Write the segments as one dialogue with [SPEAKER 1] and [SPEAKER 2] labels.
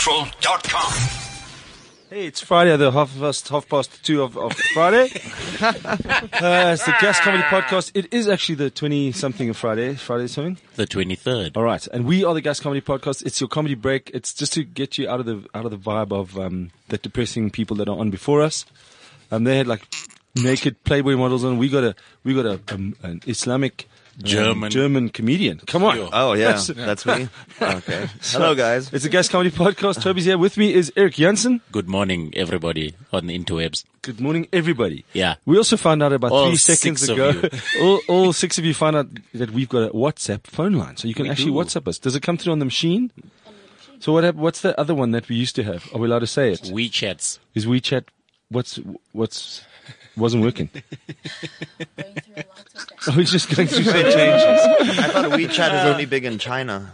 [SPEAKER 1] CliffCentral.com.
[SPEAKER 2] Hey, it's Friday, the half past, half past two of, of Friday. uh, it's the Gas Comedy Podcast. It is actually the 20 something of Friday, Friday something.
[SPEAKER 3] The 23rd.
[SPEAKER 2] All right. And we are the Gas Comedy Podcast. It's your comedy break. It's just to get you out of the, out of the vibe of, um, the depressing people that are on before us. Um, they had like naked Playboy models on. We got a, we got a, um, an Islamic um,
[SPEAKER 3] German.
[SPEAKER 2] German comedian. Come on.
[SPEAKER 4] Oh yeah, that's me. Okay. Hello guys.
[SPEAKER 2] It's the Gas Comedy Podcast. Toby's here. With me is Eric Jansen.
[SPEAKER 3] Good morning, everybody on the interwebs.
[SPEAKER 2] Good morning, everybody.
[SPEAKER 3] Yeah.
[SPEAKER 2] We also found out about
[SPEAKER 3] All
[SPEAKER 2] three seconds
[SPEAKER 3] six of
[SPEAKER 2] ago.
[SPEAKER 3] you.
[SPEAKER 2] all, all six of you found out that we've got a WhatsApp phone line, so you can
[SPEAKER 3] We
[SPEAKER 2] actually
[SPEAKER 3] do.
[SPEAKER 2] WhatsApp us. Does it come through on the machine? So what? hap- What's the other one that we used to have? Are we allowed to say it?
[SPEAKER 3] WeChats.
[SPEAKER 2] Is WeChat? What's what's wasn't working? I was just going through some changes.
[SPEAKER 4] I thought WeChat is only big in China.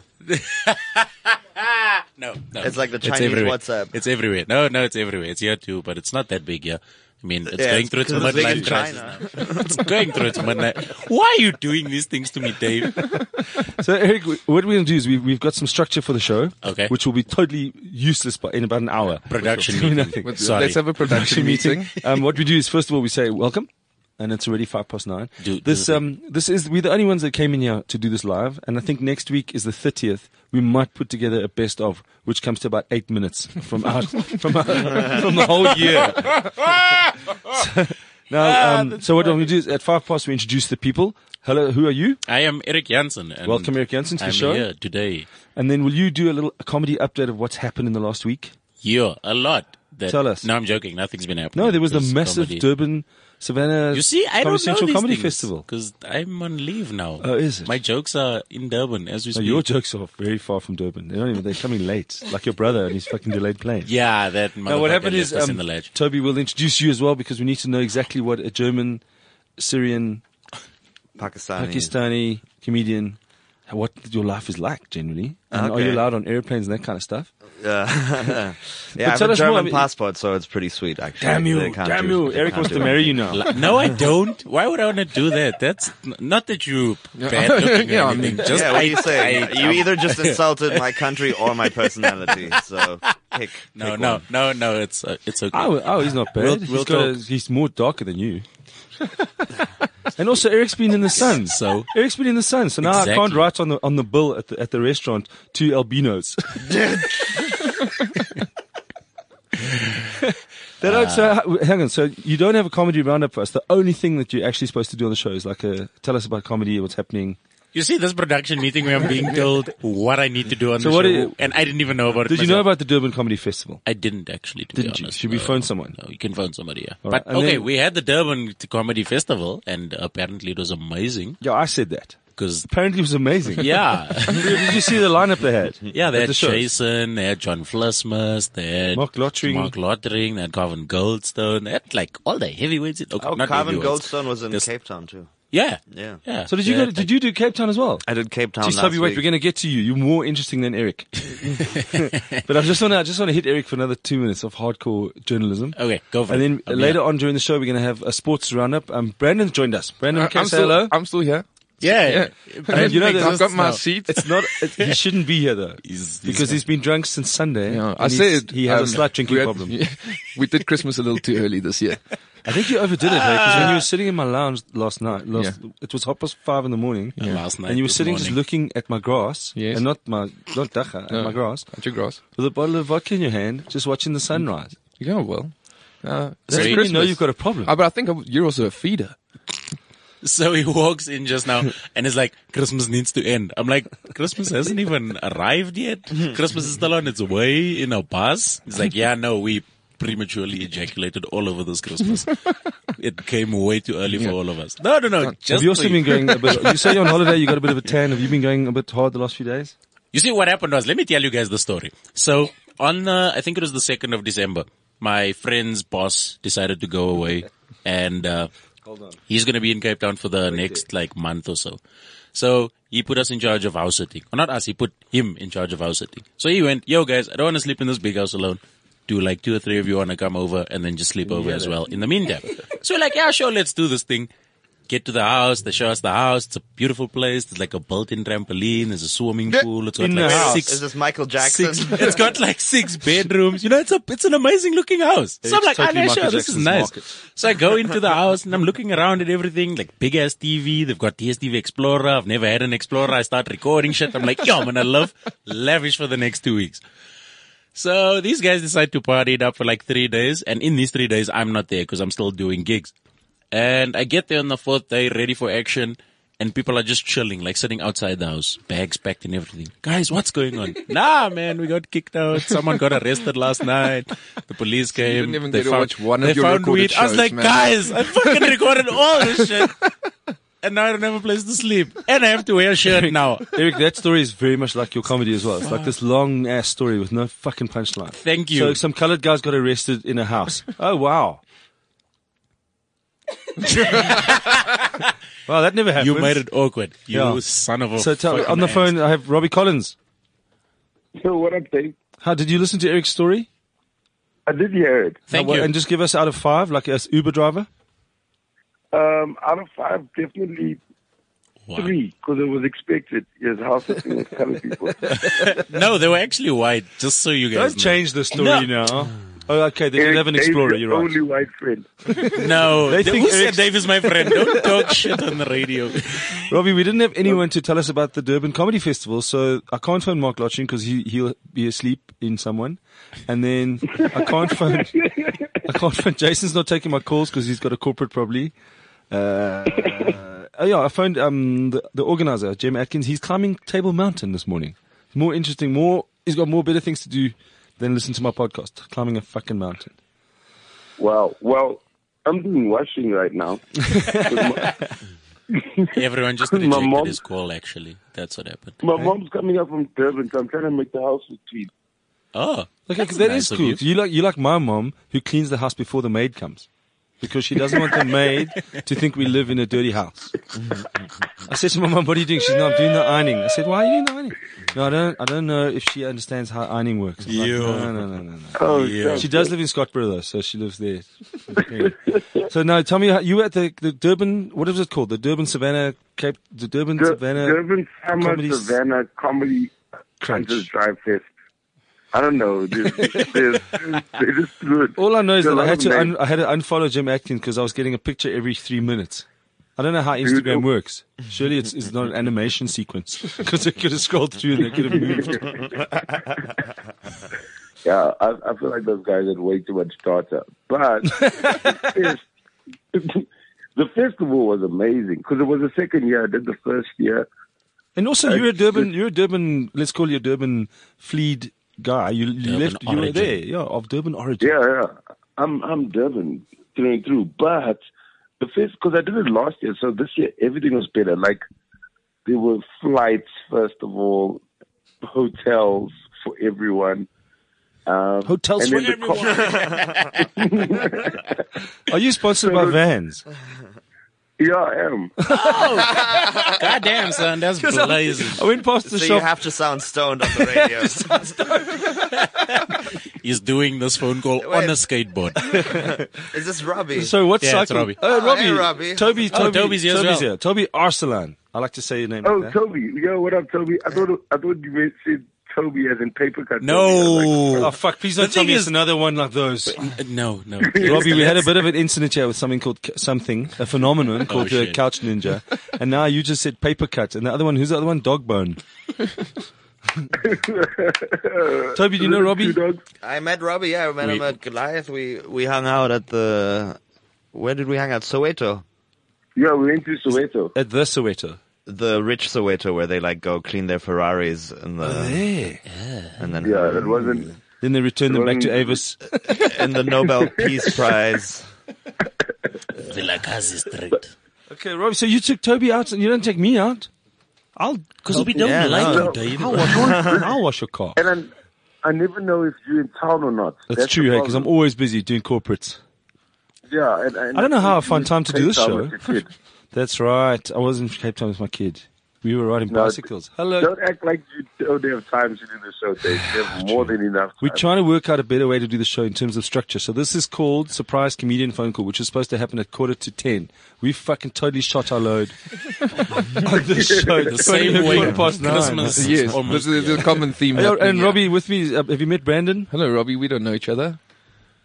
[SPEAKER 3] No, no.
[SPEAKER 4] It's like the Chinese
[SPEAKER 3] everywhere.
[SPEAKER 4] WhatsApp.
[SPEAKER 3] It's everywhere. No, no, it's everywhere. It's here too, but it's not that big here. I mean, it's
[SPEAKER 4] Yeah,
[SPEAKER 3] going
[SPEAKER 4] it's
[SPEAKER 3] through its
[SPEAKER 4] 'cause it's big
[SPEAKER 3] midlife
[SPEAKER 4] in
[SPEAKER 3] crisis
[SPEAKER 4] China.
[SPEAKER 3] now. it's going through its midlife. Why are you doing these things to me, Dave?
[SPEAKER 2] So Eric, what we're going to do is we, we've got some structure for the show,
[SPEAKER 3] Okay.
[SPEAKER 2] which will be totally useless by, in about an hour.
[SPEAKER 3] Production
[SPEAKER 2] Doing
[SPEAKER 3] meeting.
[SPEAKER 2] nothing.
[SPEAKER 5] Let's-
[SPEAKER 3] Sorry.
[SPEAKER 5] Let's have a production meeting.
[SPEAKER 2] um, what we do is first of all we say welcome, and it's already five past nine.
[SPEAKER 3] Do- do
[SPEAKER 2] this
[SPEAKER 3] the
[SPEAKER 2] um
[SPEAKER 3] thing.
[SPEAKER 2] this is we're the only ones that came in here to do this live, and I think next week is the thirtieth. We might put together a best of, which comes to about eight minutes from our from our, from the whole year. So-
[SPEAKER 3] Ah,
[SPEAKER 2] now, um, so what I'm going to do is at five past we introduce the people. Hello, who are you?
[SPEAKER 3] I am Eric Jansen. And
[SPEAKER 2] Welcome, Eric Jansen, to the
[SPEAKER 3] I'm
[SPEAKER 2] show.
[SPEAKER 3] here today.
[SPEAKER 2] And then will you do a little comedy update of what's happened in the last week?
[SPEAKER 3] Yeah, a lot. That,
[SPEAKER 2] Tell us.
[SPEAKER 3] No, I'm joking. Nothing's been happening.
[SPEAKER 2] No, there was the
[SPEAKER 3] It's
[SPEAKER 2] massive
[SPEAKER 3] comedy.
[SPEAKER 2] Durban Savannah
[SPEAKER 3] You see, I
[SPEAKER 2] Comedy
[SPEAKER 3] don't know
[SPEAKER 2] Central
[SPEAKER 3] these
[SPEAKER 2] Comedy
[SPEAKER 3] things
[SPEAKER 2] Festival.
[SPEAKER 3] because I'm on leave now.
[SPEAKER 2] Oh, is it?
[SPEAKER 3] My jokes are in Durban as we
[SPEAKER 2] No,
[SPEAKER 3] speak.
[SPEAKER 2] your jokes are very far from Durban. They don't even, they're coming late, like your brother and his fucking delayed plane.
[SPEAKER 3] yeah, that.
[SPEAKER 2] Now, what happened is,
[SPEAKER 3] in the
[SPEAKER 2] um,
[SPEAKER 3] ledge.
[SPEAKER 2] Toby will introduce you as well because we need to know exactly what a German, Syrian,
[SPEAKER 4] Pakistani.
[SPEAKER 2] Pakistani comedian, what your life is like generally. And are
[SPEAKER 4] Ah, Okay.
[SPEAKER 2] you allowed on airplanes and that kind of stuff?
[SPEAKER 4] Yeah. yeah, I have
[SPEAKER 2] tell
[SPEAKER 4] a
[SPEAKER 2] us more,
[SPEAKER 4] German
[SPEAKER 2] I mean-
[SPEAKER 4] passport, so it's pretty sweet. Actually,
[SPEAKER 2] Damn
[SPEAKER 4] They
[SPEAKER 2] you,
[SPEAKER 4] can't
[SPEAKER 2] damn
[SPEAKER 4] do-
[SPEAKER 2] you.
[SPEAKER 4] they
[SPEAKER 2] Eric
[SPEAKER 4] can't
[SPEAKER 2] wants
[SPEAKER 4] do
[SPEAKER 2] to
[SPEAKER 4] it.
[SPEAKER 2] marry you now.
[SPEAKER 3] Like, no, I don't. Why would I want to do that? That's n- not that you bad looking
[SPEAKER 5] Yeah,
[SPEAKER 3] or
[SPEAKER 5] I
[SPEAKER 3] anything.
[SPEAKER 5] mean,
[SPEAKER 3] just
[SPEAKER 4] Yeah, what
[SPEAKER 3] I,
[SPEAKER 4] do you say?
[SPEAKER 3] I-
[SPEAKER 4] you either just insulted my country or my personality. So pick.
[SPEAKER 3] no,
[SPEAKER 4] pick
[SPEAKER 3] no,
[SPEAKER 4] one.
[SPEAKER 3] no, no. It's uh, it's okay.
[SPEAKER 2] Oh, oh, he's not bad.
[SPEAKER 3] We'll-
[SPEAKER 2] He's
[SPEAKER 3] we'll
[SPEAKER 2] got a-
[SPEAKER 3] talk.
[SPEAKER 2] he's more darker than you. and also, Eric's been in the sun.
[SPEAKER 3] So?
[SPEAKER 2] Eric's been in the sun. So now I can't
[SPEAKER 3] Exactly.
[SPEAKER 2] write on the on the bill at the at the restaurant to albinos. they
[SPEAKER 3] Uh,
[SPEAKER 2] don't. so h- hang on. So you don't have a comedy roundup for us. The only thing that you're actually supposed to do on the show is like a tell us about comedy, what's happening.
[SPEAKER 3] you see this production meeting where I'm being told what I need to do on
[SPEAKER 2] So
[SPEAKER 3] the
[SPEAKER 2] what do
[SPEAKER 3] show,
[SPEAKER 2] you-
[SPEAKER 3] and I didn't even know about it.
[SPEAKER 2] Did you know
[SPEAKER 3] myself.
[SPEAKER 2] about the Durban Comedy Festival?
[SPEAKER 3] I didn't actually. To
[SPEAKER 2] Didn't
[SPEAKER 3] be
[SPEAKER 2] you?
[SPEAKER 3] honest,
[SPEAKER 2] Should we
[SPEAKER 3] No,
[SPEAKER 2] phone someone?
[SPEAKER 3] No, you can phone somebody. Yeah,
[SPEAKER 2] All right,
[SPEAKER 3] but
[SPEAKER 2] and
[SPEAKER 3] okay,
[SPEAKER 2] then-
[SPEAKER 3] we had the Durban Comedy Festival, and apparently it was amazing
[SPEAKER 2] Yeah, I said that.
[SPEAKER 3] because
[SPEAKER 2] Apparently, it was amazing.
[SPEAKER 3] yeah,
[SPEAKER 2] Did you see the lineup they had?
[SPEAKER 3] Yeah, they
[SPEAKER 2] At
[SPEAKER 3] had
[SPEAKER 2] the shows?
[SPEAKER 3] Jason, they had John Flismus, they had
[SPEAKER 2] Mark Lottering.
[SPEAKER 3] Mark Lottering, they had Carvin Goldstone, they had like all the heavyweights. in- Okay,
[SPEAKER 4] Oh,
[SPEAKER 3] not
[SPEAKER 4] Carvin
[SPEAKER 3] heavyweights.
[SPEAKER 4] Goldstone was in
[SPEAKER 3] This-
[SPEAKER 4] Cape Town too.
[SPEAKER 3] Yeah,
[SPEAKER 4] Yeah.
[SPEAKER 3] yeah.
[SPEAKER 2] So did you
[SPEAKER 3] They
[SPEAKER 2] go? To,
[SPEAKER 3] had, like,
[SPEAKER 2] did you do Cape Town as well?
[SPEAKER 4] I did Cape
[SPEAKER 5] Oh,
[SPEAKER 4] Town
[SPEAKER 2] Just
[SPEAKER 4] last
[SPEAKER 2] Toby, wait,
[SPEAKER 4] week.
[SPEAKER 2] we're going to get to you. You're more interesting than Eric. but I just want to, I just want to hit Eric for another two minutes of hardcore journalism.
[SPEAKER 3] Okay, go for
[SPEAKER 2] and
[SPEAKER 3] it.
[SPEAKER 2] then
[SPEAKER 3] I'm
[SPEAKER 2] later
[SPEAKER 3] here.
[SPEAKER 2] on during the show, we're going to have a sports roundup. Um, Brandon's joined us. Brandon,
[SPEAKER 5] I'm
[SPEAKER 2] can you say
[SPEAKER 5] still,
[SPEAKER 2] hello?
[SPEAKER 5] I'm still here.
[SPEAKER 3] yeah, yeah.
[SPEAKER 5] I
[SPEAKER 2] you know, there's-
[SPEAKER 5] I've got my
[SPEAKER 3] no.
[SPEAKER 5] seat.
[SPEAKER 2] it's not. It, he shouldn't be here though,
[SPEAKER 3] He's- he's
[SPEAKER 2] because he's been drunk since Sunday.
[SPEAKER 5] Yeah,
[SPEAKER 2] and
[SPEAKER 5] I
[SPEAKER 2] he's-
[SPEAKER 5] said
[SPEAKER 2] he has
[SPEAKER 5] um,
[SPEAKER 2] a slight drinking
[SPEAKER 5] we had-
[SPEAKER 2] problem.
[SPEAKER 5] we did Christmas a little too early this year.
[SPEAKER 2] I think you overdid it because when you were sitting in my lounge last night, last,
[SPEAKER 5] Yeah.
[SPEAKER 2] it was half past five in the morning,
[SPEAKER 3] Yeah. Last night,
[SPEAKER 2] and you were
[SPEAKER 3] this
[SPEAKER 2] sitting just
[SPEAKER 3] morning.
[SPEAKER 2] looking at my grass,
[SPEAKER 5] Yes.
[SPEAKER 2] and not my not dacha, at
[SPEAKER 5] No.
[SPEAKER 2] my grass,
[SPEAKER 5] At your grass.
[SPEAKER 2] with a bottle of vodka in your hand, just watching the sunrise.
[SPEAKER 5] Yeah, well. Uh, Ah,
[SPEAKER 2] That's
[SPEAKER 3] So
[SPEAKER 2] when you
[SPEAKER 3] Christmas.
[SPEAKER 2] know you've got a problem.
[SPEAKER 5] but I think I'm- you're also a feeder.
[SPEAKER 3] So he walks in just now and is like, Christmas needs to end. I'm like, Christmas hasn't even arrived yet. Christmas is still on its way in a bus. He's like, yeah, no, we prematurely ejaculated all over this Christmas. it came way too early for all of us. No, no, no. Just
[SPEAKER 2] Have you also
[SPEAKER 3] for you.
[SPEAKER 2] been going a bit? You say you're on holiday, you got a bit of a tan. Have you been going a bit hard the last few days?
[SPEAKER 3] You see, what happened was, let me tell you guys the story. So, on the, I think it was the 2nd of December, my friend's boss decided to go away and, uh, he's going to be in Cape Town for the next like month or so. So he put us in charge of house sitting. Or not us, he put him in charge of house sitting. So he went, yo guys, I don't want to sleep in this big house alone. Do like two or three of you want to come over and then just sleep over as well in the meantime. so we're like, yeah, sure, let's do this thing. Get to the house. They show us the house. It's a beautiful place. There's like a built-in trampoline. There's a swimming pool. It's got
[SPEAKER 2] in
[SPEAKER 3] like
[SPEAKER 2] the house.
[SPEAKER 3] six,
[SPEAKER 4] Is this Michael Jackson?
[SPEAKER 3] six. It's got like six bedrooms. You know, it's a it's an amazing looking house. So I'm
[SPEAKER 2] It's
[SPEAKER 3] like,
[SPEAKER 2] totally
[SPEAKER 3] "Ah, no,
[SPEAKER 2] Michael
[SPEAKER 3] sure, this is
[SPEAKER 2] Jackson's
[SPEAKER 3] nice.
[SPEAKER 2] market.
[SPEAKER 3] So I go into the house and I'm looking around at everything, like big ass TV. They've got DSTV Explorer. I've never had an Explorer. I start recording shit. I'm like, yo, I'm gonna love lavish for the next two weeks. So these guys decide to party it up for like three days, and in these three days, I'm not there because I'm still doing gigs. And I get there on the fourth day, ready for action, and people are just chilling, like sitting outside the house, bags packed and everything. Guys, what's going on? nah, man, we got kicked out. Someone got arrested last night. The police came.
[SPEAKER 5] didn't even get to watch one of
[SPEAKER 3] they
[SPEAKER 5] your
[SPEAKER 3] found
[SPEAKER 5] recorded
[SPEAKER 3] weed. I was
[SPEAKER 5] shows,
[SPEAKER 3] like,
[SPEAKER 5] man.
[SPEAKER 3] guys, I fucking recorded all this shit, and now I don't have a place to sleep, and I have to wear a shirt now.
[SPEAKER 2] Eric, that story is very much like your comedy as well. It's like this long ass story with no fucking punchline.
[SPEAKER 3] Thank you.
[SPEAKER 2] So some colored guys got arrested in a house. Oh wow. wow, that never happened.
[SPEAKER 3] You made it awkward. You
[SPEAKER 2] Yeah.
[SPEAKER 3] son of a.
[SPEAKER 2] So tell me,
[SPEAKER 3] fucking
[SPEAKER 2] on the
[SPEAKER 3] ass.
[SPEAKER 2] phone, I have Robbie Collins.
[SPEAKER 6] So what up, Dave?
[SPEAKER 2] How did you listen to Eric's story?
[SPEAKER 6] I did hear it.
[SPEAKER 3] Thank
[SPEAKER 2] Now, wha-
[SPEAKER 3] you.
[SPEAKER 2] And just give us out of five, like as Uber driver.
[SPEAKER 6] Um, out of five, definitely
[SPEAKER 3] Wow.
[SPEAKER 6] three, because it was expected. Yes, house sitting with colored people.
[SPEAKER 3] No, they were actually white. Just so you guys
[SPEAKER 2] Don't change the story now. Oh, okay. They did
[SPEAKER 6] Eric,
[SPEAKER 2] have an
[SPEAKER 6] Dave's
[SPEAKER 2] explorer. You're
[SPEAKER 6] your
[SPEAKER 2] right.
[SPEAKER 6] Only white friend.
[SPEAKER 3] know. No,
[SPEAKER 2] They
[SPEAKER 3] they
[SPEAKER 2] think
[SPEAKER 3] who said
[SPEAKER 2] Eric's-
[SPEAKER 3] Dave is my friend? Don't talk shit on the radio.
[SPEAKER 2] Robbie, we didn't have anyone to tell us about the Durban Comedy Festival, so I can't phone Mark Lotchin because he he'll be asleep in someone, and then I can't phone I can't phone Jason's not taking my calls because he's got a corporate probably. Uh, oh yeah, I phoned um the, the organizer Jim Atkins. He's climbing Table Mountain this morning. More interesting, more he's got more better things to do than listen to my podcast. Climbing a fucking mountain.
[SPEAKER 6] Wow. Well, I'm doing washing right now.
[SPEAKER 3] Everyone just
[SPEAKER 6] My
[SPEAKER 3] rejected
[SPEAKER 6] mom-
[SPEAKER 3] his call. Actually, that's what happened.
[SPEAKER 6] My mom's coming up from Durban, so I'm trying to make the house look clean.
[SPEAKER 3] Oh,
[SPEAKER 2] Okay,
[SPEAKER 3] that's
[SPEAKER 2] that
[SPEAKER 3] nice
[SPEAKER 2] is
[SPEAKER 3] of
[SPEAKER 2] cool.
[SPEAKER 3] you.
[SPEAKER 2] You. like you like my mom who cleans the house before the maid comes because she doesn't want the maid to think we live in a dirty house. I said to my mom, "What are you doing?" She's "No, I'm doing the ironing." I said, "Why are you doing the ironing?" No, I don't. I don't know if she understands how ironing works. I'm like,
[SPEAKER 3] Yo.
[SPEAKER 2] no, no, no, no, no.
[SPEAKER 6] Oh,
[SPEAKER 3] Yeah.
[SPEAKER 6] yeah.
[SPEAKER 2] She does live in Scottsboro though, so she lives there. so now, tell me, how, you were at the, the Durban? What is it called? The Durban Savannah Cape? The Durban Savannah
[SPEAKER 6] Durban Summer
[SPEAKER 2] Comedy S-
[SPEAKER 6] Savannah Comedy
[SPEAKER 2] Crunch.
[SPEAKER 6] Hunters Drive Fest. I don't know. There's, there's, they just threw it.
[SPEAKER 2] All I know is
[SPEAKER 6] There's
[SPEAKER 2] that I
[SPEAKER 6] a lot
[SPEAKER 2] had
[SPEAKER 6] of
[SPEAKER 2] to un-
[SPEAKER 6] names.
[SPEAKER 2] I had to unfollow Jim Atkins because I was getting a picture every three minutes. I don't know how Instagram
[SPEAKER 6] Dude, oh.
[SPEAKER 2] works. Surely it's, it's not an animation sequence because I could have scrolled through and I could have moved.
[SPEAKER 6] Yeah, I, I feel like those guys had way too much data. But the, fest- the festival was amazing because it was the second year. I did the first year.
[SPEAKER 2] And also, you're a Durban, you're a Durban. Let's call you a Durban fleed guy. You, you
[SPEAKER 3] Durban
[SPEAKER 2] left, you were
[SPEAKER 3] origin.
[SPEAKER 2] there, yeah, of Durban origin.
[SPEAKER 6] Yeah, yeah. I'm I'm Durban through and through. But the first because I did it last year, so this year everything was better. Like there were flights first of all, hotels for everyone. Um,
[SPEAKER 2] Hotels
[SPEAKER 6] and
[SPEAKER 2] for
[SPEAKER 6] then the co-
[SPEAKER 2] everyone. Are you sponsored by Vans?
[SPEAKER 6] yeah, I am.
[SPEAKER 3] goddamn son, that's blazing.
[SPEAKER 2] I went past the
[SPEAKER 4] so you
[SPEAKER 2] shop.
[SPEAKER 4] have to sound stoned on the radio.
[SPEAKER 3] He's doing this phone call on a skateboard.
[SPEAKER 4] Is this Robbie?
[SPEAKER 2] So what
[SPEAKER 3] Yeah, it's
[SPEAKER 2] cycle?
[SPEAKER 3] Robbie.
[SPEAKER 2] Oh,
[SPEAKER 4] Oh,
[SPEAKER 2] Robbie.
[SPEAKER 4] hey, Robbie.
[SPEAKER 2] Toby, Toby,
[SPEAKER 3] Oh, Toby's here as well.
[SPEAKER 2] here. Toby Arsalan. I like to say your name. like
[SPEAKER 6] Oh,
[SPEAKER 2] that.
[SPEAKER 6] Toby. Yo, what up, Toby? I thought I thought you meant said Toby as in paper cut. Toby.
[SPEAKER 2] Oh
[SPEAKER 3] No,
[SPEAKER 2] fuck! Please don't
[SPEAKER 3] The
[SPEAKER 2] tell
[SPEAKER 3] thing
[SPEAKER 2] me it's
[SPEAKER 3] is-
[SPEAKER 2] another one like those.
[SPEAKER 3] no, no.
[SPEAKER 2] Robbie, we had a bit of an incident here with something called something, a phenomenon called the
[SPEAKER 3] shit.
[SPEAKER 2] couch ninja, and now you just said paper cut, and the other one, who's the other one? Dog bone. Toby, do
[SPEAKER 6] uh,
[SPEAKER 2] you know Oh, Robbie?
[SPEAKER 6] Two dogs.
[SPEAKER 4] I met Robbie. Yeah, I met him
[SPEAKER 3] We-
[SPEAKER 4] at Goliath. We we hung out at the. Where did we hang out? Soweto,
[SPEAKER 6] Yeah, we went to Soweto.
[SPEAKER 2] At the Soweto.
[SPEAKER 4] the rich Soweto, where they like go clean their Ferraris in
[SPEAKER 3] Oh,
[SPEAKER 4] the
[SPEAKER 2] There.
[SPEAKER 4] and then
[SPEAKER 6] Yeah,
[SPEAKER 2] Mm.
[SPEAKER 6] that wasn't.
[SPEAKER 2] Then they return them back to
[SPEAKER 6] Robbie-
[SPEAKER 2] Avis.
[SPEAKER 4] in the Nobel Peace Prize.
[SPEAKER 3] Vilakazi Street.
[SPEAKER 2] Okay, Robbie. So you took Toby out, and you don't take me out. I'll
[SPEAKER 3] Because we don't
[SPEAKER 4] Yeah,
[SPEAKER 3] like
[SPEAKER 4] no.
[SPEAKER 3] you, Dave.
[SPEAKER 2] I'll wash, I'll wash your car.
[SPEAKER 6] And I'm, I never know if you're in town or not.
[SPEAKER 2] That's, true, hey, because I'm
[SPEAKER 6] all.
[SPEAKER 2] always busy doing corporates.
[SPEAKER 6] Yeah, and, and
[SPEAKER 2] I don't know how I find time to do this
[SPEAKER 6] Cape Town
[SPEAKER 2] show.
[SPEAKER 6] with your kid.
[SPEAKER 2] That's right. I was in Cape Town with my kid. We were riding
[SPEAKER 6] No,
[SPEAKER 2] bicycles. Hello.
[SPEAKER 6] Don't act like you don't have time to do the show, Dave. You have more than enough.
[SPEAKER 2] We're
[SPEAKER 6] time.
[SPEAKER 2] trying to work out a better way to do the show in terms of structure. So this is called Surprise Comedian Phone Call, which is supposed to happen at quarter to ten. We fucking totally shot our load on this show.
[SPEAKER 3] The same way
[SPEAKER 2] quarter past nine.
[SPEAKER 3] Christmas
[SPEAKER 5] Yes,
[SPEAKER 3] almost,
[SPEAKER 5] this is
[SPEAKER 3] yeah.
[SPEAKER 5] a common theme.
[SPEAKER 2] Hey,
[SPEAKER 5] happening
[SPEAKER 2] and
[SPEAKER 5] here.
[SPEAKER 2] Robbie with me. Uh, have you met Brandon?
[SPEAKER 5] Hello, Robbie. We don't know each other.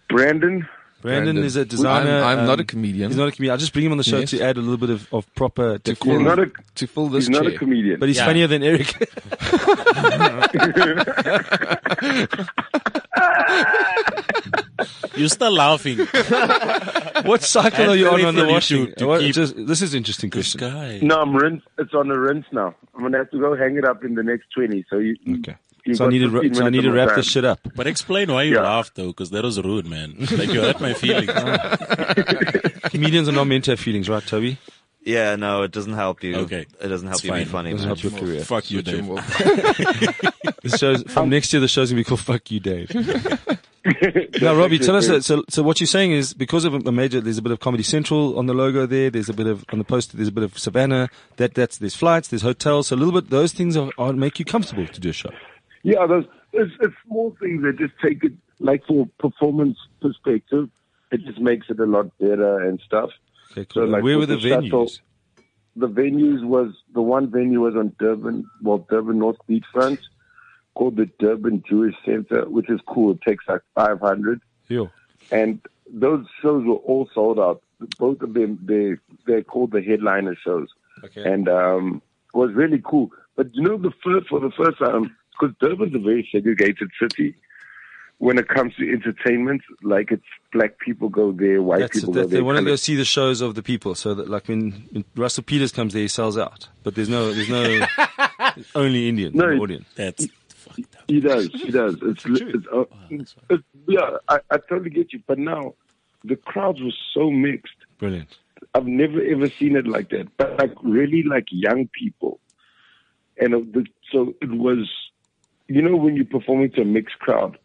[SPEAKER 6] Brandon,
[SPEAKER 2] Brandon,
[SPEAKER 5] Brandon.
[SPEAKER 2] is a designer.
[SPEAKER 5] I'm- I'm not a
[SPEAKER 2] um,
[SPEAKER 5] comedian.
[SPEAKER 2] He's not a comedian. I'll just bring him on the show
[SPEAKER 5] Yes.
[SPEAKER 2] to add a little bit of, of proper
[SPEAKER 5] call
[SPEAKER 2] decorum.
[SPEAKER 6] he's not a
[SPEAKER 5] To fill this
[SPEAKER 6] he's not
[SPEAKER 5] chair.
[SPEAKER 6] a comedian.
[SPEAKER 2] Mm. But he's
[SPEAKER 3] Yeah.
[SPEAKER 2] funnier than Eric.
[SPEAKER 3] You're still laughing.
[SPEAKER 2] what cycle are you
[SPEAKER 3] Anthony
[SPEAKER 2] on on the
[SPEAKER 3] for you
[SPEAKER 2] washing?
[SPEAKER 3] to- to
[SPEAKER 2] What-
[SPEAKER 3] keep-
[SPEAKER 2] just- this is an interesting
[SPEAKER 3] This
[SPEAKER 2] question.
[SPEAKER 3] guy.
[SPEAKER 6] no, I'm rinse. It's on a rinse now. I'm gonna have to go hang it up in the next twenty. So you
[SPEAKER 2] Okay.
[SPEAKER 6] You've
[SPEAKER 2] So I
[SPEAKER 6] got
[SPEAKER 2] need to ra-
[SPEAKER 6] 15
[SPEAKER 2] so I need
[SPEAKER 6] minutes
[SPEAKER 2] to
[SPEAKER 6] of
[SPEAKER 2] wrap
[SPEAKER 6] time.
[SPEAKER 2] this shit up.
[SPEAKER 3] But explain why you
[SPEAKER 6] Yeah.
[SPEAKER 3] laughed though, because that was rude, man. Like you hurt my feelings.
[SPEAKER 2] Comedians are not meant to have feelings, right, Toby?
[SPEAKER 4] Yeah, no, it doesn't help you.
[SPEAKER 3] Okay.
[SPEAKER 4] It doesn't help
[SPEAKER 3] It's
[SPEAKER 4] you be
[SPEAKER 3] fine.
[SPEAKER 4] funny.
[SPEAKER 2] Doesn't
[SPEAKER 4] man.
[SPEAKER 2] help your career.
[SPEAKER 3] Fuck you,
[SPEAKER 5] Jim
[SPEAKER 3] Dave.
[SPEAKER 5] Wolfe.
[SPEAKER 2] The show's, from
[SPEAKER 6] Um,
[SPEAKER 2] next year, the show's gonna be called "Fuck You, Dave." now, Robbie, tell us. That, so, so what you're saying is because of a major, there's a bit of Comedy Central on the logo there. There's a bit of on the poster. There's a bit of Savannah. That that's there's flights. There's hotels. So a little bit those things are, are make you comfortable to do a show.
[SPEAKER 6] Yeah, those it's, it's small things that just take it like for performance perspective, it just makes it a lot better and stuff.
[SPEAKER 2] Okay, cool.
[SPEAKER 6] like,
[SPEAKER 2] Where were
[SPEAKER 6] with
[SPEAKER 2] the
[SPEAKER 6] the shuttle-
[SPEAKER 2] venues?
[SPEAKER 6] the venues was the one venue was on Durban, well Durban North Beachfront, called the Durban Jewish Center, which is cool. It takes like five hundred,
[SPEAKER 2] Yo.
[SPEAKER 6] and those shows were all sold out. Both of them, they they're called the headliner shows,
[SPEAKER 2] Okay.
[SPEAKER 6] and um, it was really cool. But you know, the first for the first time, because Durban's a very segregated city. When it comes to entertainment, like it's black people go there, white
[SPEAKER 2] That's
[SPEAKER 6] people
[SPEAKER 2] it. That,
[SPEAKER 6] go there.
[SPEAKER 2] they want to go
[SPEAKER 6] coloured-
[SPEAKER 2] see the shows of the people. So that, like, when, when Russell Peters comes there, he sells out. But there's no, there's no, only Indian
[SPEAKER 6] No,
[SPEAKER 2] in
[SPEAKER 6] it-
[SPEAKER 2] the audience.
[SPEAKER 3] That's fucked up.
[SPEAKER 6] He does. He does. It's, it's, uh, it's yeah. I, I totally get you. But now, the crowds were so mixed.
[SPEAKER 2] Brilliant.
[SPEAKER 6] I've never ever seen it like that. But like really, like young people, and of the, so it was. You know, when you're performing to a mixed crowd,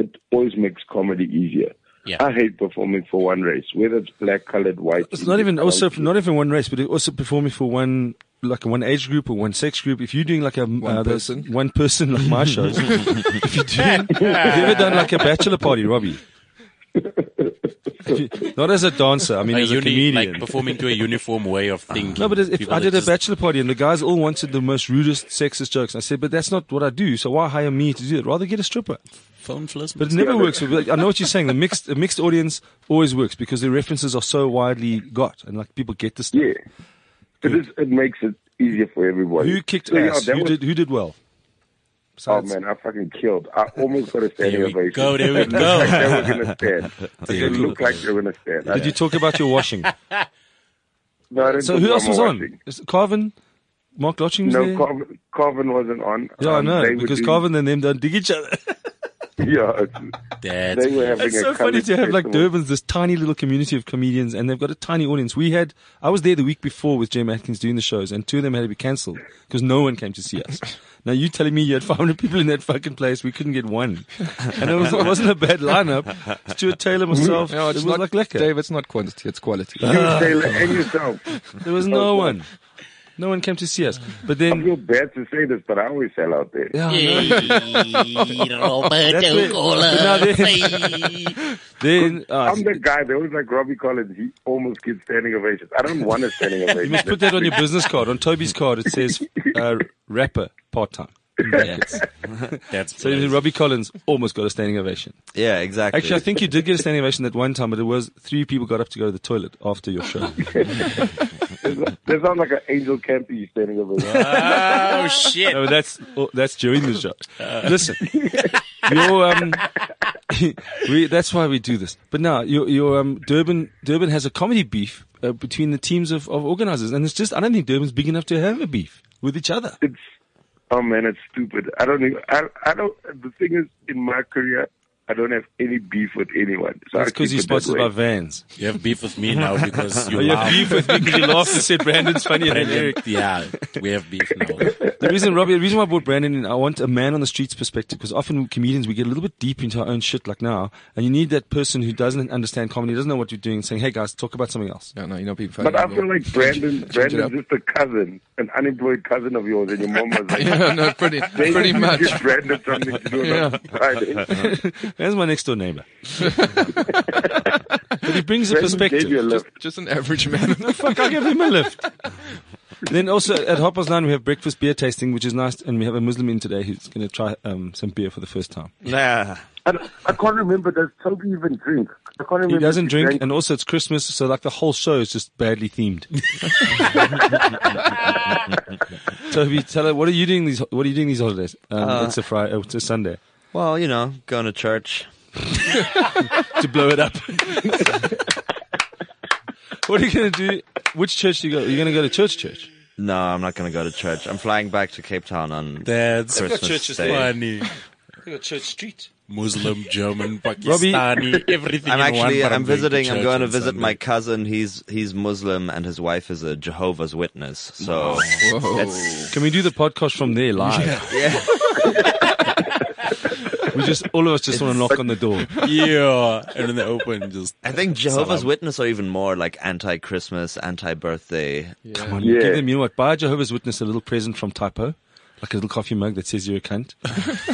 [SPEAKER 6] it always makes comedy easier.
[SPEAKER 3] Yeah.
[SPEAKER 6] I hate performing for one race, whether it's black, colored, white.
[SPEAKER 2] It's not even
[SPEAKER 6] Indian,
[SPEAKER 2] also
[SPEAKER 6] brown,
[SPEAKER 2] not even one race, but it also performing for one like one age group or one sex group. If you're doing like a one
[SPEAKER 5] person.
[SPEAKER 2] one person like my shows, if you're doing, have you ever done like a bachelor party, Robbie? If you- not as a dancer, I mean
[SPEAKER 3] A
[SPEAKER 2] as a
[SPEAKER 3] uni,
[SPEAKER 2] comedian. Ah.
[SPEAKER 3] like performing to a uniform way of thinking.
[SPEAKER 2] no, but if
[SPEAKER 3] People
[SPEAKER 2] I
[SPEAKER 3] that
[SPEAKER 2] did a
[SPEAKER 3] just-
[SPEAKER 2] bachelor party and the guys all wanted the most rudest, sexist jokes, I said, but that's not what I do. So why hire me to do it? Rather get a stripper.
[SPEAKER 3] phone first.
[SPEAKER 2] But it never works. With, I know what you're saying. The mixed, the mixed audience always works because the references are so widely got, and like people get this. stuff.
[SPEAKER 6] Yeah. It, is, it makes it easier for everybody.
[SPEAKER 2] Who kicked
[SPEAKER 6] So, yeah,
[SPEAKER 2] ass?
[SPEAKER 6] that
[SPEAKER 2] who
[SPEAKER 6] was-
[SPEAKER 2] did? Who did well?
[SPEAKER 6] Oh
[SPEAKER 2] Besides-
[SPEAKER 6] man, I fucking killed. I almost got a standing
[SPEAKER 3] There we
[SPEAKER 6] ovation.
[SPEAKER 3] go, there we
[SPEAKER 6] It looked
[SPEAKER 3] go.
[SPEAKER 6] Like they were gonna stand.
[SPEAKER 2] you
[SPEAKER 6] It
[SPEAKER 2] go.
[SPEAKER 6] looked like they were gonna stand. I-
[SPEAKER 2] Did you talk about your washing?
[SPEAKER 6] no, I didn't
[SPEAKER 2] so
[SPEAKER 6] talk
[SPEAKER 2] who
[SPEAKER 6] about
[SPEAKER 2] else
[SPEAKER 6] my
[SPEAKER 2] was on?
[SPEAKER 6] washing.
[SPEAKER 2] Is Carvin, Mark Lotching was
[SPEAKER 6] No,
[SPEAKER 2] there.
[SPEAKER 6] Carvin, Carvin wasn't on.
[SPEAKER 2] yeah, I
[SPEAKER 6] Um,
[SPEAKER 2] know
[SPEAKER 6] they were
[SPEAKER 2] because
[SPEAKER 6] doing-
[SPEAKER 2] Carvin and them don't dig each other.
[SPEAKER 6] Yeah, it's-
[SPEAKER 3] That's
[SPEAKER 6] they were having
[SPEAKER 2] It's
[SPEAKER 6] a
[SPEAKER 2] so funny
[SPEAKER 6] coloured
[SPEAKER 2] to have like
[SPEAKER 6] festival.
[SPEAKER 2] Durban's this tiny little community of comedians, and they've got a tiny audience. We had I was there the week before with Jim Atkins doing the shows, and two of them had to be cancelled because no one came to see us. now you telling me you had 500 people in that fucking place, we couldn't get one, and it, was, it wasn't a bad lineup. Stuart Taylor, myself,
[SPEAKER 5] No,
[SPEAKER 2] it
[SPEAKER 5] it's
[SPEAKER 2] was
[SPEAKER 5] not
[SPEAKER 2] like lekker.
[SPEAKER 5] Dave, it's not quantity, it's quality.
[SPEAKER 6] You, Taylor, and yourself.
[SPEAKER 2] There was no one. No one came to see us. But
[SPEAKER 6] I
[SPEAKER 2] then
[SPEAKER 6] feel bad to say this, but I always sell out there.
[SPEAKER 2] Yeah, I know.
[SPEAKER 3] Hey, Roberto
[SPEAKER 2] it. But now
[SPEAKER 3] Cola.
[SPEAKER 2] they-
[SPEAKER 3] Hey.
[SPEAKER 2] then uh,
[SPEAKER 6] I'm the guy. They always like Robbie Collins. He almost gets standing ovations. I don't want a standing ovation.
[SPEAKER 2] you must put that on your business card. On Toby's card, it says uh, rapper part time.
[SPEAKER 3] That's
[SPEAKER 2] So even Robbie Collins almost got a standing ovation.
[SPEAKER 4] Yeah, exactly.
[SPEAKER 2] Actually, I think you did get a standing ovation that one time, but it was three people got up to go to the toilet after your show.
[SPEAKER 6] That sounds like an Angel Campy standing ovation.
[SPEAKER 3] Oh shit!
[SPEAKER 2] No, but that's oh, that's during the show. Listen, your um, we, that's why we do this. But now your your um, Durban Durban has a comedy beef uh, between the teams of, of organizers, and it's just I don't think Durban's big enough to have a beef with each other.
[SPEAKER 6] it's oh man, it's stupid. I don't even. I, I don't. The thing is, in my career, I don't have any beef with anyone. So
[SPEAKER 2] That's
[SPEAKER 6] I keep
[SPEAKER 2] because he
[SPEAKER 6] it that
[SPEAKER 2] spotted
[SPEAKER 6] way.
[SPEAKER 2] my vans.
[SPEAKER 3] You have beef with me now because you
[SPEAKER 2] Oh, You
[SPEAKER 3] laugh.
[SPEAKER 2] have beef with me because you laughed and said Brandon's funnier than
[SPEAKER 3] Brandon.
[SPEAKER 2] Eric.
[SPEAKER 3] Yeah, we have beef now.
[SPEAKER 2] The reason, Robbie, the reason why I brought Brandon in, I want a man on the streets perspective because often comedians, we get a little bit deep into our own shit like now and you need that person who doesn't understand comedy, doesn't know what you're doing, saying, hey guys, talk about something else.
[SPEAKER 5] No, no, you're not being funny.
[SPEAKER 6] But I
[SPEAKER 5] at
[SPEAKER 6] feel
[SPEAKER 5] all.
[SPEAKER 6] like Brandon,
[SPEAKER 5] it
[SPEAKER 6] Brandon's
[SPEAKER 5] up.
[SPEAKER 6] just a cousin, an unemployed cousin of yours, and your mom was like,
[SPEAKER 5] no, no, pretty,
[SPEAKER 6] "Maybe
[SPEAKER 5] pretty
[SPEAKER 6] you
[SPEAKER 5] much.
[SPEAKER 6] give Brandon something to do on
[SPEAKER 5] Yeah.
[SPEAKER 6] Friday.
[SPEAKER 2] There's my next door neighbor. but he brings a
[SPEAKER 6] Brandon gave you a
[SPEAKER 2] perspective.
[SPEAKER 6] lift.
[SPEAKER 5] Just an average man.
[SPEAKER 2] Fuck, I'll give him a lift. then also at Hoppers Line, we have breakfast beer tasting, which is nice. And we have a Muslim in today who's going to try um, some beer for the first time.
[SPEAKER 4] Nah.
[SPEAKER 6] And I can't remember. Does Toby even drink? I can't remember.
[SPEAKER 2] He
[SPEAKER 6] if
[SPEAKER 2] doesn't drink,
[SPEAKER 6] drank.
[SPEAKER 2] and also it's Christmas, so like the whole show is just badly themed. Toby, tell her what are you doing these? What are you doing these holidays? Um,
[SPEAKER 4] Uh,
[SPEAKER 2] it's a Friday. It's a Sunday
[SPEAKER 4] Well, you know, going to church.
[SPEAKER 2] to blow it up. what are you going to do? Which church do you go? You're going to go to church? Church?
[SPEAKER 4] No, I'm not going to go to church. I'm flying back to Cape Town on.
[SPEAKER 3] That's
[SPEAKER 4] Christmas
[SPEAKER 3] church is
[SPEAKER 4] Day.
[SPEAKER 3] funny. church street. Muslim, German,
[SPEAKER 2] Robbie-
[SPEAKER 3] Pakistani, everything.
[SPEAKER 4] I'm
[SPEAKER 3] in
[SPEAKER 4] actually.
[SPEAKER 3] one, but
[SPEAKER 4] I'm visiting. I'm
[SPEAKER 3] church
[SPEAKER 4] going to
[SPEAKER 3] on
[SPEAKER 4] visit
[SPEAKER 3] Sunday.
[SPEAKER 4] my cousin. He's he's Muslim and his wife is a Jehovah's Witness. So
[SPEAKER 5] Whoa.
[SPEAKER 4] that's
[SPEAKER 2] Can we do the podcast from there live?
[SPEAKER 4] yeah.
[SPEAKER 2] We just all of us just want to knock on the door.
[SPEAKER 3] Yeah, and then they open just.
[SPEAKER 4] I think Jehovah's
[SPEAKER 3] Salam.
[SPEAKER 4] Witness are even more like anti-Christmas, anti-birthday.
[SPEAKER 2] Come on,
[SPEAKER 6] Yeah.
[SPEAKER 2] give them. You know what? Buy a Jehovah's Witness a little present from Typo, like a little coffee mug that says you're a cunt,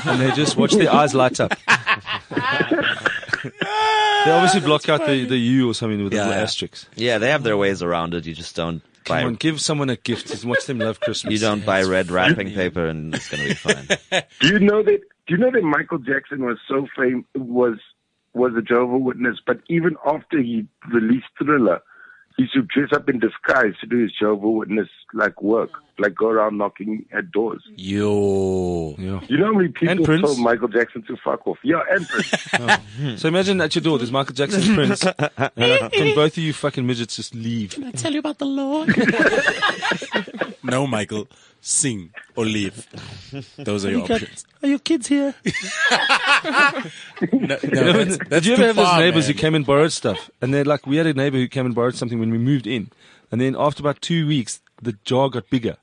[SPEAKER 2] and they just watch their eyes light up. they obviously block out the, the U or something with a
[SPEAKER 3] Yeah,
[SPEAKER 2] little
[SPEAKER 3] yeah.
[SPEAKER 2] asterisk.
[SPEAKER 4] Yeah, they have their ways around it. You just don't
[SPEAKER 2] Come
[SPEAKER 4] buy.
[SPEAKER 2] on, give someone a gift and watch them love Christmas.
[SPEAKER 4] you don't buy red wrapping paper, and it's going to be fine.
[SPEAKER 6] Do you know that? Do you know that Michael Jackson was so fame was was a Jehovah's Witness, but even after he released Thriller, he used to dress up in disguise to do his Jehovah's Witness like work, like go around knocking at doors.
[SPEAKER 3] Yo.
[SPEAKER 2] Yeah.
[SPEAKER 6] You know how many
[SPEAKER 2] And
[SPEAKER 6] people
[SPEAKER 2] Prince.
[SPEAKER 6] told Michael Jackson to fuck off? Yeah, and Prince.
[SPEAKER 2] So imagine at your door there's Michael Jackson, Prince, and like, can both of you fucking midgets just leave?
[SPEAKER 3] I tell you about the Lord. no, Michael. Sing or leave. Those are your options.
[SPEAKER 2] Are your kids here?
[SPEAKER 3] No, no, that's, that's
[SPEAKER 2] Did you
[SPEAKER 3] too
[SPEAKER 2] ever have those
[SPEAKER 3] far,
[SPEAKER 2] neighbors
[SPEAKER 3] man.
[SPEAKER 2] who came and borrowed stuff? And they're like, we had a neighbor who came and borrowed something when we moved in. And then after about two weeks, the jar got bigger.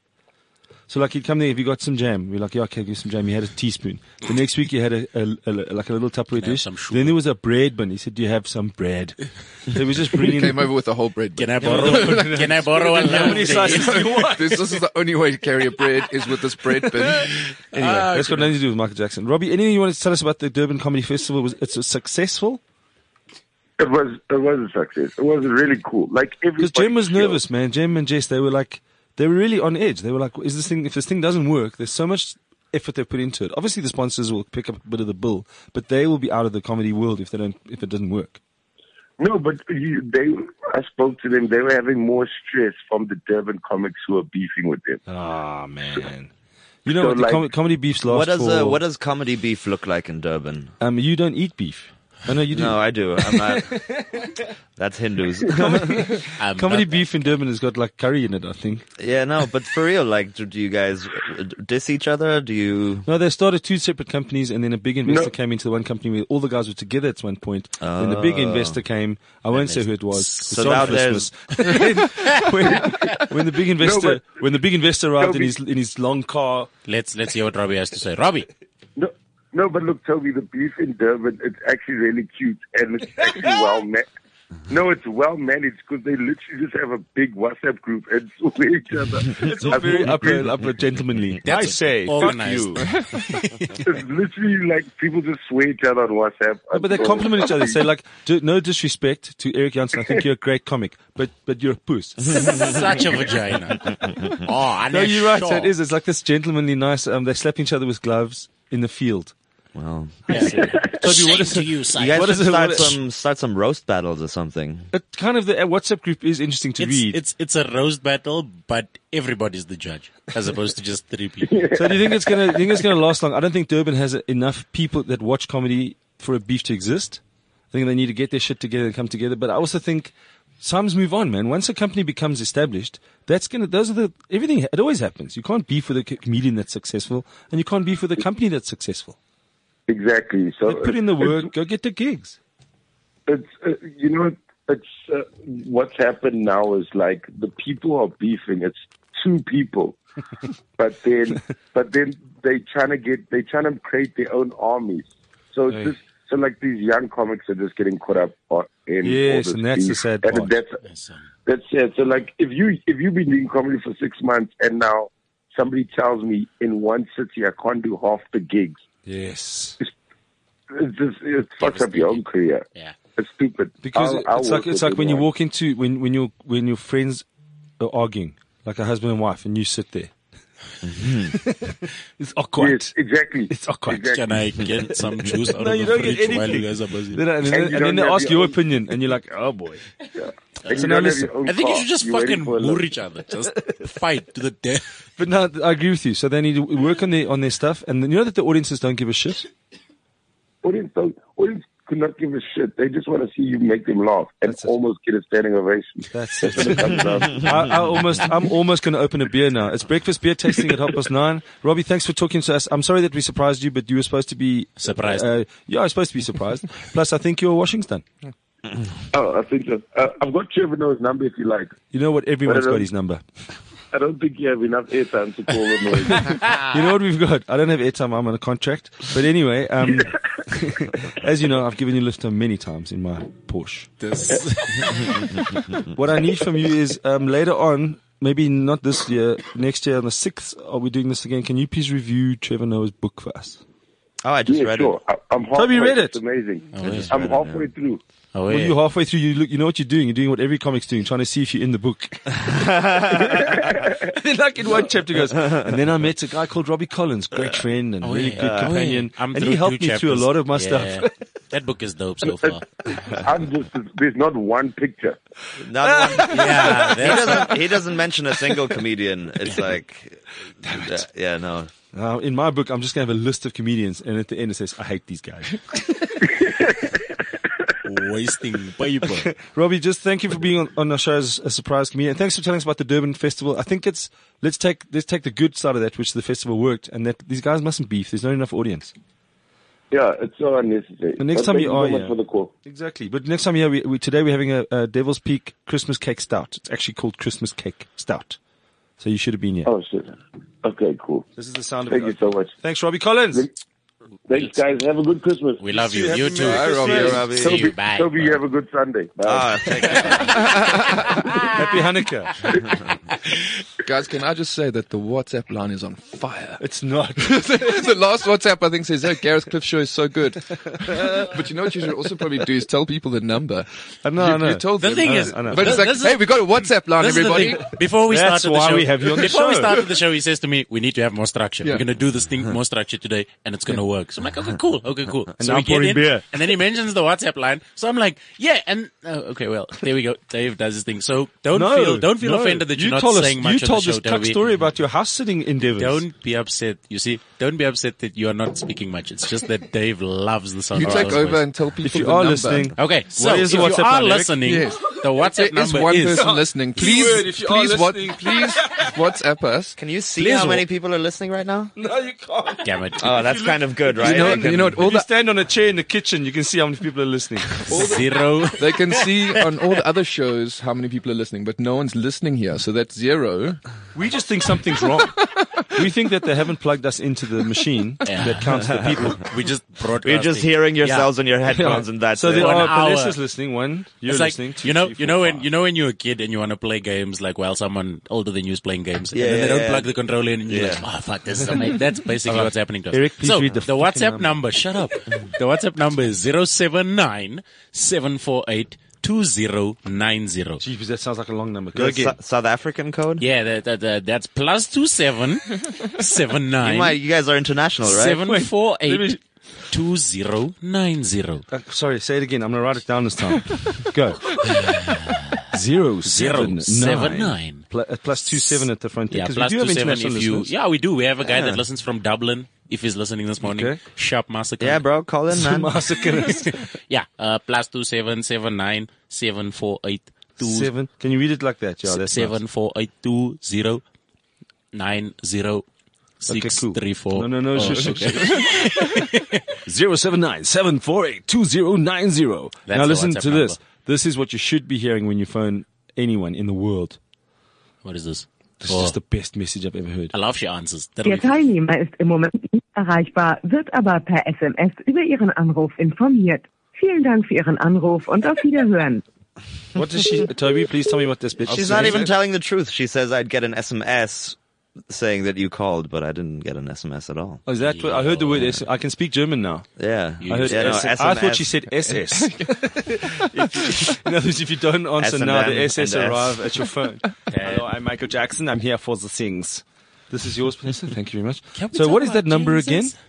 [SPEAKER 2] So like he'd come there, if he got some jam, we're like, yeah, okay, give me some jam. He had a teaspoon. The next week he had a, a, a like a little Tupperware
[SPEAKER 3] Can I have
[SPEAKER 2] dish.
[SPEAKER 3] some sugar?
[SPEAKER 2] Then there was a bread bin. He said, do you have some bread? They were just bringing.
[SPEAKER 5] Came over with a whole bread.
[SPEAKER 3] Can I borrow? can I borrow a
[SPEAKER 2] How many
[SPEAKER 3] lounge?
[SPEAKER 2] slices do you want?
[SPEAKER 5] this, this is the only way to carry a bread is with this bread bin.
[SPEAKER 2] Anyway, that's got nothing to do with Michael Jackson. Robbie, anything you want to tell us about the Durban Comedy Festival? Was it's successful?
[SPEAKER 6] It was it was a success. It was really cool. Like
[SPEAKER 2] Because
[SPEAKER 6] everybody
[SPEAKER 2] Jem was
[SPEAKER 6] killed.
[SPEAKER 2] nervous, man. Jem and Jess, they were like, they were really on edge. They were like, is this thing, if this thing doesn't work, there's so much effort they put into it. Obviously, the sponsors will pick up a bit of the bill, but they will be out of the comedy world if they don't, if it doesn't work.
[SPEAKER 6] No, but you, they. I spoke to them. They were having more stress from the Durban comics who were beefing with them.
[SPEAKER 2] Ah, man. You know
[SPEAKER 6] So,
[SPEAKER 2] what? The
[SPEAKER 6] like-
[SPEAKER 2] com- comedy beefs last
[SPEAKER 4] What does
[SPEAKER 2] for,
[SPEAKER 4] uh, what does comedy beef look like in Durban?
[SPEAKER 2] um, you don't eat beef. Oh, no, you do.
[SPEAKER 4] No, I do. I'm not. That's Hindus.
[SPEAKER 3] I'm
[SPEAKER 2] comedy
[SPEAKER 3] not-
[SPEAKER 2] beef in Durban has got like curry in it, I think.
[SPEAKER 4] yeah, no, but for real, like, do, do you guys uh, diss each other? Do you?
[SPEAKER 2] No, they started two separate companies, and then a big investor
[SPEAKER 6] No.
[SPEAKER 2] came into the one company where all the guys were together at one point. Then the big investor came. I won't say who it was.
[SPEAKER 4] Oh. So now there's-
[SPEAKER 2] there's when, when the big investor
[SPEAKER 6] No,
[SPEAKER 2] when the big investor arrived in
[SPEAKER 6] Toby-
[SPEAKER 2] his in his long car.
[SPEAKER 3] Let's let's hear what Robbie has to say. Robbie,
[SPEAKER 6] No, no, but look, Toby, the beef in Durban, it's actually really cute and it's actually well managed. No, it's well managed because they literally just have a big WhatsApp group and swear each other.
[SPEAKER 2] It's all very upper upper gentlemanly.
[SPEAKER 3] That's
[SPEAKER 2] I say, fuck
[SPEAKER 3] organized.
[SPEAKER 2] you.
[SPEAKER 6] It's literally like people just swear each other on WhatsApp.
[SPEAKER 2] No, but they compliment each other. They Say like, "D- no disrespect to Eric Janssen. I think you're a great comic, but but you're a puss.
[SPEAKER 3] such a vagina. Oh, I'm
[SPEAKER 2] No,
[SPEAKER 3] not
[SPEAKER 2] you're right.
[SPEAKER 3] sure.
[SPEAKER 2] It is. It's like this gentlemanly, nice. Um, they slap each other with gloves in the field.
[SPEAKER 4] Well,
[SPEAKER 2] Toby, what
[SPEAKER 3] Shame
[SPEAKER 2] is
[SPEAKER 3] to
[SPEAKER 2] it-
[SPEAKER 3] you,
[SPEAKER 4] you guys should
[SPEAKER 2] What is it-
[SPEAKER 4] start
[SPEAKER 2] what-
[SPEAKER 4] some start some roast battles or something.
[SPEAKER 2] It kind of the uh, WhatsApp group is interesting to read.
[SPEAKER 3] It's, it's it's a roast battle, but everybody's the judge as opposed to just three people.
[SPEAKER 2] so do you think it's gonna? Do you think it's gonna last long? I don't think Durban has enough people that watch comedy for a beef to exist. I think they need to get their shit together and come together. But I also think times move on, man. Once a company becomes established, that's gonna. Those are the everything. It always happens. You can't beef with a co- comedian that's successful, and you can't beef with a company that's successful.
[SPEAKER 6] Exactly. So
[SPEAKER 2] But put in the work, go get the gigs.
[SPEAKER 6] it's uh, you know it's uh, what's happened now is like the people are beefing it's two people but then but then they trying to get they trying to create their own armies so it's
[SPEAKER 2] Hey.
[SPEAKER 6] just so like these young comics are just getting caught up on in all
[SPEAKER 2] Yes,
[SPEAKER 6] this
[SPEAKER 2] and that's the
[SPEAKER 6] beef.
[SPEAKER 2] sad
[SPEAKER 6] and
[SPEAKER 2] part.
[SPEAKER 6] that's
[SPEAKER 3] Yes, um,
[SPEAKER 6] that's it so like if you if you've been doing comedy for six months and now somebody tells me in one city i can't do half the gigs
[SPEAKER 2] Yes.
[SPEAKER 6] it's just it fucks up your own career
[SPEAKER 3] yeah.
[SPEAKER 6] it's stupid
[SPEAKER 2] Because
[SPEAKER 6] I'll- I'll
[SPEAKER 2] it's
[SPEAKER 6] work
[SPEAKER 2] like it's
[SPEAKER 6] with
[SPEAKER 2] like when you
[SPEAKER 6] anyone.
[SPEAKER 2] walk into when when your when your friends are arguing, like a husband and wife, and you sit there. it's awkward.
[SPEAKER 6] Mm-hmm. Yes, exactly.
[SPEAKER 2] It's awkward.
[SPEAKER 6] Exactly.
[SPEAKER 3] Can I get some juice out
[SPEAKER 2] No,
[SPEAKER 3] of
[SPEAKER 2] you
[SPEAKER 3] the
[SPEAKER 2] don't get
[SPEAKER 3] fridge while
[SPEAKER 2] anything.
[SPEAKER 3] you guys are busy?
[SPEAKER 2] Then, and
[SPEAKER 6] And
[SPEAKER 2] then,
[SPEAKER 6] you
[SPEAKER 2] and then
[SPEAKER 6] don't
[SPEAKER 2] they
[SPEAKER 6] have
[SPEAKER 2] ask
[SPEAKER 6] your
[SPEAKER 2] your
[SPEAKER 6] own-
[SPEAKER 2] opinion, and you're like, "Oh boy,
[SPEAKER 6] And
[SPEAKER 2] So
[SPEAKER 6] you
[SPEAKER 2] now
[SPEAKER 6] don't have
[SPEAKER 2] listen,
[SPEAKER 6] your own
[SPEAKER 3] I think you
[SPEAKER 6] car.
[SPEAKER 3] should just
[SPEAKER 6] You're waiting
[SPEAKER 3] fucking
[SPEAKER 6] for a lift.
[SPEAKER 3] woo each other. Just fight to the death.
[SPEAKER 2] But no, th- I agree with you. So they need to work on their on their stuff, and then you know that the audiences don't give a shit.
[SPEAKER 6] Audience, don't, audience could not give a shit. They just want to see you make them laugh and
[SPEAKER 2] That's it.
[SPEAKER 6] almost get a standing ovation.
[SPEAKER 2] That's
[SPEAKER 6] That's when it comes down.
[SPEAKER 2] I, I almost, I'm almost going to open a beer now. It's breakfast beer tasting at half past nine. Robbie, thanks for talking to us. I'm sorry that we surprised you, but you were supposed to be
[SPEAKER 3] Surprised.
[SPEAKER 2] Uh, yeah, I was supposed to be surprised. Plus, I think you're Washington.
[SPEAKER 6] Oh, I think so. Uh, I've got Trevor Noah's number if you like.
[SPEAKER 2] You know what? Everyone's
[SPEAKER 6] Well,
[SPEAKER 2] got his number.
[SPEAKER 6] I don't think you have enough airtime to call him. Noah.
[SPEAKER 2] You know what we've got? I don't have airtime. I'm on a contract. But anyway, um, as you know, I've given you lift many times in my Porsche.
[SPEAKER 5] This-
[SPEAKER 2] What I need from you is um, later on, maybe not this year, next year on the 6th, are we doing this again? Can you please review Trevor Noah's book for us?
[SPEAKER 4] Oh, I just
[SPEAKER 6] yeah,
[SPEAKER 4] read
[SPEAKER 6] sure.
[SPEAKER 4] it.
[SPEAKER 6] I, I'm halfway.
[SPEAKER 2] Toby read
[SPEAKER 6] It's
[SPEAKER 2] it.
[SPEAKER 6] amazing.
[SPEAKER 3] just
[SPEAKER 6] I'm halfway through.
[SPEAKER 3] Oh,
[SPEAKER 2] Well, you're halfway through. You look. You know what you're doing. You're doing what every comic's doing, trying to see if you're in the book. And then, like in one chapter goes, and then I met a guy called Robbie Collins, great friend and really
[SPEAKER 3] yeah.
[SPEAKER 2] good
[SPEAKER 3] Uh, Oh, yeah.
[SPEAKER 2] companion,
[SPEAKER 3] I'm
[SPEAKER 2] and he
[SPEAKER 3] through
[SPEAKER 2] helped
[SPEAKER 3] two
[SPEAKER 2] me through a
[SPEAKER 3] chapters.
[SPEAKER 2] lot of my
[SPEAKER 3] Yeah.
[SPEAKER 2] stuff.
[SPEAKER 3] that book is dope so far.
[SPEAKER 6] I'm just, there's not one picture.
[SPEAKER 4] Not one-
[SPEAKER 3] yeah,
[SPEAKER 4] he
[SPEAKER 3] that's
[SPEAKER 4] doesn't. He doesn't mention a single comedian. It's like, yeah, yeah, no.
[SPEAKER 2] Now, Uh, in my book, I'm just gonna have a list of comedians, and at the end it says, "I hate these guys."
[SPEAKER 3] wasting paper.
[SPEAKER 2] Robbie, just thank you for being on, on our show as a surprise comedian. Thanks for telling us about the Durban Festival. I think it's let's take let's take the good side of that, which the festival worked, and that these guys mustn't beef. There's not enough audience.
[SPEAKER 6] Yeah, it's so unnecessary.
[SPEAKER 2] The next
[SPEAKER 6] But
[SPEAKER 2] time
[SPEAKER 6] thank
[SPEAKER 2] you
[SPEAKER 6] so
[SPEAKER 2] are
[SPEAKER 6] much
[SPEAKER 2] here-
[SPEAKER 6] for the call.
[SPEAKER 2] Exactly. But next time, yeah, we, we, today we're having a, a Devil's Peak Christmas Cake Stout. It's actually called Christmas Cake Stout. So you should have been here.
[SPEAKER 6] Oh shit. Okay, cool.
[SPEAKER 2] This is the sound of
[SPEAKER 6] Thank you
[SPEAKER 2] it.
[SPEAKER 6] so much.
[SPEAKER 2] Thanks, Robbie Collins.
[SPEAKER 6] Thanks, guys. Have a good Christmas.
[SPEAKER 3] We love you.
[SPEAKER 2] Happy
[SPEAKER 3] You
[SPEAKER 2] Merry
[SPEAKER 5] Hi,
[SPEAKER 3] too.
[SPEAKER 5] Robbie.
[SPEAKER 2] Christmas.
[SPEAKER 4] Robbie.
[SPEAKER 3] See you.
[SPEAKER 6] Toby,
[SPEAKER 3] Bye.
[SPEAKER 6] Toby, you have a good Sunday. Bye.
[SPEAKER 2] Uh,
[SPEAKER 4] Ah, thank you.
[SPEAKER 2] Happy
[SPEAKER 6] Ah.
[SPEAKER 2] Hanukkah.
[SPEAKER 5] Guys, can I just say that the WhatsApp line is on fire?
[SPEAKER 2] It's not.
[SPEAKER 5] the last WhatsApp I think says, "Oh, Gareth Cliff show is so good." but you know what you should also probably do is tell people the number.
[SPEAKER 2] I know,
[SPEAKER 5] you,
[SPEAKER 2] I know.
[SPEAKER 5] you told
[SPEAKER 3] The
[SPEAKER 5] them.
[SPEAKER 3] thing is-
[SPEAKER 2] I know.
[SPEAKER 5] but it's like,
[SPEAKER 3] This is-
[SPEAKER 5] hey, we got a WhatsApp line,
[SPEAKER 3] This is the
[SPEAKER 5] everybody.
[SPEAKER 3] thing. Before we
[SPEAKER 2] That's
[SPEAKER 3] started the
[SPEAKER 2] why
[SPEAKER 3] show,
[SPEAKER 2] we have you on the
[SPEAKER 3] before we
[SPEAKER 2] show.
[SPEAKER 3] started the show, he says to me, "We need to have more structure.
[SPEAKER 5] Yeah.
[SPEAKER 3] We're going to do this thing more structure today, and it's going to work." So I'm like, "Okay, cool. Okay, cool." so
[SPEAKER 2] now
[SPEAKER 3] we
[SPEAKER 2] I'm pouring
[SPEAKER 3] in,
[SPEAKER 2] beer.
[SPEAKER 3] and then he mentions the WhatsApp line. So I'm like, "Yeah." And oh, okay, well, there we go. Dave does his thing. So don't
[SPEAKER 2] No,
[SPEAKER 3] feel don't feel
[SPEAKER 2] no.
[SPEAKER 3] offended that you're
[SPEAKER 2] you
[SPEAKER 3] not
[SPEAKER 2] told us,
[SPEAKER 3] saying much
[SPEAKER 2] You
[SPEAKER 3] on
[SPEAKER 2] told
[SPEAKER 3] the
[SPEAKER 2] this
[SPEAKER 3] show,
[SPEAKER 2] cuck
[SPEAKER 3] Toby.
[SPEAKER 2] story about your house sitting in Devon.
[SPEAKER 3] Don't be upset. You see, don't be upset that you are not speaking much. It's just that Dave loves the sound.
[SPEAKER 5] You
[SPEAKER 3] of
[SPEAKER 5] take
[SPEAKER 3] our
[SPEAKER 5] over
[SPEAKER 3] voice.
[SPEAKER 5] and tell people
[SPEAKER 2] If you
[SPEAKER 5] the
[SPEAKER 2] are
[SPEAKER 5] number.
[SPEAKER 2] listening,
[SPEAKER 3] Okay, so
[SPEAKER 2] is
[SPEAKER 3] if
[SPEAKER 2] the
[SPEAKER 3] you
[SPEAKER 2] WhatsApp
[SPEAKER 3] are
[SPEAKER 2] number, Eric?
[SPEAKER 3] listening,
[SPEAKER 5] Yes.
[SPEAKER 3] the WhatsApp
[SPEAKER 5] There is
[SPEAKER 3] number
[SPEAKER 5] one
[SPEAKER 3] is
[SPEAKER 5] person listening. Please,
[SPEAKER 2] Keyword, if you are
[SPEAKER 5] please, what-
[SPEAKER 2] listening.
[SPEAKER 5] please WhatsApp us.
[SPEAKER 4] Can you see
[SPEAKER 3] Please
[SPEAKER 4] how
[SPEAKER 3] wa-
[SPEAKER 4] many people are listening right now?
[SPEAKER 2] no, you can't.
[SPEAKER 3] Damn it.
[SPEAKER 4] Oh, that's kind of good, right?
[SPEAKER 5] You know,
[SPEAKER 4] I can-
[SPEAKER 5] you know what? All
[SPEAKER 2] If you
[SPEAKER 5] the,
[SPEAKER 2] stand on a chair in the kitchen, you can see how many people are listening.
[SPEAKER 3] zero.
[SPEAKER 5] they can see on all the other shows how many people are listening, but no one's listening here, so that's zero.
[SPEAKER 2] We just think something's wrong. we think that they haven't plugged us into the machine
[SPEAKER 3] Yeah.
[SPEAKER 2] that counts the people.
[SPEAKER 3] We just brought.
[SPEAKER 4] You're just hearing yourselves on your headphones, and that's
[SPEAKER 2] so
[SPEAKER 4] it.
[SPEAKER 2] there
[SPEAKER 3] One
[SPEAKER 2] are
[SPEAKER 3] hour.
[SPEAKER 2] Palestinians listening. One, you're
[SPEAKER 3] It's like
[SPEAKER 2] listening. Two,
[SPEAKER 3] you know,
[SPEAKER 2] three, four,
[SPEAKER 3] you know when
[SPEAKER 2] five.
[SPEAKER 3] you know when you're a kid and you want to play games like while someone older than you is playing games, and
[SPEAKER 4] Yeah,
[SPEAKER 3] then they
[SPEAKER 4] yeah,
[SPEAKER 3] don't
[SPEAKER 4] yeah.
[SPEAKER 3] plug the controller in, and you're
[SPEAKER 4] Yeah.
[SPEAKER 3] like, oh fuck, this is amazing. That's basically what's happening to us.
[SPEAKER 2] Eric, please
[SPEAKER 3] so
[SPEAKER 2] read the
[SPEAKER 3] the,
[SPEAKER 2] fucking
[SPEAKER 3] WhatsApp
[SPEAKER 2] number.
[SPEAKER 3] number. Shut up. the WhatsApp number is zero seven nine seven four eight two zero nine zero.
[SPEAKER 2] Jeez, that sounds like a long number. Go
[SPEAKER 4] That's
[SPEAKER 2] again.
[SPEAKER 4] Sou- South African code.
[SPEAKER 3] Yeah, that, that, that, that's plus two seven seven
[SPEAKER 4] You,
[SPEAKER 3] nine
[SPEAKER 4] might, you guys are international, right?
[SPEAKER 3] seven four
[SPEAKER 2] let me-
[SPEAKER 3] eight two zero nine zero.
[SPEAKER 2] Uh, sorry, say it again. I'm gonna write it down this time. Go. Zero
[SPEAKER 3] Zero,
[SPEAKER 2] seven
[SPEAKER 3] seven,
[SPEAKER 2] nine.
[SPEAKER 3] nine.
[SPEAKER 2] Pl- uh, plus two seven at the front.
[SPEAKER 3] Yeah,
[SPEAKER 2] because
[SPEAKER 3] plus
[SPEAKER 2] we do
[SPEAKER 3] two
[SPEAKER 2] have
[SPEAKER 3] seven if
[SPEAKER 2] international
[SPEAKER 3] you.
[SPEAKER 2] listeners.
[SPEAKER 3] Yeah, we do. We have a guy
[SPEAKER 2] Yeah.
[SPEAKER 3] that listens from Dublin. If he's listening this morning,
[SPEAKER 2] Okay.
[SPEAKER 3] sharp massacre.
[SPEAKER 4] Yeah, bro. Call in, man.
[SPEAKER 2] Massacre us.
[SPEAKER 3] yeah, uh, plus two seven seven nine seven four eight two
[SPEAKER 2] seven. Can you read it like that? Yeah, that's
[SPEAKER 3] seven
[SPEAKER 2] nice.
[SPEAKER 3] four eight two zero nine zero six,
[SPEAKER 2] cool.
[SPEAKER 3] three, four. Oh,
[SPEAKER 2] No, no, no. shush, shush, shush. 079-748-2090.
[SPEAKER 3] That's
[SPEAKER 2] Now
[SPEAKER 3] the
[SPEAKER 2] listen
[SPEAKER 3] WhatsApp
[SPEAKER 2] to this.
[SPEAKER 3] number.
[SPEAKER 2] This is what you should be hearing when you phone anyone in the world.
[SPEAKER 3] What is this?
[SPEAKER 2] This
[SPEAKER 3] Oh,
[SPEAKER 2] is just the best message I've ever heard.
[SPEAKER 3] I love she answers. That'll
[SPEAKER 7] Der
[SPEAKER 3] be fun.
[SPEAKER 7] Teilnehmer ist im Moment nicht erreichbar, wird aber per SMS über Ihren Anruf informiert. Vielen Dank für Ihren Anruf und auf Wiederhören.
[SPEAKER 2] What does she, Toby, please tell me what this bitch
[SPEAKER 4] She's not even telling the truth. She says I'd get an SMS saying that you called, but I didn't get an SMS at all.
[SPEAKER 2] Oh, is that what, I heard the word S. I can speak German now.
[SPEAKER 4] Yeah.
[SPEAKER 2] I heard
[SPEAKER 4] yeah, no,
[SPEAKER 2] S. I
[SPEAKER 4] SMS.
[SPEAKER 2] thought she said SS. If- in other words, if you don't answer
[SPEAKER 4] S&M
[SPEAKER 2] now, the SS
[SPEAKER 4] and S.
[SPEAKER 2] arrive at your phone. Hello, I'm Michael Jackson. I'm here for the things. This is yours, please. Thank you very much.
[SPEAKER 3] Can we
[SPEAKER 2] So,
[SPEAKER 3] talk
[SPEAKER 2] what is that
[SPEAKER 3] about
[SPEAKER 2] number
[SPEAKER 3] Jesus?
[SPEAKER 2] again?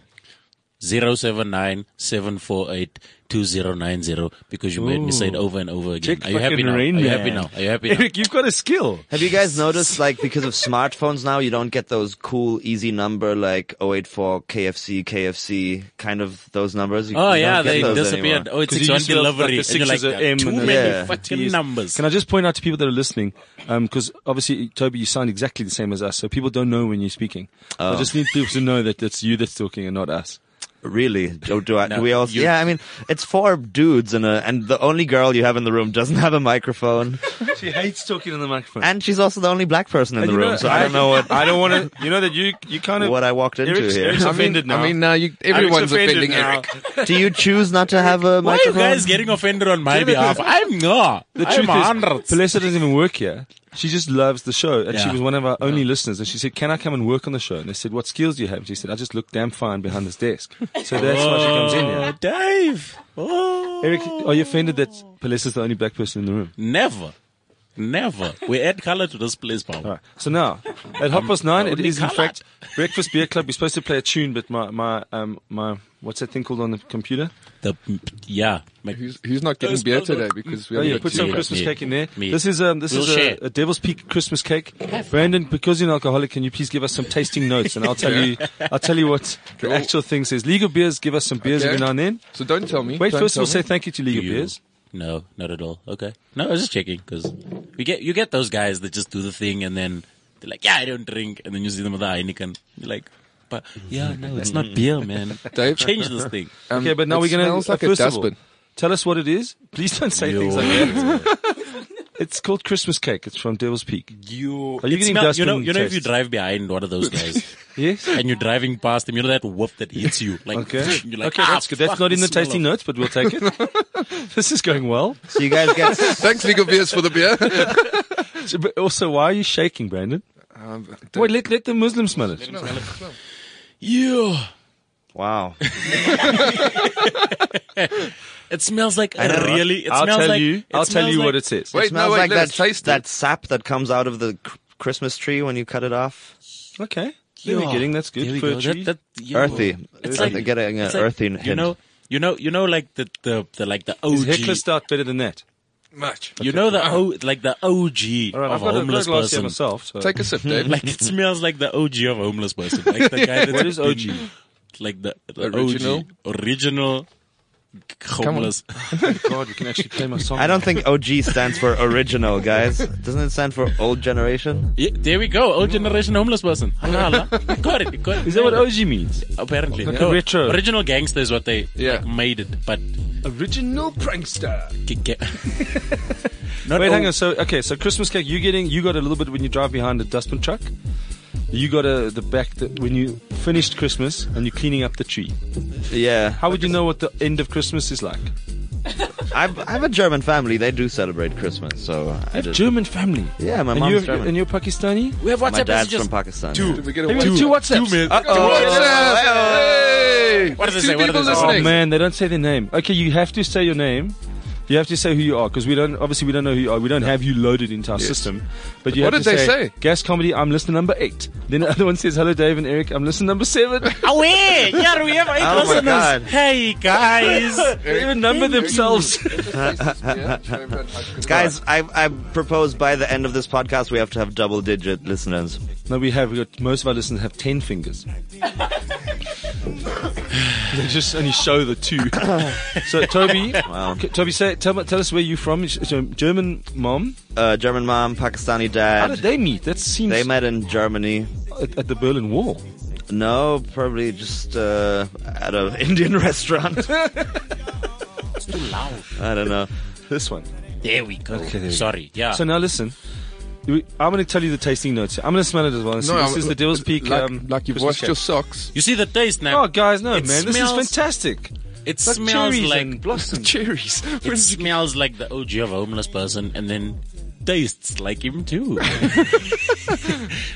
[SPEAKER 3] 079-748-2090 because you made me say it over and over again.
[SPEAKER 2] Check
[SPEAKER 3] Are you happy
[SPEAKER 2] fucking
[SPEAKER 3] now?
[SPEAKER 2] Rain
[SPEAKER 3] Are you
[SPEAKER 2] Man.
[SPEAKER 3] happy now? Are you happy now?
[SPEAKER 2] Eric, you've got a skill.
[SPEAKER 4] Have you guys noticed, like, because of smartphones now, you don't get those cool, easy number, like 084 KFC, KFC, kind of those numbers? You,
[SPEAKER 3] Oh
[SPEAKER 4] you
[SPEAKER 3] yeah,
[SPEAKER 4] don't get
[SPEAKER 3] they
[SPEAKER 4] those
[SPEAKER 3] disappeared.
[SPEAKER 4] anymore.
[SPEAKER 3] Oh, it's
[SPEAKER 2] 'Cause
[SPEAKER 3] it's
[SPEAKER 2] you
[SPEAKER 3] on
[SPEAKER 2] used to have, like, the
[SPEAKER 3] delivery. and you're
[SPEAKER 2] sixes
[SPEAKER 3] like,
[SPEAKER 2] or
[SPEAKER 3] there are
[SPEAKER 2] M
[SPEAKER 3] too
[SPEAKER 2] and then-
[SPEAKER 3] many
[SPEAKER 4] Yeah.
[SPEAKER 3] fucking
[SPEAKER 2] Yes.
[SPEAKER 3] numbers.
[SPEAKER 2] Can I just point out to people that are listening, because obviously, Toby, you sound exactly the same as us, so people don't know when you're speaking. I
[SPEAKER 3] Oh.
[SPEAKER 2] just need people to know that it's you that's talking and not us.
[SPEAKER 4] Really? Do, do, I,
[SPEAKER 3] No,
[SPEAKER 4] do we all?
[SPEAKER 3] you-
[SPEAKER 4] yeah, I mean, it's four dudes and a, and the only girl you have in the room doesn't have a microphone,
[SPEAKER 2] She hates talking in the microphone.
[SPEAKER 4] and she's also the only black person in the room. so I don't know what
[SPEAKER 2] I don't want to. You know that you you kind of
[SPEAKER 4] what I walked into
[SPEAKER 2] Eric's-
[SPEAKER 4] here.
[SPEAKER 2] Eric's
[SPEAKER 5] I mean,
[SPEAKER 2] offended now.
[SPEAKER 5] I mean, now you, everyone's offending Eric.
[SPEAKER 4] Do you choose not to have a
[SPEAKER 3] Why are you
[SPEAKER 4] microphone?
[SPEAKER 3] guys getting offended on my behalf? I'm not.
[SPEAKER 2] The
[SPEAKER 3] I'm
[SPEAKER 2] truth is,
[SPEAKER 3] hundreds.
[SPEAKER 2] Palessa doesn't even work here. She just loves the show, and she
[SPEAKER 3] Yeah.
[SPEAKER 2] was one of our only listeners. And she said, "Can I come and work on the show?" And they said, "What skills do you have?" And she said, "I just look damn fine behind this desk." So that's why she comes in
[SPEAKER 3] Oh,
[SPEAKER 2] here.
[SPEAKER 3] Dave. Oh.
[SPEAKER 2] Eric, are you offended that Palessa's the only black person in the room?
[SPEAKER 3] Never. Never. We add color to this place, Bob.
[SPEAKER 2] All right. So now, at half past nine, it
[SPEAKER 3] only
[SPEAKER 2] is in
[SPEAKER 3] coloured.
[SPEAKER 2] fact breakfast beer club. We're supposed to play a tune, but my my um my what's that thing called on the computer?
[SPEAKER 3] The, yeah. Mc-
[SPEAKER 5] Who's, who's not getting
[SPEAKER 3] Those
[SPEAKER 5] beer
[SPEAKER 3] girls
[SPEAKER 5] today?
[SPEAKER 3] look-
[SPEAKER 5] Because we
[SPEAKER 2] Oh,
[SPEAKER 5] haven't
[SPEAKER 2] yeah,
[SPEAKER 5] got
[SPEAKER 2] put
[SPEAKER 5] tea
[SPEAKER 2] some
[SPEAKER 5] yet.
[SPEAKER 2] Christmas
[SPEAKER 3] Me.
[SPEAKER 2] cake in there.
[SPEAKER 3] Me.
[SPEAKER 2] This is um, this
[SPEAKER 3] We'll
[SPEAKER 2] is
[SPEAKER 3] share.
[SPEAKER 2] a, a Devil's Peak Christmas cake. Brandon, because you're an alcoholic, can you please give us some tasting notes, and I'll tell you, I'll tell you what the actual thing says. Legal beers, give us some beers
[SPEAKER 5] Okay.
[SPEAKER 2] every now and then.
[SPEAKER 5] So don't tell me.
[SPEAKER 2] Wait,
[SPEAKER 5] don't
[SPEAKER 2] first
[SPEAKER 5] tell
[SPEAKER 2] we'll
[SPEAKER 5] me.
[SPEAKER 2] say thank you to Legal
[SPEAKER 3] You-
[SPEAKER 2] beers.
[SPEAKER 3] No, not at all. Okay. No, I was just checking because we get you get those guys that just do the thing and then they're like, yeah, I don't drink, and then you see them with a Heineken. You're like, but yeah, no, it's not beer, man.
[SPEAKER 5] Dave?
[SPEAKER 3] Change this thing.
[SPEAKER 5] Um,
[SPEAKER 2] okay, but now
[SPEAKER 5] it
[SPEAKER 2] we're gonna
[SPEAKER 5] smells
[SPEAKER 2] uh,
[SPEAKER 5] like a
[SPEAKER 2] first of all,
[SPEAKER 5] dustbin.
[SPEAKER 2] tell us what it is. Please don't say things like that. It's called Christmas cake. It's from Devil's Peak.
[SPEAKER 3] You,
[SPEAKER 2] Are you
[SPEAKER 3] it
[SPEAKER 2] getting
[SPEAKER 3] smell- you know,
[SPEAKER 2] dustbin
[SPEAKER 3] you know, if you
[SPEAKER 2] taste?
[SPEAKER 3] drive behind one of those guys
[SPEAKER 2] Yes.
[SPEAKER 3] and you're driving past them, you know that woof that hits you. Like,
[SPEAKER 2] Okay.
[SPEAKER 3] you're like,
[SPEAKER 2] okay,
[SPEAKER 3] "Ah,
[SPEAKER 2] that's good. That's
[SPEAKER 3] fuck,
[SPEAKER 2] not in the
[SPEAKER 3] smell
[SPEAKER 2] tasting
[SPEAKER 3] of-"
[SPEAKER 2] notes, but we'll take it. this is going well.
[SPEAKER 4] So you guys get.
[SPEAKER 5] Thanks, legal beers, for the beer.
[SPEAKER 2] So, but also, why are you shaking, Brandon?
[SPEAKER 5] um,
[SPEAKER 2] Wait, let let the Muslim smell it.
[SPEAKER 3] Yeah.
[SPEAKER 4] wow.
[SPEAKER 3] It smells like
[SPEAKER 4] know.
[SPEAKER 3] really. It
[SPEAKER 2] I'll
[SPEAKER 3] smells
[SPEAKER 2] tell
[SPEAKER 3] like,
[SPEAKER 2] you. I'll tell
[SPEAKER 3] smells
[SPEAKER 2] you
[SPEAKER 3] like-
[SPEAKER 2] what it says.
[SPEAKER 5] Wait,
[SPEAKER 4] smells
[SPEAKER 5] no, wait,
[SPEAKER 4] like
[SPEAKER 5] let
[SPEAKER 4] that,
[SPEAKER 5] us taste
[SPEAKER 4] that
[SPEAKER 5] it.
[SPEAKER 4] sap that comes out of the cr- Christmas tree when you cut it off.
[SPEAKER 2] Okay. There we're
[SPEAKER 3] Yeah.
[SPEAKER 2] getting that's good.
[SPEAKER 3] There we
[SPEAKER 2] Fir
[SPEAKER 3] go.
[SPEAKER 2] tree.
[SPEAKER 3] That- that- yo.
[SPEAKER 4] Earthy.
[SPEAKER 3] It's
[SPEAKER 4] It's
[SPEAKER 3] like
[SPEAKER 4] like getting an
[SPEAKER 3] it's
[SPEAKER 4] earthy
[SPEAKER 3] like, You
[SPEAKER 4] hint.
[SPEAKER 3] know, you know, you know, like the the, the like the
[SPEAKER 2] Is
[SPEAKER 3] OG.
[SPEAKER 2] Heckler Stout better than that?
[SPEAKER 5] Much.
[SPEAKER 3] you know the o, like the OG
[SPEAKER 2] All right,
[SPEAKER 3] of
[SPEAKER 2] I've got a, I've got a
[SPEAKER 3] homeless
[SPEAKER 2] glass here
[SPEAKER 3] person.
[SPEAKER 2] myself. So.
[SPEAKER 5] Take a sip, Dave.
[SPEAKER 3] Like it smells like the OG of homeless person. Like the guy that's
[SPEAKER 2] What is
[SPEAKER 3] been-
[SPEAKER 2] OG?
[SPEAKER 3] Like the, the
[SPEAKER 5] Original?
[SPEAKER 3] OG, original homeless.
[SPEAKER 2] God, you can actually play my song.
[SPEAKER 4] I don't think OG stands for original, guys. Doesn't it stand for old generation?
[SPEAKER 3] Yeah, there we go. Old generation homeless person. Halala. got it. Got it.
[SPEAKER 2] Is that what OG means?
[SPEAKER 3] Apparently,
[SPEAKER 2] Like a
[SPEAKER 3] No,
[SPEAKER 2] retro.
[SPEAKER 3] original gangster is what they
[SPEAKER 5] Yeah.
[SPEAKER 3] like, made it, but
[SPEAKER 2] Original prankster.
[SPEAKER 3] get, get- Not
[SPEAKER 2] Wait,
[SPEAKER 3] old-
[SPEAKER 2] hang on. So, okay, so Christmas cake, you getting, you got a little bit when you drive behind the dustbin truck. You got a, the back that when you finished Christmas and you're cleaning up the tree.
[SPEAKER 4] Yeah.
[SPEAKER 2] How would you know what the end of Christmas is like?
[SPEAKER 4] I've, I have a German family. They do celebrate Christmas, so I just,
[SPEAKER 2] German family.
[SPEAKER 4] yeah, my
[SPEAKER 2] and you're,
[SPEAKER 4] mom's German.
[SPEAKER 2] and you're Pakistani?
[SPEAKER 3] We have WhatsApp
[SPEAKER 4] my dad's
[SPEAKER 3] messages.
[SPEAKER 4] from Pakistan.
[SPEAKER 5] Did we get a
[SPEAKER 2] Hey,
[SPEAKER 5] one?
[SPEAKER 2] two WhatsApps.
[SPEAKER 5] Oh, Hey!
[SPEAKER 3] What does it
[SPEAKER 5] Two
[SPEAKER 3] say? What
[SPEAKER 5] people
[SPEAKER 3] does it say?
[SPEAKER 2] Oh
[SPEAKER 5] listening.
[SPEAKER 2] man, they don't say their name. Okay, you have to say your name. You have to say who you are because we don't. Obviously, we don't know who you are. We don't have you loaded into our system. But you
[SPEAKER 5] What
[SPEAKER 2] have
[SPEAKER 5] did
[SPEAKER 2] to
[SPEAKER 5] they
[SPEAKER 2] say,
[SPEAKER 5] say?
[SPEAKER 2] Gas comedy. I'm listener number eight. Then the other one says, "Hello, Dave and Eric. I'm listener number seven.
[SPEAKER 3] Oh, hey, yeah, we have eight
[SPEAKER 4] Oh my
[SPEAKER 3] listeners.
[SPEAKER 4] God.
[SPEAKER 3] Hey, guys.
[SPEAKER 2] they even number themselves.
[SPEAKER 4] Guys, I, I propose by the end of this podcast we have to have double digit listeners.
[SPEAKER 2] no, we have. We got most of our listeners have ten fingers. they just only show the two. so Toby, c- Toby, say, tell, tell us where you're from. It's- it's a German mom.
[SPEAKER 4] Uh, German mom, Pakistani
[SPEAKER 2] How did
[SPEAKER 4] dad.
[SPEAKER 2] they meet? That seems
[SPEAKER 4] They met in Germany.
[SPEAKER 2] at, at the Berlin Wall.
[SPEAKER 4] No, probably just uh, at an Indian restaurant.
[SPEAKER 3] Too loud.
[SPEAKER 4] I don't know.
[SPEAKER 2] This one.
[SPEAKER 3] There we go.
[SPEAKER 2] Okay, there we go.
[SPEAKER 3] Sorry. Yeah.
[SPEAKER 2] So now listen. We- I'm going to tell you the tasting notes. I'm going to smell it as well. and see. this
[SPEAKER 5] I'm-
[SPEAKER 2] is the Devil's Peak.
[SPEAKER 5] Like,
[SPEAKER 2] um,
[SPEAKER 5] like you've
[SPEAKER 2] Christmas
[SPEAKER 5] washed
[SPEAKER 2] cake.
[SPEAKER 5] your socks.
[SPEAKER 3] you see the taste now.
[SPEAKER 2] Oh, guys, no,
[SPEAKER 3] It
[SPEAKER 2] man. This is
[SPEAKER 3] smells-
[SPEAKER 2] fantastic.
[SPEAKER 3] it
[SPEAKER 2] Like
[SPEAKER 3] smells
[SPEAKER 2] cherries
[SPEAKER 3] like
[SPEAKER 2] and blossoms.
[SPEAKER 5] Cherries.
[SPEAKER 3] it smells like the oh, OG of a homeless person, and then tastes like him too.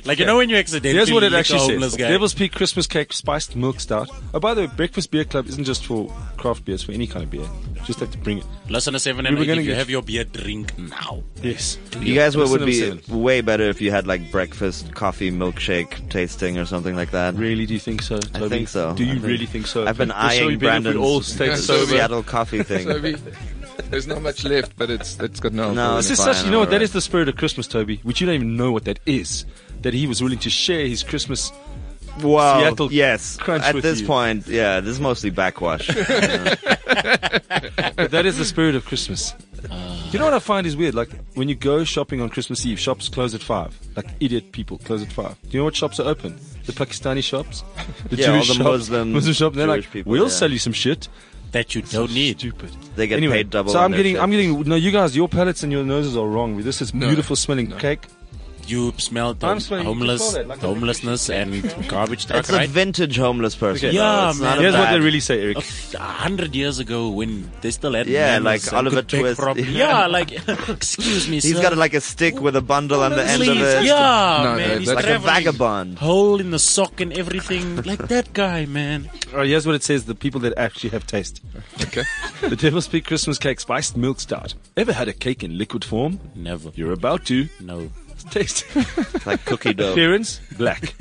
[SPEAKER 3] like you know when you accidentally
[SPEAKER 2] Here's what it
[SPEAKER 3] lick
[SPEAKER 2] actually
[SPEAKER 3] a
[SPEAKER 2] says:
[SPEAKER 3] homeless guy.
[SPEAKER 2] Devil's Peak Christmas cake, spiced milk stout. Oh, by the way, Breakfast Beer Club isn't just for craft beer; it's for any kind of beer. Just have to bring it.
[SPEAKER 3] Lesson seven
[SPEAKER 2] We
[SPEAKER 3] and
[SPEAKER 2] were
[SPEAKER 3] eight.
[SPEAKER 2] gonna
[SPEAKER 3] If you
[SPEAKER 2] get-
[SPEAKER 3] have your beer, drink now.
[SPEAKER 2] Yes,
[SPEAKER 4] You guys would,
[SPEAKER 2] Listen
[SPEAKER 4] would
[SPEAKER 2] to
[SPEAKER 4] be
[SPEAKER 2] them
[SPEAKER 4] way better if you had like breakfast, coffee, milkshake tasting or something like that.
[SPEAKER 2] Really, do you think so?
[SPEAKER 4] I
[SPEAKER 2] Toby?
[SPEAKER 4] think so.
[SPEAKER 2] Do you
[SPEAKER 4] I think-
[SPEAKER 2] really think so?
[SPEAKER 4] I've been
[SPEAKER 2] The show
[SPEAKER 4] eyeing
[SPEAKER 2] would be better if we
[SPEAKER 4] Brandon's
[SPEAKER 2] all stayed
[SPEAKER 5] Yeah,
[SPEAKER 2] sober.
[SPEAKER 5] sober.
[SPEAKER 4] Seattle coffee thing.
[SPEAKER 5] Toby, there's not much left, but it's it's got no.
[SPEAKER 4] No,
[SPEAKER 5] alcohol in
[SPEAKER 4] it's
[SPEAKER 5] it.
[SPEAKER 2] This is
[SPEAKER 4] Fine,
[SPEAKER 2] such, you know what, that
[SPEAKER 4] alright.
[SPEAKER 2] is the spirit of Christmas, Toby, which you don't even know what that is. That he was willing to share his Christmas.
[SPEAKER 4] Wow.
[SPEAKER 2] Seattle
[SPEAKER 4] yes.
[SPEAKER 2] crunch
[SPEAKER 4] At
[SPEAKER 2] with
[SPEAKER 4] this
[SPEAKER 2] you.
[SPEAKER 4] point, yeah, this is mostly backwash.
[SPEAKER 2] But that is the spirit of Christmas.
[SPEAKER 4] Ah.
[SPEAKER 2] You know what I find is weird? Like, when you go shopping on Christmas Eve, shops close at 5. Like, idiot people close at 5. Do you know what shops are open? The Pakistani shops, the
[SPEAKER 4] Yeah, all
[SPEAKER 2] Jewish
[SPEAKER 4] the
[SPEAKER 2] shops,
[SPEAKER 4] Muslim,
[SPEAKER 2] Muslim shops. They're
[SPEAKER 4] Jewish
[SPEAKER 2] like,
[SPEAKER 4] people,
[SPEAKER 2] we'll
[SPEAKER 4] yeah.
[SPEAKER 2] sell you some shit.
[SPEAKER 3] That you don't need.
[SPEAKER 2] Stupid.
[SPEAKER 4] They get
[SPEAKER 2] anyway,
[SPEAKER 4] paid double.
[SPEAKER 2] so
[SPEAKER 4] on
[SPEAKER 2] I'm
[SPEAKER 4] their
[SPEAKER 2] getting, I'm
[SPEAKER 4] shit.
[SPEAKER 2] getting. No, you guys, your palates and your noses are wrong. This is beautiful smelling cake.
[SPEAKER 3] You smell the
[SPEAKER 2] I'm smelling- you
[SPEAKER 3] homeless,
[SPEAKER 2] smell it, like-
[SPEAKER 3] homeless homelessness and garbage truck,
[SPEAKER 4] It's a
[SPEAKER 3] right?
[SPEAKER 4] vintage homeless person.
[SPEAKER 2] Okay.
[SPEAKER 4] though.
[SPEAKER 3] Yeah,
[SPEAKER 4] it's
[SPEAKER 3] man.
[SPEAKER 4] Not a
[SPEAKER 2] Here's what
[SPEAKER 4] bad-
[SPEAKER 2] they really say, Eric.
[SPEAKER 3] A f- a hundred years ago when they still had
[SPEAKER 4] Yeah,
[SPEAKER 3] manners
[SPEAKER 4] like
[SPEAKER 3] and
[SPEAKER 4] Oliver
[SPEAKER 3] could beg
[SPEAKER 4] Twist.
[SPEAKER 3] from- yeah, like excuse me,
[SPEAKER 4] He's
[SPEAKER 3] sir.
[SPEAKER 4] got like a stick with a bundle on the end of
[SPEAKER 3] Please,
[SPEAKER 4] it.
[SPEAKER 3] Yeah,
[SPEAKER 5] No,
[SPEAKER 3] man,
[SPEAKER 5] no,
[SPEAKER 3] he's
[SPEAKER 5] that's-
[SPEAKER 4] Like a
[SPEAKER 3] traveling.
[SPEAKER 4] vagabond.
[SPEAKER 3] Hole in the sock and everything, like that guy, man.
[SPEAKER 2] Alright, here's what it says the people that actually have taste.
[SPEAKER 5] Okay.
[SPEAKER 2] The Devil's Peak Christmas Cake Spiced Milk Stout. Ever had a cake in liquid form?
[SPEAKER 3] Never,
[SPEAKER 2] You're about to.
[SPEAKER 3] no.
[SPEAKER 2] Taste.
[SPEAKER 4] Like cookie dough.
[SPEAKER 2] Appearance? Black.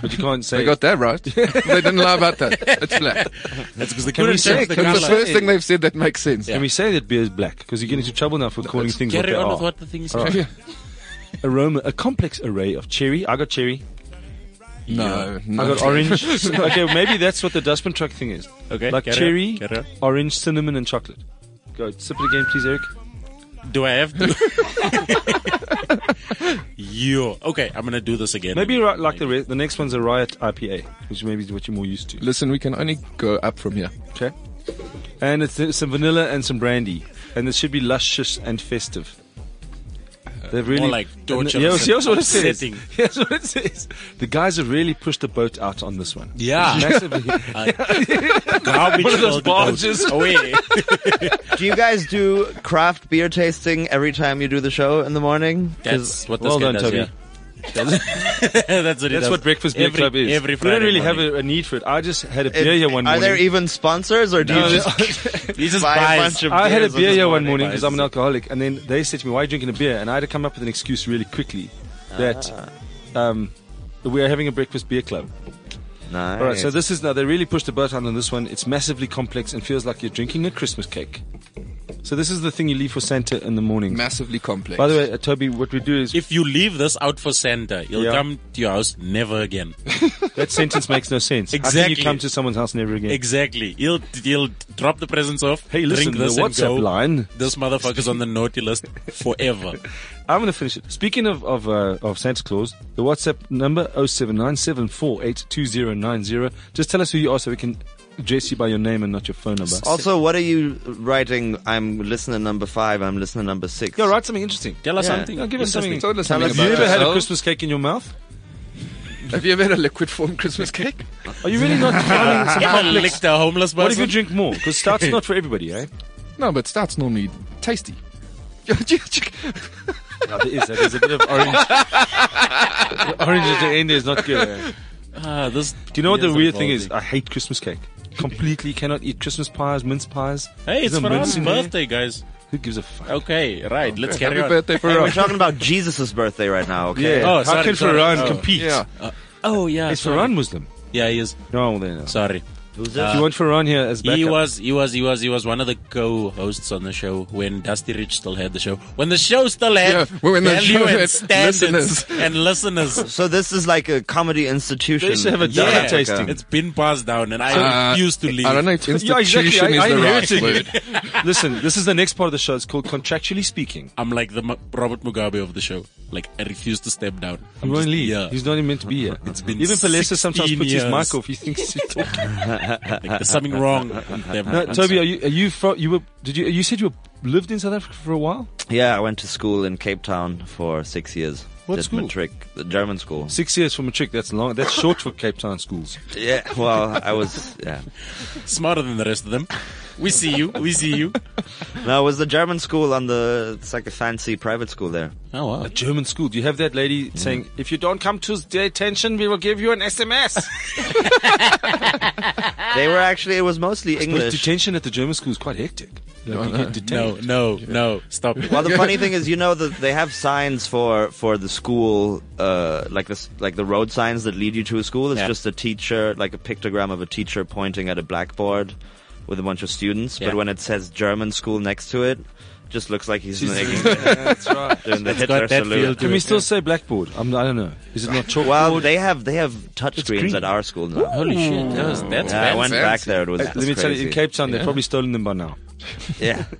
[SPEAKER 2] But you can't say.
[SPEAKER 5] They got that right. they didn't lie about that. It's black.
[SPEAKER 3] That's because they
[SPEAKER 2] Can we
[SPEAKER 3] couldn't
[SPEAKER 2] say-
[SPEAKER 3] check the
[SPEAKER 2] can we
[SPEAKER 5] It's the
[SPEAKER 2] say-
[SPEAKER 3] color.
[SPEAKER 5] first thing they've said that makes sense.
[SPEAKER 2] Can we say that beer is black? Because you get into trouble now for calling things what
[SPEAKER 3] Carry
[SPEAKER 2] they
[SPEAKER 3] on
[SPEAKER 2] are.
[SPEAKER 3] with what the things.
[SPEAKER 2] All right. Aroma, a complex array of cherry. I got cherry.
[SPEAKER 5] No,
[SPEAKER 2] I
[SPEAKER 5] no.
[SPEAKER 2] got orange. okay, maybe that's what the dustbin truck thing is.
[SPEAKER 3] Okay,
[SPEAKER 2] Like
[SPEAKER 3] carry on,
[SPEAKER 2] cherry,
[SPEAKER 3] carry on.
[SPEAKER 2] orange, cinnamon, and chocolate. Go, sip it again, please, Eric.
[SPEAKER 3] Do I have to? Yo, okay, I'm gonna do this again.
[SPEAKER 2] Maybe right, like the re- the next one's a riot IPA, which maybe is what you're more used to.
[SPEAKER 5] Listen, we can only go up from here.
[SPEAKER 2] Okay. And it's uh, some vanilla and some brandy. And it should be luscious and festive. They've really
[SPEAKER 3] Uh, more like torturous
[SPEAKER 2] Here's, here's what it
[SPEAKER 3] and
[SPEAKER 2] says.
[SPEAKER 3] upsetting.
[SPEAKER 2] Here's what it says. The guys have really pushed the boat out on this one.
[SPEAKER 3] yeah,
[SPEAKER 2] Massively.
[SPEAKER 3] garbage
[SPEAKER 2] One of those
[SPEAKER 3] filled with oats.
[SPEAKER 2] barges.
[SPEAKER 3] Away.
[SPEAKER 4] do you guys do craft beer tasting every time you do the show in the morning? 'Cause-
[SPEAKER 3] That's what this
[SPEAKER 2] well
[SPEAKER 3] guy
[SPEAKER 2] done,
[SPEAKER 3] does.
[SPEAKER 2] Toby.
[SPEAKER 3] yeah. That's what he
[SPEAKER 2] That's
[SPEAKER 3] does.
[SPEAKER 2] what Breakfast Beer
[SPEAKER 3] every,
[SPEAKER 2] Club is.
[SPEAKER 3] Every
[SPEAKER 2] we
[SPEAKER 3] Friday
[SPEAKER 2] don't really
[SPEAKER 3] morning.
[SPEAKER 2] have a, a need for it. I just had a
[SPEAKER 4] it-
[SPEAKER 2] beer here one
[SPEAKER 4] are
[SPEAKER 2] morning.
[SPEAKER 4] there even sponsors, or do you just
[SPEAKER 3] He just
[SPEAKER 4] buy a
[SPEAKER 3] buys.
[SPEAKER 4] bunch of?
[SPEAKER 2] I had a
[SPEAKER 4] beers
[SPEAKER 2] beer
[SPEAKER 4] this
[SPEAKER 2] here one morning
[SPEAKER 4] buys
[SPEAKER 2] because I'm an
[SPEAKER 4] it?
[SPEAKER 2] alcoholic, and then they said to me, "Why are you drinking a beer?" And I had to come up with an excuse really quickly that
[SPEAKER 4] Ah.
[SPEAKER 2] um, we are having a breakfast beer club.
[SPEAKER 4] Nice.
[SPEAKER 2] All right, so this is now they really pushed the boat out on this one. It's massively complex and feels like you're drinking a Christmas cake. So this is the thing you leave for Santa in the morning.
[SPEAKER 5] Massively complex.
[SPEAKER 2] By the way, uh, Toby, what we do is
[SPEAKER 3] If you leave this out for Santa, he'll
[SPEAKER 2] Yeah.
[SPEAKER 3] come to your house never again.
[SPEAKER 2] that sentence makes no sense. How can you
[SPEAKER 3] Exactly.
[SPEAKER 2] come to someone's house never again.
[SPEAKER 3] exactly. He'll he'll drop the presents off.
[SPEAKER 2] hey, listen
[SPEAKER 3] drink
[SPEAKER 2] to the
[SPEAKER 3] this and go.
[SPEAKER 2] WhatsApp line.
[SPEAKER 3] This motherfucker's on the naughty list forever.
[SPEAKER 2] I'm gonna finish it. Speaking of of, uh, of Santa Claus, the WhatsApp number 0797482090. Just tell us who you are so we can address you by your name and not your phone number.
[SPEAKER 4] also, what are you writing? I'm listener number five. I'm listener number six.
[SPEAKER 2] Yo, write something interesting.
[SPEAKER 3] Tell us
[SPEAKER 4] Yeah.
[SPEAKER 3] something.
[SPEAKER 2] Yo, give us
[SPEAKER 3] It's just-
[SPEAKER 2] something.
[SPEAKER 5] Tell us
[SPEAKER 2] Have
[SPEAKER 5] something
[SPEAKER 2] you
[SPEAKER 5] about
[SPEAKER 2] ever had a
[SPEAKER 5] yourself.
[SPEAKER 2] Christmas cake in your mouth?
[SPEAKER 5] have you ever had a liquid form Christmas cake?
[SPEAKER 2] Are you really not finding some
[SPEAKER 3] Ever
[SPEAKER 2] complex
[SPEAKER 3] licked a homeless person?
[SPEAKER 2] What if you drink more? Because stout's not for everybody, eh?
[SPEAKER 5] No, but starts normally tasty.
[SPEAKER 2] No, there is. There is a bit of orange. The orange at the end is not good. eh?
[SPEAKER 3] Ah, this,
[SPEAKER 2] Do you know what the weird thing is? I hate Christmas cake. Completely cannot eat Christmas pies, mince pies.
[SPEAKER 3] Hey, it's
[SPEAKER 2] There's no mince
[SPEAKER 3] Farhan's
[SPEAKER 2] in there.
[SPEAKER 3] birthday, guys.
[SPEAKER 2] Who gives a fuck?
[SPEAKER 3] Okay, right. Let's
[SPEAKER 5] Happy
[SPEAKER 3] carry on.
[SPEAKER 5] birthday for
[SPEAKER 4] Hey, we're
[SPEAKER 5] us.
[SPEAKER 4] talking about Jesus' birthday right now. Okay.
[SPEAKER 2] Yeah.
[SPEAKER 3] Oh,
[SPEAKER 2] How
[SPEAKER 3] sorry,
[SPEAKER 2] can
[SPEAKER 3] sorry.
[SPEAKER 2] Farhan
[SPEAKER 3] Oh.
[SPEAKER 2] compete?
[SPEAKER 5] Yeah.
[SPEAKER 3] Oh yeah,
[SPEAKER 2] Is
[SPEAKER 3] sorry.
[SPEAKER 2] Farhan Muslim?
[SPEAKER 3] Yeah, he is.
[SPEAKER 2] No, well, then. no.
[SPEAKER 3] Sorry.
[SPEAKER 4] Who's
[SPEAKER 2] Do you want Ferran here as backup?
[SPEAKER 3] Uh, He was, he was, he was, he was one of the co-hosts on the show when Dusty Rich still had the show. When the show still
[SPEAKER 5] Yeah,
[SPEAKER 3] had
[SPEAKER 5] when the
[SPEAKER 3] value
[SPEAKER 5] show
[SPEAKER 3] and
[SPEAKER 5] had
[SPEAKER 3] standards
[SPEAKER 5] listeners.
[SPEAKER 3] and listeners.
[SPEAKER 4] So this is like a comedy institution.
[SPEAKER 2] They should have a
[SPEAKER 4] in
[SPEAKER 2] Yeah.
[SPEAKER 4] South
[SPEAKER 3] Yeah,
[SPEAKER 2] Double
[SPEAKER 4] Africa.
[SPEAKER 2] tasting.
[SPEAKER 3] it's been passed down, and I
[SPEAKER 5] Uh,
[SPEAKER 3] refuse to leave.
[SPEAKER 5] I don't know if
[SPEAKER 2] Yeah,
[SPEAKER 5] institution
[SPEAKER 2] exactly. I, I
[SPEAKER 5] is the
[SPEAKER 2] inherited
[SPEAKER 5] right word.
[SPEAKER 2] it. Listen, this is the next part of the show. It's called Contractually Speaking.
[SPEAKER 3] I'm like the M- Robert Mugabe of the show. Like I refuse to step down.
[SPEAKER 2] He
[SPEAKER 3] I'm
[SPEAKER 2] won't
[SPEAKER 3] just
[SPEAKER 2] leave.
[SPEAKER 3] here.
[SPEAKER 2] He's not even meant to be here.
[SPEAKER 3] It's been
[SPEAKER 2] Even Palesa
[SPEAKER 3] 16
[SPEAKER 2] sometimes puts his
[SPEAKER 3] years.
[SPEAKER 2] mic off. He thinks he's talking.
[SPEAKER 3] Like, there's something wrong. with them.
[SPEAKER 2] No,
[SPEAKER 3] I'm
[SPEAKER 2] Toby,
[SPEAKER 3] sorry.
[SPEAKER 2] are you, are you, fro- you were, did you, you said you were, lived in South Africa for a while?
[SPEAKER 4] Yeah, I went to school in Cape Town for six years.
[SPEAKER 2] What
[SPEAKER 4] Did
[SPEAKER 2] school?
[SPEAKER 4] Matric, the German school.
[SPEAKER 2] Six years from a trick. That's long. That's short for Cape Town schools.
[SPEAKER 4] Yeah, well, I was yeah.
[SPEAKER 3] smarter than the rest of them. We see you. We see you.
[SPEAKER 4] No, it was the German school on the. It's like a fancy private school there.
[SPEAKER 3] Oh wow.
[SPEAKER 2] A German school. Do you have that lady saying, if you don't come to the attention, we will give you an SMS?
[SPEAKER 4] They were actually. It was mostly
[SPEAKER 2] But
[SPEAKER 4] English.
[SPEAKER 2] detention at the German school is quite hectic. Like, you get
[SPEAKER 3] No,
[SPEAKER 2] detained.
[SPEAKER 3] no, no. Stop. it.
[SPEAKER 4] Well, the funny thing is, you know that they have signs for for the school, uh, like this, like the road signs that lead you to a school. It's
[SPEAKER 3] Yeah.
[SPEAKER 4] just a teacher, like a pictogram of a teacher pointing at a blackboard with a bunch of students.
[SPEAKER 3] Yeah.
[SPEAKER 4] But when it says German school next to it, just looks like he's making
[SPEAKER 2] That's right.
[SPEAKER 4] doing the
[SPEAKER 3] got
[SPEAKER 4] Hitler
[SPEAKER 3] that feel
[SPEAKER 4] salute.
[SPEAKER 3] to
[SPEAKER 2] Can we
[SPEAKER 3] it,
[SPEAKER 2] still
[SPEAKER 3] yeah.
[SPEAKER 2] say blackboard? I'm, I don't know. Is it not chalkboard?
[SPEAKER 4] Well, they have they have touch screens
[SPEAKER 2] green.
[SPEAKER 4] at our school now.
[SPEAKER 3] Holy shit! That was, that's
[SPEAKER 4] Yeah, I
[SPEAKER 3] fancy.
[SPEAKER 4] went back there. It was.
[SPEAKER 2] Let me tell you, in Cape Town, they've probably stolen them by now.
[SPEAKER 4] Yeah.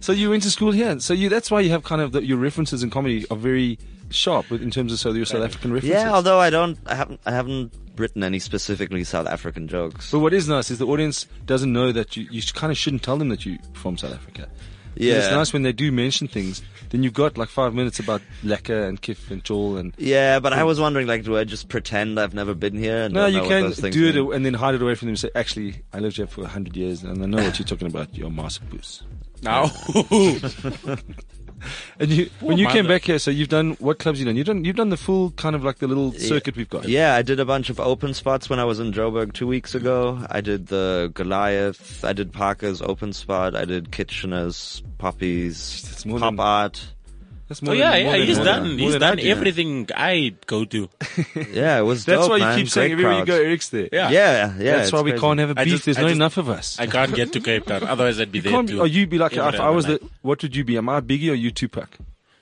[SPEAKER 2] So you went to school here. So you that's why you have kind of the, your references in comedy are very sharp with- in terms of so your South African references.
[SPEAKER 4] Yeah, although I don't, I haven't, I haven't written any specifically South African jokes.
[SPEAKER 2] But what is nice is the audience doesn't know that you, you kind of shouldn't tell them that you're from South Africa. And
[SPEAKER 4] Yeah.
[SPEAKER 2] It's nice when they do mention things, then you've got like five minutes about Lekker and Kif and Chol and.
[SPEAKER 4] Yeah, but I was wondering, like, do I just pretend I've never been here? And
[SPEAKER 2] No,
[SPEAKER 4] don't
[SPEAKER 2] you
[SPEAKER 4] know what
[SPEAKER 2] can
[SPEAKER 4] those things
[SPEAKER 2] do it
[SPEAKER 4] mean?
[SPEAKER 2] and then hide it away from them and say, actually, I lived here for 100 years and I know what you're talking about, you're Marsapoose.
[SPEAKER 3] No.
[SPEAKER 2] And you, when you came
[SPEAKER 3] mother.
[SPEAKER 2] back here, so you've done, what clubs you done? You've done, you've done the full kind of like the little circuit we've got.
[SPEAKER 4] Yeah, I did a bunch of open spots when I was in Joburg two weeks ago. I did the Goliath. I did Parker's open spot. I did Kitchener's Puppies,
[SPEAKER 2] that's more
[SPEAKER 4] Pop
[SPEAKER 2] than-
[SPEAKER 4] Art.
[SPEAKER 2] That's
[SPEAKER 3] Oh
[SPEAKER 2] more
[SPEAKER 3] yeah,
[SPEAKER 2] than- more
[SPEAKER 3] yeah.
[SPEAKER 2] than-
[SPEAKER 3] He's
[SPEAKER 2] more
[SPEAKER 3] done.
[SPEAKER 2] than- more
[SPEAKER 3] he's
[SPEAKER 2] than I
[SPEAKER 3] done
[SPEAKER 2] did.
[SPEAKER 3] everything I go to.
[SPEAKER 4] Yeah, it was.
[SPEAKER 2] That's
[SPEAKER 4] dope,
[SPEAKER 2] why you
[SPEAKER 4] man.
[SPEAKER 2] keep saying
[SPEAKER 4] Great
[SPEAKER 2] everywhere you go,
[SPEAKER 4] crowds.
[SPEAKER 2] Eric's there.
[SPEAKER 4] Yeah,
[SPEAKER 3] Yeah.
[SPEAKER 4] yeah.
[SPEAKER 2] That's
[SPEAKER 4] it's
[SPEAKER 2] why we
[SPEAKER 4] crazy.
[SPEAKER 2] can't have a
[SPEAKER 3] I
[SPEAKER 2] beef.
[SPEAKER 3] just-
[SPEAKER 2] There's
[SPEAKER 3] I
[SPEAKER 2] no
[SPEAKER 3] just-
[SPEAKER 2] enough of us.
[SPEAKER 3] I can't get to Cape Town. Otherwise, I'd be there
[SPEAKER 2] can't be,
[SPEAKER 3] too.
[SPEAKER 2] or you be like, if
[SPEAKER 3] Every
[SPEAKER 2] I was
[SPEAKER 3] other
[SPEAKER 2] the, what would you be? Am I Biggie or you Tupac?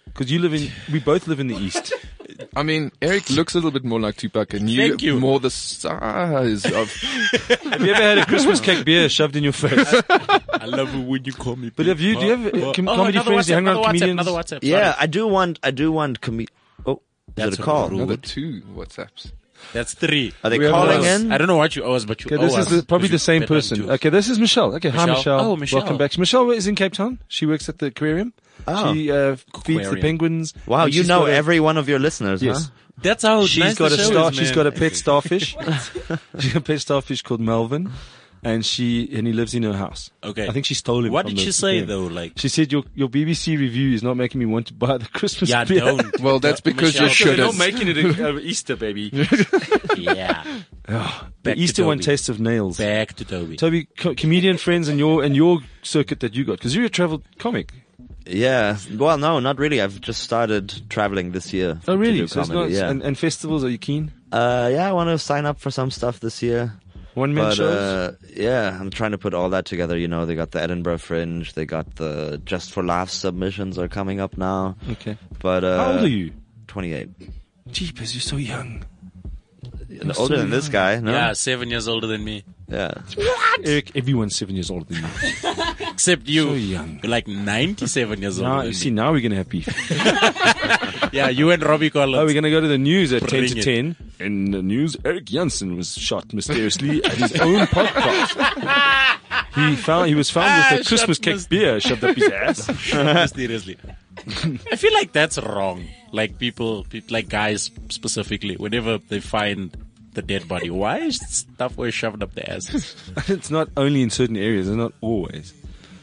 [SPEAKER 2] Because you live in, we both live in the East.
[SPEAKER 5] I mean, Eric looks a little bit more like Tupac, and you,
[SPEAKER 3] Thank you.
[SPEAKER 5] more the size of.
[SPEAKER 2] have you ever had a Christmas cake beer shoved in your face?
[SPEAKER 3] night. I love it when you call me. Oh,
[SPEAKER 2] But have you- do you have, uh, com- comedy
[SPEAKER 3] another
[SPEAKER 2] friends? Do you
[SPEAKER 3] WhatsApp,
[SPEAKER 2] hang around
[SPEAKER 3] another
[SPEAKER 2] comedians?
[SPEAKER 3] WhatsApp, another WhatsApp.
[SPEAKER 4] Yeah,
[SPEAKER 3] Sorry.
[SPEAKER 4] I do want. I do want. Com- oh, is
[SPEAKER 3] That's
[SPEAKER 4] it a call?
[SPEAKER 3] rude.
[SPEAKER 5] Another two WhatsApps.
[SPEAKER 3] that's three.
[SPEAKER 4] Are they
[SPEAKER 5] We have
[SPEAKER 4] calling
[SPEAKER 5] those.
[SPEAKER 4] in?
[SPEAKER 3] I don't know what you owe us, but you
[SPEAKER 2] Okay,
[SPEAKER 3] owe
[SPEAKER 2] this is
[SPEAKER 3] us.
[SPEAKER 2] the, probably
[SPEAKER 3] We
[SPEAKER 2] the
[SPEAKER 3] should
[SPEAKER 2] same
[SPEAKER 3] bet on
[SPEAKER 2] person.
[SPEAKER 3] two.
[SPEAKER 2] Okay, this is Michelle. Okay, hi
[SPEAKER 3] Michelle.
[SPEAKER 2] Michelle.
[SPEAKER 3] Oh, Michelle.
[SPEAKER 2] Welcome back. Michelle is in Cape Town. She works at the aquarium.
[SPEAKER 4] Oh.
[SPEAKER 2] She uh, feeds the
[SPEAKER 3] Ah. Aquarium.
[SPEAKER 2] penguins.
[SPEAKER 4] Wow,
[SPEAKER 2] And
[SPEAKER 4] you
[SPEAKER 2] she's
[SPEAKER 4] know
[SPEAKER 2] got a-
[SPEAKER 4] every one of your listeners,
[SPEAKER 2] Yes.
[SPEAKER 4] huh?
[SPEAKER 3] That's how
[SPEAKER 2] She's
[SPEAKER 3] nice
[SPEAKER 2] got
[SPEAKER 3] the
[SPEAKER 2] a
[SPEAKER 3] show
[SPEAKER 2] star.
[SPEAKER 3] is,
[SPEAKER 2] she's
[SPEAKER 3] man.
[SPEAKER 2] got a pet starfish. she's got a pet starfish called Melvin, and she and he lives in her house.
[SPEAKER 3] Okay.
[SPEAKER 2] I think she stole him.
[SPEAKER 3] What
[SPEAKER 2] from
[SPEAKER 3] did
[SPEAKER 2] the-
[SPEAKER 3] she say
[SPEAKER 2] yeah.
[SPEAKER 3] though? Like,
[SPEAKER 2] She said your your BBC review is not making me want to buy the Christmas
[SPEAKER 3] yeah,
[SPEAKER 2] beer.
[SPEAKER 3] don't.
[SPEAKER 5] Well, that's because you
[SPEAKER 3] Michelle,
[SPEAKER 5] should
[SPEAKER 3] they're
[SPEAKER 5] have.
[SPEAKER 3] not
[SPEAKER 2] making it a, Easter baby.
[SPEAKER 3] yeah.
[SPEAKER 2] the
[SPEAKER 3] to
[SPEAKER 2] Easter one
[SPEAKER 3] Toby.
[SPEAKER 2] tastes of nails.
[SPEAKER 3] Back to Toby.
[SPEAKER 2] Toby, co- comedian friends and your and your circuit that you got because you're a travel comic.
[SPEAKER 4] Yeah. Well, no, not really. I've just started traveling this year.
[SPEAKER 2] Oh,
[SPEAKER 4] to
[SPEAKER 2] really?
[SPEAKER 4] do
[SPEAKER 2] So it's
[SPEAKER 4] comedy,
[SPEAKER 2] not-
[SPEAKER 4] yeah.
[SPEAKER 2] and, and festivals, are you keen?
[SPEAKER 4] uh, yeah, I want to sign up for some stuff this year.
[SPEAKER 2] One man
[SPEAKER 4] But
[SPEAKER 2] shows?
[SPEAKER 4] uh, yeah, I'm trying to put all that together. You know, they got the Edinburgh Fringe, they got the Just for Laughs submissions are coming up now.
[SPEAKER 2] okay.
[SPEAKER 4] But uh,
[SPEAKER 2] How old are you?
[SPEAKER 4] 28.
[SPEAKER 2] Jeepers, you're so young.
[SPEAKER 4] Older than this guy, no?
[SPEAKER 3] yeah, seven years older than me.
[SPEAKER 4] Yeah.
[SPEAKER 2] Eric, everyone's seven years older than you.
[SPEAKER 3] Except you.
[SPEAKER 2] So young.
[SPEAKER 3] You're like 97 years old.
[SPEAKER 2] now, you see, now we're going to have beef.
[SPEAKER 3] Yeah, you and Robbie Collins.
[SPEAKER 2] oh, we're going to go to the news at 10 to
[SPEAKER 3] Bring it.
[SPEAKER 2] 10. In the news, Eric Janssen was shot mysteriously at his own podcast. He found he was found
[SPEAKER 3] Ah,
[SPEAKER 2] with a Christmas
[SPEAKER 3] shot
[SPEAKER 2] cake
[SPEAKER 3] mys-
[SPEAKER 2] beer shoved up his ass.
[SPEAKER 3] Mysteriously. I feel like that's wrong. Like people, pe- like guys specifically, whenever they find the dead body, why is stuff always shoved up their asses?
[SPEAKER 2] it's not only in certain areas, it's not always.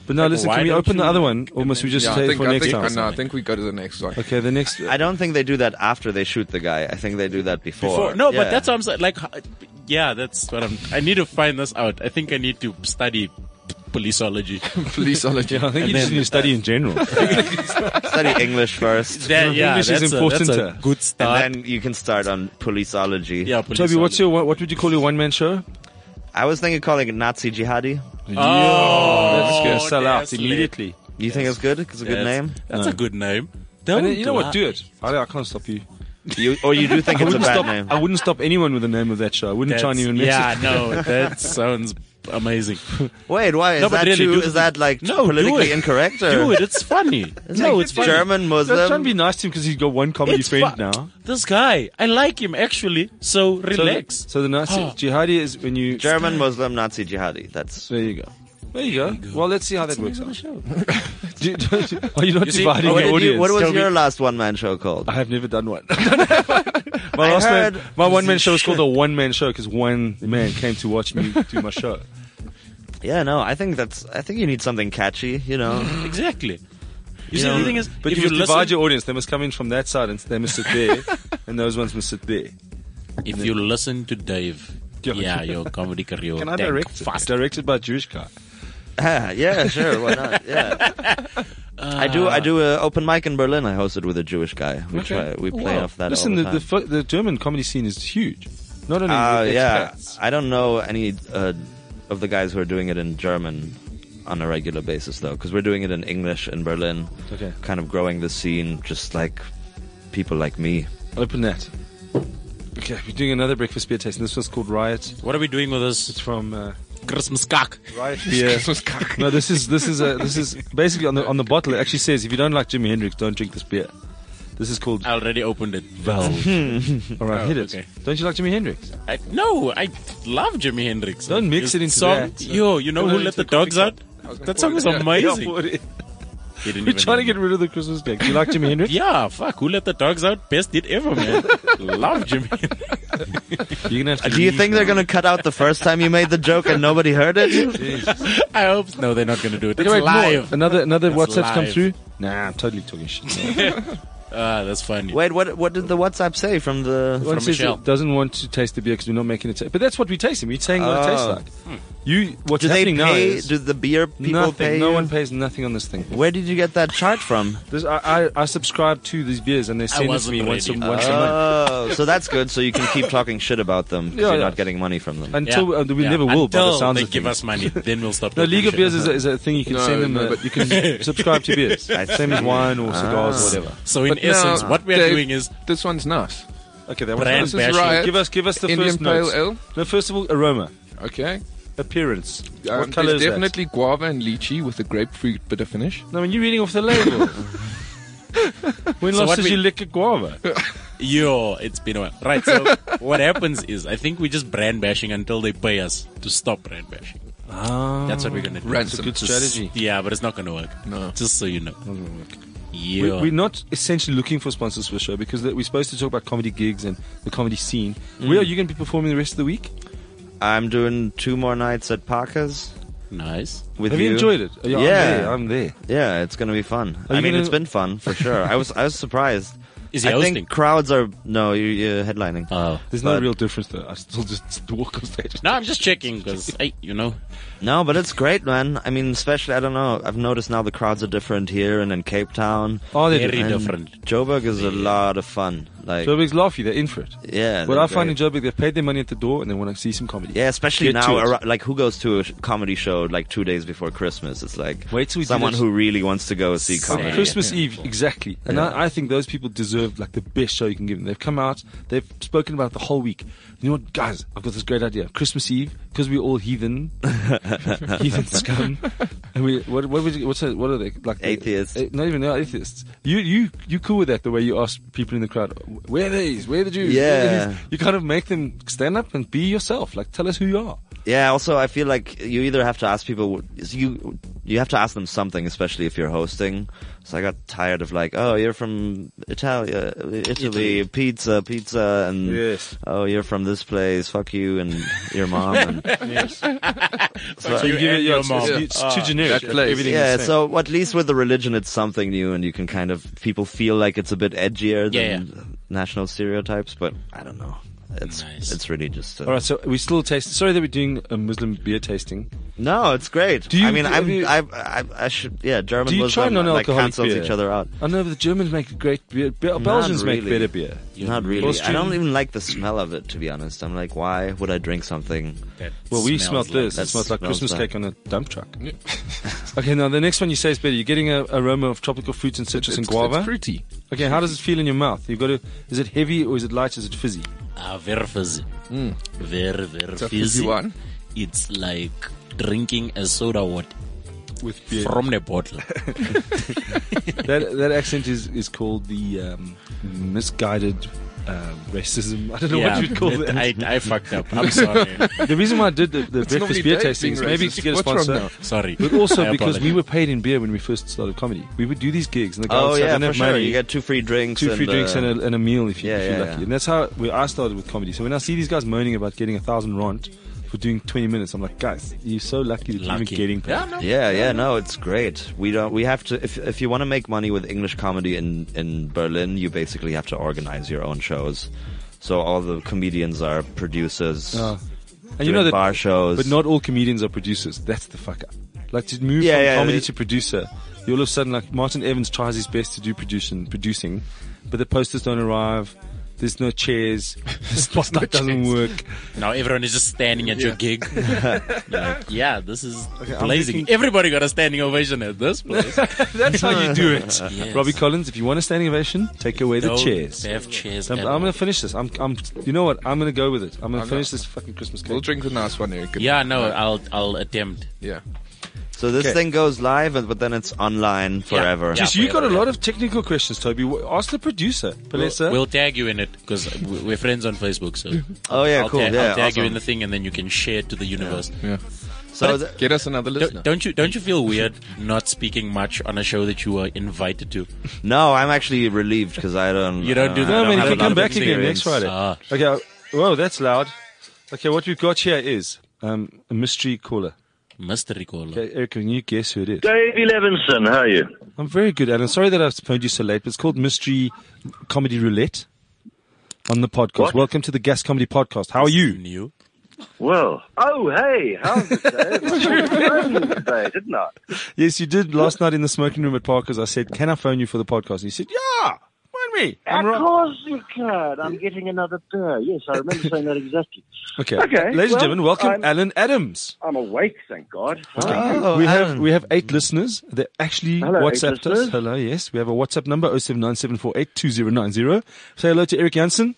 [SPEAKER 2] But now, listen,
[SPEAKER 3] why
[SPEAKER 2] can we
[SPEAKER 3] don't
[SPEAKER 2] open the
[SPEAKER 3] you-
[SPEAKER 2] other one, or must we just
[SPEAKER 5] Yeah, I
[SPEAKER 2] say
[SPEAKER 5] think,
[SPEAKER 2] for
[SPEAKER 5] I,
[SPEAKER 2] next
[SPEAKER 5] think, uh,
[SPEAKER 2] time?
[SPEAKER 5] no, I think we go to the next one.
[SPEAKER 2] Okay, the next.
[SPEAKER 4] I don't think they do that after they shoot the guy. I think they do that before.
[SPEAKER 3] Before- no,
[SPEAKER 4] Yeah.
[SPEAKER 3] but that's what I'm saying. Like, h- yeah, that's what I'm. I need to find this out. I think I need to study policeology.
[SPEAKER 5] Policeology.
[SPEAKER 2] I think you just need to study in general.
[SPEAKER 4] Study English first.
[SPEAKER 3] That, yeah,
[SPEAKER 2] English is
[SPEAKER 3] that's a, that's a
[SPEAKER 2] important.
[SPEAKER 3] good
[SPEAKER 4] And
[SPEAKER 2] Uh,
[SPEAKER 3] start.
[SPEAKER 4] then you can start on policeology.
[SPEAKER 3] yeah,
[SPEAKER 2] Toby, what's
[SPEAKER 3] policeology.
[SPEAKER 2] your what would you call your one man show?
[SPEAKER 4] I was thinking calling it Nazi Jihadi.
[SPEAKER 3] Oh,
[SPEAKER 2] Let's go sell out
[SPEAKER 3] that's lit.
[SPEAKER 2] immediately.
[SPEAKER 4] You think it's good? It's a good
[SPEAKER 3] That's-
[SPEAKER 4] name.
[SPEAKER 3] That's a good name.
[SPEAKER 2] And
[SPEAKER 3] Don't
[SPEAKER 2] then, you know
[SPEAKER 3] lie.
[SPEAKER 2] what? Do it. I, I can't stop you.
[SPEAKER 4] You, or you do think
[SPEAKER 2] I
[SPEAKER 4] it's a
[SPEAKER 2] wouldn't
[SPEAKER 4] bad
[SPEAKER 2] stop.
[SPEAKER 4] name?
[SPEAKER 2] I wouldn't stop anyone with the name of that show. I wouldn't
[SPEAKER 3] That's-
[SPEAKER 2] try and even mix
[SPEAKER 3] yeah,
[SPEAKER 2] it.
[SPEAKER 3] no, that sounds amazing.
[SPEAKER 4] Wait, why is
[SPEAKER 3] No, but
[SPEAKER 4] that
[SPEAKER 3] really,
[SPEAKER 4] too?
[SPEAKER 3] do-
[SPEAKER 4] Is that like
[SPEAKER 3] No, do
[SPEAKER 4] politically
[SPEAKER 3] it.
[SPEAKER 4] incorrect? Or?
[SPEAKER 3] Do it. It's funny. no, it's funny.
[SPEAKER 4] German
[SPEAKER 2] Don't try
[SPEAKER 4] Muslim.
[SPEAKER 2] and be nice to him because he's got one comedy
[SPEAKER 3] It's
[SPEAKER 2] friend
[SPEAKER 3] fu-
[SPEAKER 2] now.
[SPEAKER 3] This guy, I like him actually. So
[SPEAKER 2] So-
[SPEAKER 3] relax.
[SPEAKER 2] So, the Nazi jihadi is when you.
[SPEAKER 4] German Muslim Nazi Jihadi. That's
[SPEAKER 2] There you go. There you go. Well, let's see how that works out. Do you, don't you- are you not
[SPEAKER 3] You see,
[SPEAKER 2] dividing
[SPEAKER 3] what
[SPEAKER 2] your
[SPEAKER 4] What did
[SPEAKER 2] audience?
[SPEAKER 4] you- what was
[SPEAKER 3] Tell me- Ah.
[SPEAKER 4] your last one man show called?
[SPEAKER 2] I have never done one. my last
[SPEAKER 4] heard-
[SPEAKER 2] man, my one man show was called a one man show because one man came to watch me do my show.
[SPEAKER 4] Yeah, no, I think that's. I think you need something catchy. You know,
[SPEAKER 3] Exactly. You see,
[SPEAKER 4] know,
[SPEAKER 3] the thing is,
[SPEAKER 2] But
[SPEAKER 3] if
[SPEAKER 2] you,
[SPEAKER 3] you,
[SPEAKER 2] must divide
[SPEAKER 3] listen,
[SPEAKER 2] your audience. They must come in from that side and they must sit there, and those ones must sit there.
[SPEAKER 3] if you listen to Dave,
[SPEAKER 2] Yeah.
[SPEAKER 3] yeah, your comedy career
[SPEAKER 2] Can
[SPEAKER 3] will
[SPEAKER 2] I
[SPEAKER 3] tank
[SPEAKER 2] direct? it?
[SPEAKER 3] fast.
[SPEAKER 2] Directed by a Jewish guy.
[SPEAKER 4] Ah, yeah, sure, why not? Yeah, I do.
[SPEAKER 3] Uh,
[SPEAKER 4] I do a open mic in Berlin. I hosted with a Jewish guy. We try. We play
[SPEAKER 2] Wow.
[SPEAKER 4] off that.
[SPEAKER 2] Listen,
[SPEAKER 4] all
[SPEAKER 2] the,
[SPEAKER 4] the
[SPEAKER 2] the,
[SPEAKER 4] time.
[SPEAKER 2] fu- the German comedy scene is huge. Not only
[SPEAKER 4] Uh,
[SPEAKER 2] with
[SPEAKER 4] yeah,
[SPEAKER 2] expats.
[SPEAKER 4] I don't know any uh, of the guys who are doing it in German on a regular basis though, because we're doing it in English in Berlin.
[SPEAKER 2] Okay.
[SPEAKER 4] Kind of growing the scene, just like people like me.
[SPEAKER 2] Open that. Okay, we're doing another breakfast beer tasting. This one's called Riot.
[SPEAKER 3] What are we doing with this
[SPEAKER 2] It's from uh,
[SPEAKER 3] Christmas cock?
[SPEAKER 2] Riot Beer. no, this is this is a this is basically on the on the bottle. It actually says if you don't like Jimi Hendrix, don't drink this beer. This is called.
[SPEAKER 3] I already opened it.
[SPEAKER 2] Valve. All right, hit it.
[SPEAKER 3] Ah, oh, okay.
[SPEAKER 2] Don't you like Jimi Hendrix?
[SPEAKER 3] I, no, I love Jimi Hendrix.
[SPEAKER 2] Don't mix
[SPEAKER 3] His
[SPEAKER 2] it into
[SPEAKER 3] song,
[SPEAKER 2] that.
[SPEAKER 3] Yo, you know
[SPEAKER 2] Put
[SPEAKER 3] who
[SPEAKER 2] it
[SPEAKER 3] let
[SPEAKER 2] into
[SPEAKER 3] the dogs
[SPEAKER 2] coffee
[SPEAKER 3] out? That song is amazing.
[SPEAKER 2] Yeah,
[SPEAKER 3] He
[SPEAKER 2] what is-
[SPEAKER 3] didn't
[SPEAKER 2] We're
[SPEAKER 3] even
[SPEAKER 2] trying to
[SPEAKER 3] know.
[SPEAKER 2] get rid of the Christmas cake. Do you like Jimi Hendrix?
[SPEAKER 3] Yeah, fuck. Who let the dogs out? Best did ever, man. love Jimi. Hendrix.
[SPEAKER 2] You're gonna have to.
[SPEAKER 4] Do you
[SPEAKER 2] leave
[SPEAKER 4] think
[SPEAKER 2] now.
[SPEAKER 4] they're gonna cut out the first time you made the joke and nobody heard it?
[SPEAKER 3] I hope. so. No, they're not going to do it. It's
[SPEAKER 2] Wait,
[SPEAKER 3] live.
[SPEAKER 2] more. Another another WhatsApp's come
[SPEAKER 3] live.
[SPEAKER 2] through. Nah, I'm totally talking shit.
[SPEAKER 3] Ah, that's funny.
[SPEAKER 4] Wait, what? What did the WhatsApp say from the?
[SPEAKER 2] One says
[SPEAKER 3] Michelle.
[SPEAKER 2] it doesn't want to taste the beer because we're not making it. Taste. But that's what we're tasting. We're saying what it tastes
[SPEAKER 4] Oh.
[SPEAKER 2] like. You what's
[SPEAKER 4] Do they
[SPEAKER 2] happening now
[SPEAKER 4] pay?
[SPEAKER 2] is
[SPEAKER 4] Do the beer people
[SPEAKER 2] nothing.
[SPEAKER 4] pay?
[SPEAKER 2] no
[SPEAKER 4] you?
[SPEAKER 2] one pays nothing on this thing.
[SPEAKER 4] Where did you get that chart from?
[SPEAKER 2] This, I, I I subscribe to these beers and they send it to
[SPEAKER 3] wasn't
[SPEAKER 2] me once a,
[SPEAKER 3] ready.
[SPEAKER 2] once a month
[SPEAKER 4] Oh, so that's good. So you can keep talking shit about them 'cause
[SPEAKER 2] Yeah,
[SPEAKER 4] you're
[SPEAKER 2] yeah.
[SPEAKER 4] not getting money from them.
[SPEAKER 2] until uh, we
[SPEAKER 3] Yeah.
[SPEAKER 2] never will. by the
[SPEAKER 3] Until
[SPEAKER 2] sounds
[SPEAKER 3] they
[SPEAKER 2] of
[SPEAKER 3] give
[SPEAKER 2] things.
[SPEAKER 3] us money, then we'll stop.
[SPEAKER 2] No,
[SPEAKER 3] talking
[SPEAKER 2] League of
[SPEAKER 3] shit.
[SPEAKER 2] Beers is a, is a thing you can
[SPEAKER 5] No,
[SPEAKER 2] send them,
[SPEAKER 5] no,
[SPEAKER 2] uh,
[SPEAKER 5] but-
[SPEAKER 2] you can subscribe to beers. Same as wine or cigars or whatever.
[SPEAKER 3] So in
[SPEAKER 5] But
[SPEAKER 3] essence,
[SPEAKER 5] now,
[SPEAKER 3] what we are
[SPEAKER 5] Dave,
[SPEAKER 3] doing is
[SPEAKER 5] this one's nice.
[SPEAKER 2] Okay, that
[SPEAKER 3] Brand
[SPEAKER 2] one's
[SPEAKER 5] This is
[SPEAKER 3] Bashing.
[SPEAKER 5] right.
[SPEAKER 2] Give us, give us the
[SPEAKER 5] Indian
[SPEAKER 2] first
[SPEAKER 5] Pale
[SPEAKER 2] notes.
[SPEAKER 5] Ale.
[SPEAKER 2] No, first of all, aroma,
[SPEAKER 5] Okay.
[SPEAKER 2] appearance.
[SPEAKER 5] Um,
[SPEAKER 2] what color is
[SPEAKER 5] there's
[SPEAKER 2] that?
[SPEAKER 5] definitely guava and lychee with a grapefruit bit of finish.
[SPEAKER 2] No, when you're reading off the label. when
[SPEAKER 3] So
[SPEAKER 2] last
[SPEAKER 3] what
[SPEAKER 2] did
[SPEAKER 3] we-
[SPEAKER 2] you lick a guava?
[SPEAKER 3] Yo, it's been a while. Right, so what happens is I think we just brand bashing until they pay us to stop brand bashing.
[SPEAKER 2] Ah,
[SPEAKER 3] That's what we're gonna do.
[SPEAKER 2] that's a
[SPEAKER 5] Ransom.
[SPEAKER 2] good
[SPEAKER 3] Just-
[SPEAKER 2] strategy.
[SPEAKER 3] Yeah, but it's not gonna work.
[SPEAKER 5] No.
[SPEAKER 3] Just so you know.
[SPEAKER 2] We,
[SPEAKER 3] Yeah.
[SPEAKER 2] we're not essentially looking for sponsors for the show because that- we're supposed to talk about comedy gigs and the comedy scene. Where are you going to be performing the rest of the week?
[SPEAKER 4] I'm doing two more nights at Parker's
[SPEAKER 3] nice.
[SPEAKER 4] with
[SPEAKER 2] Have you, enjoyed it? Oh, I'm
[SPEAKER 4] Yeah.
[SPEAKER 2] there, I'm there.
[SPEAKER 4] Yeah, it's gonna be fun.
[SPEAKER 2] Are
[SPEAKER 4] I
[SPEAKER 2] you
[SPEAKER 4] mean,
[SPEAKER 2] gonna-
[SPEAKER 4] it's been fun for sure. I was I was surprised.
[SPEAKER 3] Is he
[SPEAKER 4] I
[SPEAKER 3] hosting?
[SPEAKER 4] think crowds are no, you you're headlining.
[SPEAKER 3] Oh.
[SPEAKER 2] There's no
[SPEAKER 4] But-
[SPEAKER 2] real difference though. I still just walk on stage.
[SPEAKER 3] No, I'm just checking because I, you know,
[SPEAKER 4] No, but it's great, man. I mean, especially I don't know. I've noticed now the crowds are different here and in Cape Town.
[SPEAKER 2] Oh, they
[SPEAKER 3] Very
[SPEAKER 2] do.
[SPEAKER 4] And
[SPEAKER 3] different.
[SPEAKER 4] Joburg is a lot of fun. Like
[SPEAKER 2] Joburg's laughy. They're in for it.
[SPEAKER 4] yeah,
[SPEAKER 2] What
[SPEAKER 4] they're
[SPEAKER 2] I find in
[SPEAKER 4] great.
[SPEAKER 2] Joburg, they've paid their money at the door and they want to see some comedy.
[SPEAKER 4] Yeah, especially
[SPEAKER 2] Get to
[SPEAKER 4] now,
[SPEAKER 2] it.
[SPEAKER 4] ar- like who goes to a sh- comedy show like two days before Christmas? It's like
[SPEAKER 2] Wait till we do
[SPEAKER 4] someone
[SPEAKER 2] this.
[SPEAKER 4] who really wants to go see
[SPEAKER 2] On
[SPEAKER 4] comedy.
[SPEAKER 2] Christmas Eve, exactly. And I, I think those people deserve like the best show you can give them. They've come out, they've spoken about it the whole week. You know what, guys? I've got this great idea. Christmas Eve, because we're all heathen, heathen scum, and we what what, would you, what's that, what are they like? the-
[SPEAKER 4] Atheists.
[SPEAKER 2] eh, not even no, atheists. You you you cool with that? The way you ask people in the crowd, where are these? Where are the Jews? Where are
[SPEAKER 4] Yeah.
[SPEAKER 2] these?" You kind of make them stand up and be yourself. Like tell us who you are.
[SPEAKER 4] Yeah. Also, I feel like you either have to ask people you you have to ask them something, especially if you're hosting. So I got tired of like, oh, you're from Italia, Italy, pizza, pizza, and
[SPEAKER 2] Yes.
[SPEAKER 4] oh, you're from this place, fuck you and your mom. And,
[SPEAKER 3] so
[SPEAKER 2] give it-
[SPEAKER 3] you and
[SPEAKER 2] yeah,
[SPEAKER 3] your
[SPEAKER 2] it's,
[SPEAKER 3] mom. Ah,
[SPEAKER 2] it's- it's too generic.
[SPEAKER 5] that place.
[SPEAKER 2] Everything is
[SPEAKER 4] yeah.
[SPEAKER 2] the same.
[SPEAKER 4] So at least with the religion, it's something new, and you can kind of people feel like it's a bit edgier than
[SPEAKER 3] Yeah, yeah.
[SPEAKER 4] national stereotypes. But I don't know. It's
[SPEAKER 3] Nice.
[SPEAKER 4] it's really just uh,
[SPEAKER 2] All right, so we still taste. Sorry that we're doing a Muslim beer tasting.
[SPEAKER 4] no, it's great.
[SPEAKER 2] Do you-
[SPEAKER 4] I mean,
[SPEAKER 2] do-
[SPEAKER 4] I'm,
[SPEAKER 2] have you-
[SPEAKER 4] I, I I should yeah. German
[SPEAKER 2] Do you
[SPEAKER 4] Muslim, like
[SPEAKER 2] try non-alcoholic
[SPEAKER 4] cancels
[SPEAKER 2] beer?
[SPEAKER 4] each other out.
[SPEAKER 2] I know the Germans make great beer. Bel- Belgians make
[SPEAKER 4] really.
[SPEAKER 2] better beer.
[SPEAKER 4] Not really.
[SPEAKER 2] Austrian-
[SPEAKER 4] I don't even like the smell of it, to be honest. I'm like, why would I drink something?
[SPEAKER 3] That
[SPEAKER 2] Well, we smelled
[SPEAKER 3] smells
[SPEAKER 2] this.
[SPEAKER 4] that
[SPEAKER 2] it smells like
[SPEAKER 4] smells
[SPEAKER 2] Christmas
[SPEAKER 4] like-
[SPEAKER 2] cake on a dump truck. okay, now the next one you say is better. You're getting a aroma of tropical fruits and citrus and guava.
[SPEAKER 5] It's fruity.
[SPEAKER 2] okay, how does it feel in your mouth? You've got to. Is it heavy or is it light? Is it fizzy?
[SPEAKER 3] Ah, very fizzy.
[SPEAKER 2] Hmm.
[SPEAKER 3] Very, very
[SPEAKER 5] a
[SPEAKER 3] fizzy.
[SPEAKER 5] fizzy one.
[SPEAKER 3] It's like drinking a soda water
[SPEAKER 2] With
[SPEAKER 3] from the bottle.
[SPEAKER 2] that that accent is is called the um, misguided. Um, racism. I don't know
[SPEAKER 3] yeah,
[SPEAKER 2] what you'd call
[SPEAKER 3] that-
[SPEAKER 2] it.
[SPEAKER 3] I, I fucked up. I'm sorry.
[SPEAKER 2] the reason why I did the, the breakfast
[SPEAKER 5] normally
[SPEAKER 2] beer
[SPEAKER 5] Dave
[SPEAKER 2] tasting
[SPEAKER 5] being
[SPEAKER 2] is maybe
[SPEAKER 5] racist.
[SPEAKER 2] to get a
[SPEAKER 5] What's wrong
[SPEAKER 2] sponsor.
[SPEAKER 5] now?
[SPEAKER 3] Sorry.
[SPEAKER 2] But also
[SPEAKER 3] I
[SPEAKER 2] because we
[SPEAKER 3] apologize.
[SPEAKER 2] were paid in beer when we first started comedy. We would do these gigs, and the guys
[SPEAKER 4] Oh
[SPEAKER 2] would say, I
[SPEAKER 4] yeah,
[SPEAKER 2] don't
[SPEAKER 4] for
[SPEAKER 2] have
[SPEAKER 4] sure.
[SPEAKER 2] money.
[SPEAKER 4] You get two free drinks.
[SPEAKER 2] Two free
[SPEAKER 4] and,
[SPEAKER 2] drinks
[SPEAKER 4] uh,
[SPEAKER 2] and a, and a meal if, you,
[SPEAKER 4] yeah,
[SPEAKER 2] if you're
[SPEAKER 4] yeah,
[SPEAKER 2] lucky.
[SPEAKER 4] yeah.
[SPEAKER 2] And that's how where I started with comedy. So when I see these guys moaning about getting a thousand rand for doing 20 minutes, I'm like, guys, you're so lucky that you're
[SPEAKER 3] Lucky.
[SPEAKER 2] even getting paid.
[SPEAKER 4] Yeah, yeah, no, it's great. We don't. We have to. If if you want to make money with English comedy in in Berlin, you basically have to organize your own shows. So all the comedians are producers,
[SPEAKER 2] Uh, and
[SPEAKER 4] doing
[SPEAKER 2] you know that,
[SPEAKER 4] bar shows.
[SPEAKER 2] but not all comedians are producers. That's the fuck up. Like to move
[SPEAKER 4] Yeah,
[SPEAKER 2] from
[SPEAKER 4] yeah,
[SPEAKER 2] comedy
[SPEAKER 4] they-
[SPEAKER 2] to producer, you all of a sudden like Martin Evans tries his best to do producing, producing, but the posters don't arrive. There's no chairs. The spotlight doesn't work.
[SPEAKER 3] Now everyone is just standing at your gig. like, yeah, this is
[SPEAKER 2] I'm
[SPEAKER 3] blazing.
[SPEAKER 2] looking-
[SPEAKER 3] Everybody got a standing ovation at this place.
[SPEAKER 2] That's how you do it.
[SPEAKER 3] Yes.
[SPEAKER 2] Robbie Collins, if you want a standing ovation, take away the
[SPEAKER 3] Don't
[SPEAKER 2] chairs.
[SPEAKER 3] Have chairs.
[SPEAKER 2] I'm,
[SPEAKER 3] at
[SPEAKER 2] I'm
[SPEAKER 3] all.
[SPEAKER 2] gonna finish this. I'm, I'm, you know what? I'm gonna go with it. I'm gonna
[SPEAKER 5] I'm
[SPEAKER 2] finish
[SPEAKER 5] not-
[SPEAKER 2] this fucking Christmas cake.
[SPEAKER 5] We'll drink the nice one, Eric. Uh,
[SPEAKER 3] yeah, no, I'll I'll attempt.
[SPEAKER 5] Yeah.
[SPEAKER 4] so this
[SPEAKER 2] Okay.
[SPEAKER 4] thing goes live, and- but then it's online forever.
[SPEAKER 3] Yeah.
[SPEAKER 2] So you got a
[SPEAKER 3] whatever,
[SPEAKER 2] lot of technical questions, Toby. Wh- Ask the producer, Palesa.
[SPEAKER 3] We'll tag you in it because we're friends on Facebook. So
[SPEAKER 4] Oh yeah,
[SPEAKER 3] I'll,
[SPEAKER 4] cool.
[SPEAKER 3] ta-
[SPEAKER 4] yeah,
[SPEAKER 3] I'll tag
[SPEAKER 4] awesome.
[SPEAKER 3] you in the thing, and then you can share it to the universe.
[SPEAKER 5] Yeah.
[SPEAKER 4] so th-
[SPEAKER 5] Get us another
[SPEAKER 3] Don't-
[SPEAKER 5] listener.
[SPEAKER 3] Don't you don't you feel weird not speaking much on a show that you were invited to?
[SPEAKER 4] no, I'm actually relieved because I don't.
[SPEAKER 3] You don't
[SPEAKER 4] uh,
[SPEAKER 3] do
[SPEAKER 4] I
[SPEAKER 3] that?
[SPEAKER 2] no, man,
[SPEAKER 4] have
[SPEAKER 2] if
[SPEAKER 4] a
[SPEAKER 2] you
[SPEAKER 4] lot
[SPEAKER 2] come
[SPEAKER 4] of
[SPEAKER 2] back again next
[SPEAKER 4] experience.
[SPEAKER 2] Friday.
[SPEAKER 3] Ah.
[SPEAKER 2] Okay. I- Whoa, that's loud. Okay, what we've got here is um, a mystery caller.
[SPEAKER 3] Mystery caller.
[SPEAKER 2] Okay, Eric, can you guess who it is?
[SPEAKER 6] Dave Levinson, how are you?
[SPEAKER 2] I'm very good, Alan. Sorry that I've phoned you so late, but it's called Mystery Comedy Roulette on the podcast.
[SPEAKER 6] What?
[SPEAKER 2] Welcome to the Gas Comedy Podcast. How are you?
[SPEAKER 3] New.
[SPEAKER 6] Well, oh hey, how's it, Dave? I saw your phone today, didn't I?
[SPEAKER 2] Yes, you did last night in the smoking room at Parker's. I said, "Can I phone you for the podcast?" And you said, "Yeah, phone me." I'm
[SPEAKER 6] of
[SPEAKER 2] right.
[SPEAKER 6] course you can. I'm getting another beer. Yes, I remember saying that exactly.
[SPEAKER 2] Okay.
[SPEAKER 6] Okay,
[SPEAKER 2] Ladies and
[SPEAKER 6] well,
[SPEAKER 2] gentlemen, welcome
[SPEAKER 6] I'm-
[SPEAKER 2] Alan Adams.
[SPEAKER 6] I'm awake, thank God.
[SPEAKER 4] Oh,
[SPEAKER 2] we have
[SPEAKER 4] Alan.
[SPEAKER 2] we have eight listeners that actually
[SPEAKER 6] Hello, eight
[SPEAKER 2] WhatsApped us.
[SPEAKER 6] listeners.
[SPEAKER 2] Hello, yes, we have a WhatsApp number 0797482090. Say hello to Eric Jansen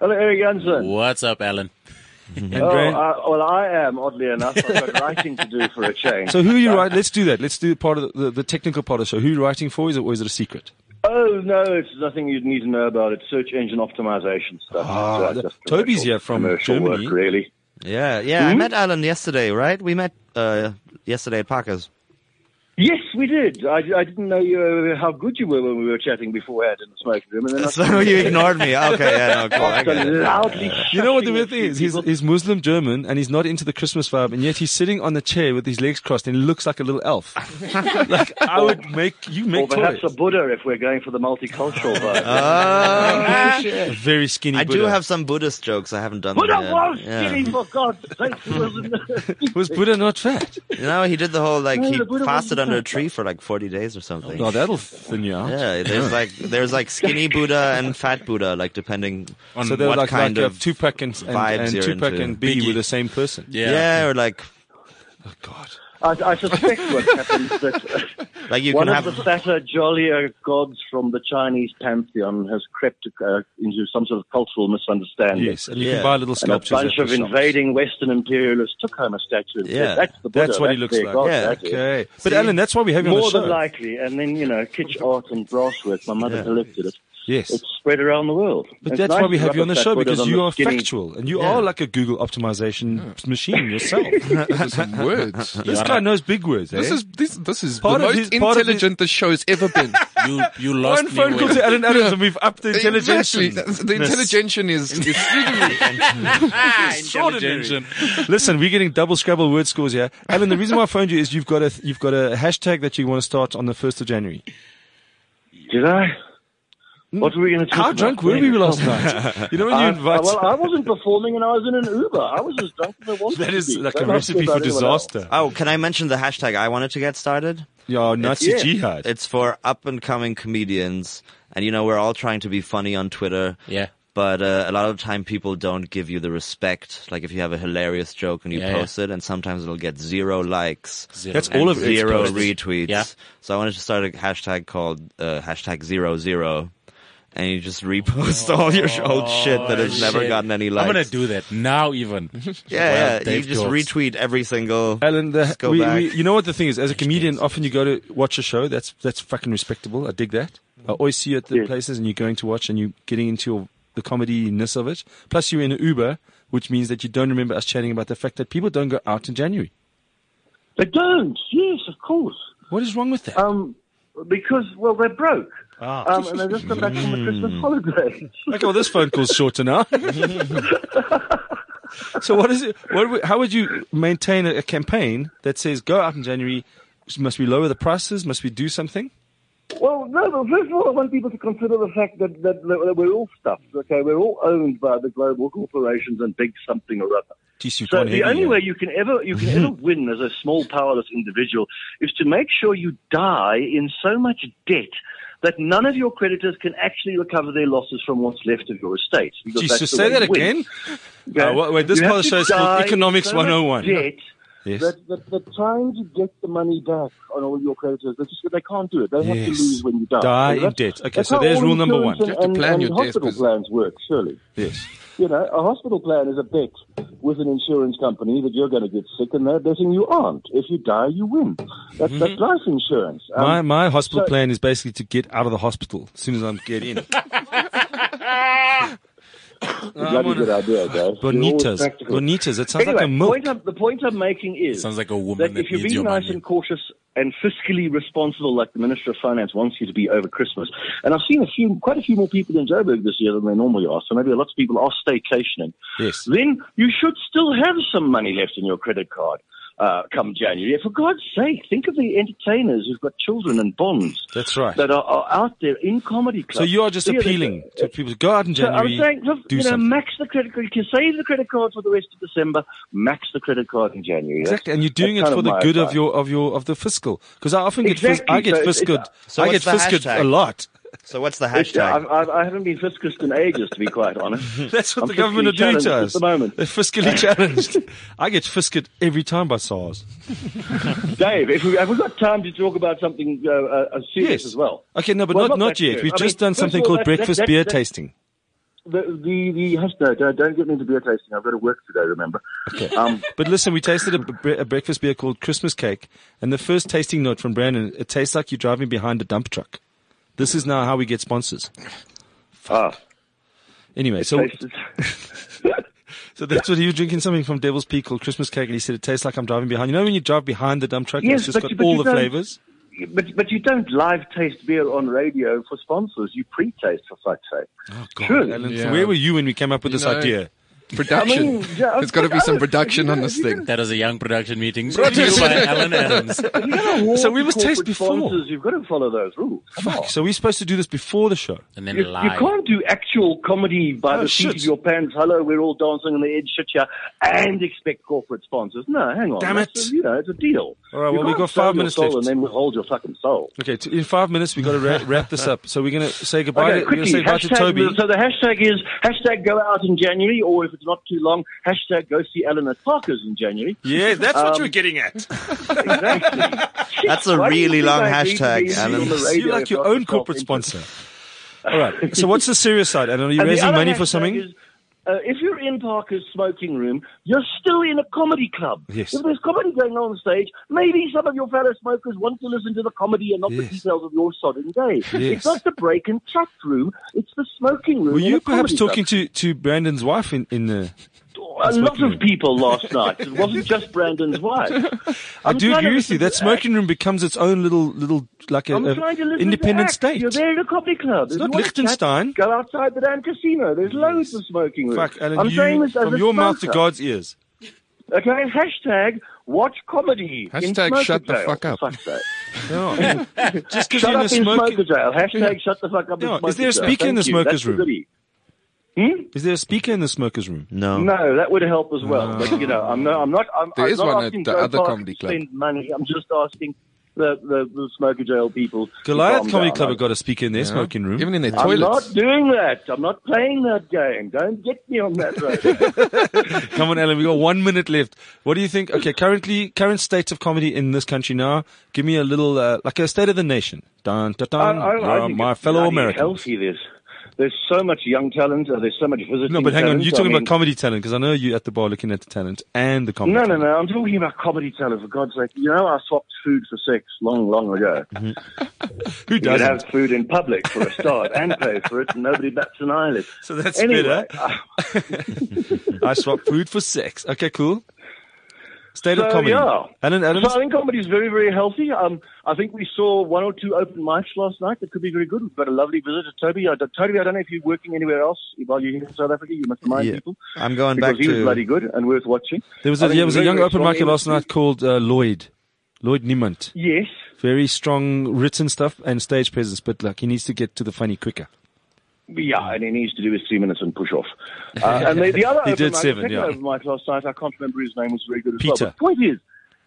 [SPEAKER 6] Hello, Eric Janssen.
[SPEAKER 3] What's up, Alan?
[SPEAKER 2] and
[SPEAKER 6] Oh,
[SPEAKER 2] Graham.
[SPEAKER 6] I, well, I am, oddly enough. I've got writing to do for a change.
[SPEAKER 2] so who are you writing? Let's do that. Let's do part of the, the, the technical part of the show. Who are you writing for? Is it or is it a secret?
[SPEAKER 6] oh, no, it's nothing you'd need to know about. It's search engine optimization stuff.
[SPEAKER 2] Ah,
[SPEAKER 6] It's,
[SPEAKER 2] the-
[SPEAKER 6] just
[SPEAKER 2] Toby's
[SPEAKER 6] commercial-
[SPEAKER 2] here from
[SPEAKER 6] commercial
[SPEAKER 2] Germany.
[SPEAKER 6] Work, really.
[SPEAKER 4] Yeah, yeah. I met Alan yesterday, right? We met uh, yesterday at Parker's.
[SPEAKER 6] Yes, we did. I, I didn't know you, how good you were when we were chatting beforehand in the smoking room. And then I
[SPEAKER 4] So you ignored me. Okay, yeah, no, cool. I
[SPEAKER 6] So
[SPEAKER 4] get it.
[SPEAKER 6] loudly
[SPEAKER 2] You know what the
[SPEAKER 6] shushing
[SPEAKER 2] weird
[SPEAKER 6] a
[SPEAKER 2] thing
[SPEAKER 6] few
[SPEAKER 2] is? He's,
[SPEAKER 6] people.
[SPEAKER 2] he's Muslim German and he's not into the Christmas vibe, and yet he's sitting on the chair with his legs crossed and he looks like a little elf. like I would make you
[SPEAKER 6] or
[SPEAKER 2] make
[SPEAKER 6] perhaps a
[SPEAKER 2] toys.
[SPEAKER 6] Buddha if we're going for the multicultural vibe.
[SPEAKER 2] Uh, a very skinny.
[SPEAKER 4] Um, I do
[SPEAKER 2] Buddha.
[SPEAKER 4] have some Buddhist jokes. I haven't done
[SPEAKER 6] Buddha
[SPEAKER 4] them yet.
[SPEAKER 6] was
[SPEAKER 4] Yeah.
[SPEAKER 6] skinny, for God's sake. He was in-
[SPEAKER 2] Was Buddha not fat?
[SPEAKER 4] You know, he did the whole like
[SPEAKER 6] No,
[SPEAKER 4] he
[SPEAKER 6] the Buddha
[SPEAKER 4] fasted
[SPEAKER 6] wasn't
[SPEAKER 4] under a
[SPEAKER 6] fat.
[SPEAKER 4] tree for like forty days or something.
[SPEAKER 2] No, that'll thin you out.
[SPEAKER 4] yeah, there's like there's like skinny Buddha and fat Buddha, like depending on
[SPEAKER 2] So they're
[SPEAKER 4] what
[SPEAKER 2] like,
[SPEAKER 4] kind
[SPEAKER 2] like
[SPEAKER 4] of
[SPEAKER 2] of Tupac and, and,
[SPEAKER 4] vibes
[SPEAKER 2] and
[SPEAKER 4] you're
[SPEAKER 2] Tupac
[SPEAKER 4] into.
[SPEAKER 2] and Biggie,
[SPEAKER 3] Biggie.
[SPEAKER 2] were the same person.
[SPEAKER 4] yeah. or like
[SPEAKER 2] Oh, God.
[SPEAKER 6] I, I suspect what happens that uh,
[SPEAKER 4] like you
[SPEAKER 6] one
[SPEAKER 4] can
[SPEAKER 6] of
[SPEAKER 4] have
[SPEAKER 6] the fatter, jollier gods from the Chinese pantheon has crept uh, into some sort of cultural misunderstanding.
[SPEAKER 2] Yes, and you can
[SPEAKER 4] Yeah.
[SPEAKER 2] buy little
[SPEAKER 6] And a
[SPEAKER 2] sculptures.
[SPEAKER 6] bunch
[SPEAKER 2] at
[SPEAKER 6] of
[SPEAKER 2] the shops.
[SPEAKER 6] invading Western imperialists took home a statue and
[SPEAKER 4] Yeah.
[SPEAKER 6] said, that's the Buddha.
[SPEAKER 2] That's what he looks
[SPEAKER 6] their
[SPEAKER 2] like.
[SPEAKER 6] God,
[SPEAKER 4] Yeah,
[SPEAKER 6] that is."
[SPEAKER 2] Okay. But, Alan, that's why we have you on
[SPEAKER 6] More
[SPEAKER 2] the show.
[SPEAKER 6] than likely. And then, you know, kitsch art and brasswork. My mother
[SPEAKER 4] Yeah.
[SPEAKER 6] collected it.
[SPEAKER 2] Yes.
[SPEAKER 6] It's spread around the world.
[SPEAKER 2] But
[SPEAKER 6] It's
[SPEAKER 2] that's
[SPEAKER 6] nice
[SPEAKER 2] why we
[SPEAKER 6] to
[SPEAKER 2] have you
[SPEAKER 6] rub
[SPEAKER 2] on the
[SPEAKER 6] it
[SPEAKER 2] show
[SPEAKER 6] backward
[SPEAKER 2] because
[SPEAKER 6] on the
[SPEAKER 2] you are
[SPEAKER 6] skinny-
[SPEAKER 2] factual and you
[SPEAKER 4] Yeah.
[SPEAKER 2] are like a Google optimization machine yourself.
[SPEAKER 5] These are some words.
[SPEAKER 2] this guy knows big words.
[SPEAKER 5] This
[SPEAKER 2] eh?
[SPEAKER 5] is this this is
[SPEAKER 2] Part
[SPEAKER 5] the
[SPEAKER 2] of
[SPEAKER 5] most
[SPEAKER 2] his- part of his-
[SPEAKER 5] intelligent the show's ever been.
[SPEAKER 3] You you
[SPEAKER 2] one
[SPEAKER 3] lost me.
[SPEAKER 2] phone call
[SPEAKER 3] when-
[SPEAKER 2] to Alan Adams and we've upped the intelligence.
[SPEAKER 5] Exactly. The intelligentian is, is through the roof.
[SPEAKER 3] Ah,
[SPEAKER 2] Extraordinary. Listen, we're getting double Scrabble word scores here. Alan, the reason why I phoned you is you've got a you've got a hashtag that you want to start on the first of January.
[SPEAKER 6] Did I? What were we going to talk
[SPEAKER 2] Hmm. How
[SPEAKER 6] about?
[SPEAKER 2] drunk were we last night? You know when you
[SPEAKER 6] I,
[SPEAKER 2] invite.
[SPEAKER 6] well, I wasn't performing and I was in an Uber. I was as drunk as I wanted
[SPEAKER 2] that
[SPEAKER 6] to
[SPEAKER 2] is
[SPEAKER 6] be.
[SPEAKER 2] like a
[SPEAKER 6] Don't ask me
[SPEAKER 2] recipe for
[SPEAKER 6] about anyone else.
[SPEAKER 2] disaster.
[SPEAKER 4] Oh, can I mention the hashtag I wanted to get started?
[SPEAKER 2] Yeah, Nazi
[SPEAKER 6] Yeah.
[SPEAKER 2] jihad.
[SPEAKER 4] It's for up and coming comedians, and you know we're all trying to be funny on Twitter.
[SPEAKER 3] Yeah.
[SPEAKER 4] But uh, a lot of time people don't give you the respect. Like if you have a hilarious joke and you
[SPEAKER 3] Yeah, yeah.
[SPEAKER 4] post it, and sometimes it'll get zero likes,
[SPEAKER 3] Zero.
[SPEAKER 2] That's
[SPEAKER 4] and
[SPEAKER 2] all of Eric's
[SPEAKER 4] zero
[SPEAKER 2] posts.
[SPEAKER 4] retweets.
[SPEAKER 3] Yeah.
[SPEAKER 4] So I wanted to start a hashtag called uh, hashtag zero zero, and you just repost all your old shit that has never
[SPEAKER 3] Oh, Shit.
[SPEAKER 4] gotten any
[SPEAKER 3] I'm
[SPEAKER 4] likes.
[SPEAKER 3] gonna do that now, even. Well,
[SPEAKER 4] yeah, yeah. You
[SPEAKER 3] Dave
[SPEAKER 4] just
[SPEAKER 3] jokes.
[SPEAKER 4] retweet every single.
[SPEAKER 2] Alan, the,
[SPEAKER 4] go
[SPEAKER 2] we,
[SPEAKER 4] back.
[SPEAKER 2] we, you know what the thing is? As a comedian, often you go to watch a show. That's that's fucking respectable. I dig that.
[SPEAKER 4] Mm-hmm.
[SPEAKER 2] I always see you at the
[SPEAKER 6] Yeah.
[SPEAKER 2] places, and you're going to watch, and you're getting into your, the comedy ness of it. Plus, you're in an Uber, which means that you don't remember us chatting about the fact that people don't go out in January.
[SPEAKER 6] They don't. Yes, of course.
[SPEAKER 2] What is wrong with that?
[SPEAKER 6] Um, because well, they're broke.
[SPEAKER 2] Ah.
[SPEAKER 6] Um, and they just got back from the Christmas
[SPEAKER 2] Hmm.
[SPEAKER 6] holiday.
[SPEAKER 2] okay, well, this phone call's shorter now. so, what is it? What, would- how would you maintain a, a campaign that says go out in January? Must we lower the prices? Must we do something?
[SPEAKER 6] Well, no, but first of all, I want people to consider the fact that, that, that we're all stuffed, okay? We're all owned by the global corporations and big something or other.
[SPEAKER 2] Jeez, you've
[SPEAKER 6] So
[SPEAKER 2] gone
[SPEAKER 6] the
[SPEAKER 2] heavy
[SPEAKER 6] only
[SPEAKER 2] here.
[SPEAKER 6] way you can ever you can ever win as a small powerless individual is to make sure you die in so much debt that none of your creditors can actually recover their losses from what's left of your estate. because
[SPEAKER 2] Jeez,
[SPEAKER 6] that's
[SPEAKER 2] so
[SPEAKER 6] the way
[SPEAKER 2] say that
[SPEAKER 6] you win.
[SPEAKER 2] again.
[SPEAKER 6] Okay?
[SPEAKER 2] Uh, wait, wait, this
[SPEAKER 6] You have
[SPEAKER 2] part of the
[SPEAKER 6] to
[SPEAKER 2] show is called
[SPEAKER 6] die
[SPEAKER 2] Economics
[SPEAKER 6] so much
[SPEAKER 2] 101.
[SPEAKER 6] Debt
[SPEAKER 2] Yes.
[SPEAKER 6] That, that, that trying to get the money back on all your creditors, they just they can't do it. They have to
[SPEAKER 2] Yes.
[SPEAKER 6] lose when you die.
[SPEAKER 2] Die
[SPEAKER 6] So that's-
[SPEAKER 2] in debt. Okay,
[SPEAKER 6] that's
[SPEAKER 2] so
[SPEAKER 6] how
[SPEAKER 2] there's
[SPEAKER 6] all
[SPEAKER 2] rule number one.
[SPEAKER 6] insurance
[SPEAKER 2] You
[SPEAKER 5] have to
[SPEAKER 6] and-
[SPEAKER 5] plan
[SPEAKER 6] and
[SPEAKER 5] your death
[SPEAKER 6] hospital
[SPEAKER 5] business.
[SPEAKER 6] plans work surely.
[SPEAKER 2] Yes.
[SPEAKER 6] You know, a hospital plan is a bet with an insurance company that you're going to get sick, and they're betting you aren't. If you die, you win. That's, that's life insurance. Um,
[SPEAKER 2] Mm-hmm. My my hospital
[SPEAKER 6] so-
[SPEAKER 2] plan is basically to get out of the hospital as soon as I'm get in.
[SPEAKER 6] bloody good idea, guys. You're always
[SPEAKER 2] Bonitas,
[SPEAKER 6] practical.
[SPEAKER 2] bonitas. That sounds
[SPEAKER 6] Anyway,
[SPEAKER 2] like a milk.
[SPEAKER 6] Point I'm, the point I'm making is
[SPEAKER 3] Sounds like a woman that
[SPEAKER 6] if you're
[SPEAKER 3] needs your
[SPEAKER 6] being nice
[SPEAKER 3] money.
[SPEAKER 6] and cautious and fiscally responsible, like the Minister of Finance wants you to be over Christmas, and I've seen a few, quite a few more people in Joburg this year than they normally are, so maybe lots of people are staycationing.
[SPEAKER 2] Yes.
[SPEAKER 6] Then you should still have some money left in your credit card. Uh, come January, for God's sake, think of the entertainers who've got children and bonds.
[SPEAKER 2] That's right.
[SPEAKER 6] That are, are out there in comedy clubs.
[SPEAKER 2] so you are just
[SPEAKER 6] Yeah, they-
[SPEAKER 2] appealing to people. Go out in
[SPEAKER 6] so I'm
[SPEAKER 2] January.
[SPEAKER 6] saying, look,
[SPEAKER 2] do
[SPEAKER 6] you know,
[SPEAKER 2] something.
[SPEAKER 6] max the credit card. You can save the credit card for the rest of December. Max the credit card in January. That's-
[SPEAKER 2] Exactly, and you're doing it
[SPEAKER 6] that's kind
[SPEAKER 2] for the
[SPEAKER 6] my
[SPEAKER 2] good of
[SPEAKER 6] advice.
[SPEAKER 2] your of your of the fiscal because I often get fis-
[SPEAKER 6] Exactly,
[SPEAKER 2] I get
[SPEAKER 6] so it's- uh,
[SPEAKER 2] fiscaled
[SPEAKER 4] So
[SPEAKER 2] I get
[SPEAKER 4] what's the
[SPEAKER 2] fiscaled
[SPEAKER 4] hashtag?
[SPEAKER 2] a lot.
[SPEAKER 4] So what's the
[SPEAKER 6] It's-
[SPEAKER 4] hashtag?
[SPEAKER 6] I've, I've, I haven't been fiscus in ages, to be quite honest.
[SPEAKER 2] That's what
[SPEAKER 6] I'm
[SPEAKER 2] the government are doing
[SPEAKER 6] fiscally
[SPEAKER 2] to
[SPEAKER 6] challenged
[SPEAKER 2] us.
[SPEAKER 6] At the moment,
[SPEAKER 2] They're fiscally challenged. I get fiscaled every time by SARS.
[SPEAKER 6] Dave, if we, have we got time to talk about something uh, uh, serious as well?
[SPEAKER 2] Okay, no, but
[SPEAKER 6] Well,
[SPEAKER 2] not,
[SPEAKER 6] not
[SPEAKER 2] not
[SPEAKER 6] that
[SPEAKER 2] yet.
[SPEAKER 6] good.
[SPEAKER 2] We've
[SPEAKER 6] I mean,
[SPEAKER 2] just done
[SPEAKER 6] first
[SPEAKER 2] something
[SPEAKER 6] of all,
[SPEAKER 2] called
[SPEAKER 6] that- that-
[SPEAKER 2] breakfast
[SPEAKER 6] that-
[SPEAKER 2] beer
[SPEAKER 6] that-
[SPEAKER 2] tasting.
[SPEAKER 6] The the, the no, don't, don't get me into beer tasting. I've got to work today. Remember?
[SPEAKER 2] Okay.
[SPEAKER 6] Um,
[SPEAKER 2] But listen, we tasted a, bre- a breakfast beer called Christmas Cake, and the first tasting note from Brandon, it tastes like you're driving behind a dump truck. This is now how we get sponsors.
[SPEAKER 6] ah,
[SPEAKER 2] Anyway, so
[SPEAKER 6] tastes-
[SPEAKER 2] so that's what he was drinking something from Devil's Peak called Christmas Cake, and he said it tastes like I'm driving behind. You know when you drive behind the dump truck, and
[SPEAKER 6] Yes,
[SPEAKER 2] it's just
[SPEAKER 6] but
[SPEAKER 2] got
[SPEAKER 6] you- but
[SPEAKER 2] all
[SPEAKER 6] you
[SPEAKER 2] the
[SPEAKER 6] don't-
[SPEAKER 2] flavors.
[SPEAKER 6] But but you don't live taste beer on radio for sponsors. You pre-taste for fuck's sake. Surely.
[SPEAKER 2] Alan,
[SPEAKER 5] Yeah.
[SPEAKER 2] where were you when we came up with
[SPEAKER 5] You
[SPEAKER 2] this
[SPEAKER 5] know-
[SPEAKER 2] idea?
[SPEAKER 5] Production.
[SPEAKER 6] I mean, yeah,
[SPEAKER 5] There's got to be some
[SPEAKER 6] I-
[SPEAKER 5] production on this
[SPEAKER 6] you
[SPEAKER 5] thing.
[SPEAKER 3] That is a young production meeting. Produced by Alan Adams.
[SPEAKER 6] You gotta walk
[SPEAKER 2] So we was
[SPEAKER 6] with
[SPEAKER 2] taste
[SPEAKER 6] corporate
[SPEAKER 2] before.
[SPEAKER 6] Sponsors, you've got to follow those rules. Come on.
[SPEAKER 2] Fuck, so we're supposed to do this before the show.
[SPEAKER 3] And then
[SPEAKER 6] You, you
[SPEAKER 3] lie.
[SPEAKER 6] can't do actual comedy by
[SPEAKER 2] Oh,
[SPEAKER 6] the seat
[SPEAKER 2] shit.
[SPEAKER 6] of your pants. Hello, we're all dancing on the edge, shit yeah, and expect corporate sponsors. No, hang on.
[SPEAKER 2] Damn
[SPEAKER 6] That's
[SPEAKER 2] it.
[SPEAKER 6] A, you know, it's a deal.
[SPEAKER 2] All right,
[SPEAKER 6] You
[SPEAKER 2] well, we've
[SPEAKER 6] can't
[SPEAKER 2] got
[SPEAKER 6] sell
[SPEAKER 2] five
[SPEAKER 6] your
[SPEAKER 2] minutes
[SPEAKER 6] soul
[SPEAKER 2] left.
[SPEAKER 6] And then withhold your fucking soul.
[SPEAKER 2] Okay, t- in five minutes we've got to wrap, wrap this up. So we're gonna say goodbye.
[SPEAKER 6] Okay,
[SPEAKER 2] to, we're gonna
[SPEAKER 6] quickly.
[SPEAKER 2] say goodbye to Toby.
[SPEAKER 6] Hashtag, so the hashtag is hashtag go out in January, or if it's not too long, hashtag go see Alan at Parker's in January.
[SPEAKER 2] Yeah, that's what you were
[SPEAKER 6] Um,
[SPEAKER 2] getting at.
[SPEAKER 6] Exactly.
[SPEAKER 4] That's a
[SPEAKER 6] Why do you
[SPEAKER 4] really
[SPEAKER 6] think
[SPEAKER 4] long
[SPEAKER 6] I agree to
[SPEAKER 4] hashtag,
[SPEAKER 6] being
[SPEAKER 4] Alan.
[SPEAKER 6] on the
[SPEAKER 2] So you
[SPEAKER 6] radio
[SPEAKER 2] like
[SPEAKER 6] if
[SPEAKER 2] your
[SPEAKER 6] not
[SPEAKER 2] own
[SPEAKER 6] for
[SPEAKER 2] corporate
[SPEAKER 6] self-interest?
[SPEAKER 2] sponsor. All right. So what's the serious side? And are you
[SPEAKER 6] And the
[SPEAKER 2] raising
[SPEAKER 6] other
[SPEAKER 2] money for
[SPEAKER 6] hashtag
[SPEAKER 2] something?
[SPEAKER 6] is, uh, if you're in Parker's smoking room, you're still in a comedy club.
[SPEAKER 2] Yes.
[SPEAKER 6] If there's comedy going on on stage, maybe some of your fellow smokers want to listen to the comedy and not the
[SPEAKER 2] Yes.
[SPEAKER 6] details of your sodden day.
[SPEAKER 2] Yes.
[SPEAKER 6] It's not the break and chat room; it's the smoking room.
[SPEAKER 2] Were
[SPEAKER 6] in
[SPEAKER 2] you
[SPEAKER 6] a
[SPEAKER 2] perhaps
[SPEAKER 6] comedy club. Oh,
[SPEAKER 2] talking to, to Brandon's wife in, in the?
[SPEAKER 6] a lot
[SPEAKER 2] smoking room?
[SPEAKER 6] of people last night? It wasn't just Brandon's wife.
[SPEAKER 2] I
[SPEAKER 6] I'm
[SPEAKER 2] do
[SPEAKER 6] trying to
[SPEAKER 2] agree with you.
[SPEAKER 6] listen
[SPEAKER 2] That
[SPEAKER 6] to
[SPEAKER 2] smoking room becomes its own little little like a,
[SPEAKER 6] I'm
[SPEAKER 2] a
[SPEAKER 6] trying to listen
[SPEAKER 2] Uh, independent
[SPEAKER 6] to
[SPEAKER 2] state.
[SPEAKER 6] You're there in a comedy club. There's
[SPEAKER 2] not Liechtenstein.
[SPEAKER 6] Go outside the damn casino. There's loads of smoking rooms.
[SPEAKER 2] Fuck, Alan,
[SPEAKER 6] I'm
[SPEAKER 2] you,
[SPEAKER 6] saying this as
[SPEAKER 2] from
[SPEAKER 6] a
[SPEAKER 2] your mouth to
[SPEAKER 6] smoker.
[SPEAKER 2] God's ears.
[SPEAKER 6] Okay, hashtag Watch comedy. in
[SPEAKER 5] Hashtag
[SPEAKER 6] smoker
[SPEAKER 5] shut the
[SPEAKER 6] jail.
[SPEAKER 5] fuck up.
[SPEAKER 6] Fuck that.
[SPEAKER 2] Just because
[SPEAKER 6] Shut
[SPEAKER 2] you're in
[SPEAKER 6] up
[SPEAKER 2] a
[SPEAKER 6] in
[SPEAKER 2] smoke.
[SPEAKER 6] smoker jail. Hashtag shut the fuck up
[SPEAKER 2] No,
[SPEAKER 6] in
[SPEAKER 2] is
[SPEAKER 6] smoker
[SPEAKER 2] there a
[SPEAKER 6] jail.
[SPEAKER 2] speaker in
[SPEAKER 6] Thank
[SPEAKER 2] the
[SPEAKER 6] you.
[SPEAKER 2] smokers'
[SPEAKER 6] That's the
[SPEAKER 2] room?
[SPEAKER 6] goodie.
[SPEAKER 2] Is there a speaker in the smokers' room?
[SPEAKER 4] No.
[SPEAKER 6] No, that would help as well. But you know, I'm no, I'm not. I'm,
[SPEAKER 5] There
[SPEAKER 6] I'm
[SPEAKER 5] is
[SPEAKER 6] not
[SPEAKER 5] one at
[SPEAKER 6] asking
[SPEAKER 5] the
[SPEAKER 6] Joe
[SPEAKER 5] other
[SPEAKER 6] Parker
[SPEAKER 5] comedy
[SPEAKER 6] to
[SPEAKER 5] club.
[SPEAKER 6] Spend money. I'm just asking the the, the smoker jail people. to
[SPEAKER 2] Goliath
[SPEAKER 6] calm
[SPEAKER 2] Comedy
[SPEAKER 6] down.
[SPEAKER 2] Club have got a speaker in their smoking room.
[SPEAKER 5] Even in their
[SPEAKER 6] I'm
[SPEAKER 5] toilets.
[SPEAKER 6] not doing that. I'm not playing that game. Don't get me on that road.
[SPEAKER 2] Come on, Alan, we got one minute left. What do you think? Okay, currently, current state of comedy in this country now. Give me a little, uh, like a state of the nation. Dun, dun,
[SPEAKER 6] I,
[SPEAKER 2] dun.
[SPEAKER 6] I, I
[SPEAKER 2] You're
[SPEAKER 6] think
[SPEAKER 2] Um, my
[SPEAKER 6] it's
[SPEAKER 2] fellow
[SPEAKER 6] bloody
[SPEAKER 2] Americans.
[SPEAKER 6] Healthy. There's there's so much young talent. Uh, there's so much visiting.
[SPEAKER 2] No, but hang on.
[SPEAKER 6] talent.
[SPEAKER 2] You're talking
[SPEAKER 6] I mean,
[SPEAKER 2] about comedy talent because I know you at the bar looking at the talent and the comedy.
[SPEAKER 6] No, no,
[SPEAKER 2] talent.
[SPEAKER 6] no. I'm talking about comedy talent. For God's sake, you know I swapped food for sex long, long ago.
[SPEAKER 2] Who
[SPEAKER 6] You can
[SPEAKER 2] doesn't?
[SPEAKER 6] have food in public for a start and pay for it, and nobody bats an eyelid.
[SPEAKER 2] So that's
[SPEAKER 6] anyway,
[SPEAKER 2] better.
[SPEAKER 6] I-
[SPEAKER 2] I swap food for sex. Okay, cool. State of
[SPEAKER 6] So,
[SPEAKER 2] comedy.
[SPEAKER 6] yeah.
[SPEAKER 2] Alan Adams.
[SPEAKER 6] So I think comedy is very, very healthy. Um, I think we saw one or two open mics last night that could be very good. We've got a lovely visitor, Toby. I, Toby, I don't know if you're working anywhere else while you're here in South Africa. You must remind
[SPEAKER 4] Yeah.
[SPEAKER 6] people.
[SPEAKER 4] I'm going
[SPEAKER 6] because
[SPEAKER 4] back
[SPEAKER 6] he was
[SPEAKER 4] to-
[SPEAKER 6] bloody good and worth watching.
[SPEAKER 2] There was
[SPEAKER 6] I
[SPEAKER 2] a,
[SPEAKER 6] think
[SPEAKER 2] yeah, there was a
[SPEAKER 6] very,
[SPEAKER 2] young
[SPEAKER 6] very
[SPEAKER 2] open
[SPEAKER 6] strong
[SPEAKER 2] market last night
[SPEAKER 6] industry.
[SPEAKER 2] called uh, Lloyd. Lloyd Niemand.
[SPEAKER 6] Yes.
[SPEAKER 2] Very strong written stuff and stage presence, but like he needs to get to the funny quicker.
[SPEAKER 6] Yeah, and he needs to do his three minutes and push off. Uh, and the, the other
[SPEAKER 2] He
[SPEAKER 6] open
[SPEAKER 2] did
[SPEAKER 6] mic,
[SPEAKER 2] seven,
[SPEAKER 6] second
[SPEAKER 2] yeah.
[SPEAKER 6] open mic last night, I can't remember his name, was very good as
[SPEAKER 2] Peter.
[SPEAKER 6] well. But the point is,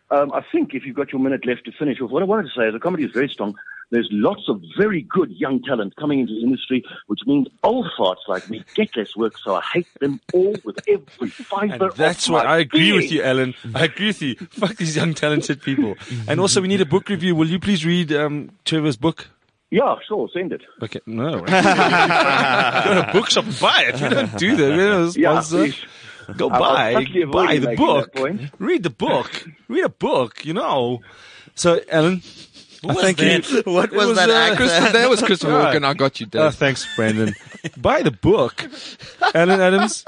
[SPEAKER 6] um, I think if you've got your minute left to finish off, what I wanted to say is the comedy is very strong. There's lots of very good young talent coming into the industry, which means old farts like me get less work, so I hate them all with every fiber
[SPEAKER 2] And that's
[SPEAKER 6] of
[SPEAKER 2] why
[SPEAKER 6] my
[SPEAKER 2] I agree with
[SPEAKER 6] being.
[SPEAKER 2] you, Alan. I agree with you. Fuck these young, talented people. And also, we need a book review. Will you please read um, Trevor's book?
[SPEAKER 6] Yeah, sure, send it.
[SPEAKER 2] Okay, no. Go to a bookshop and buy it. We don't do that. We don't
[SPEAKER 6] Yeah,
[SPEAKER 2] sponsor.
[SPEAKER 6] please.
[SPEAKER 2] Go
[SPEAKER 6] I- I was
[SPEAKER 2] buy,
[SPEAKER 6] totally avoiding
[SPEAKER 2] buy the
[SPEAKER 6] making that
[SPEAKER 2] book.
[SPEAKER 6] point.
[SPEAKER 2] Read the book. Read a book. You know. So, Alan, I
[SPEAKER 3] was
[SPEAKER 2] thank you.
[SPEAKER 3] that?
[SPEAKER 4] What
[SPEAKER 2] It uh,
[SPEAKER 4] was that actor?
[SPEAKER 5] Christopher, that was Christopher
[SPEAKER 2] Right.
[SPEAKER 5] Walken. I got you,
[SPEAKER 2] Oh,
[SPEAKER 6] Uh,
[SPEAKER 5] Dave.
[SPEAKER 2] thanks, Brandon. buy the book, Alan Adams.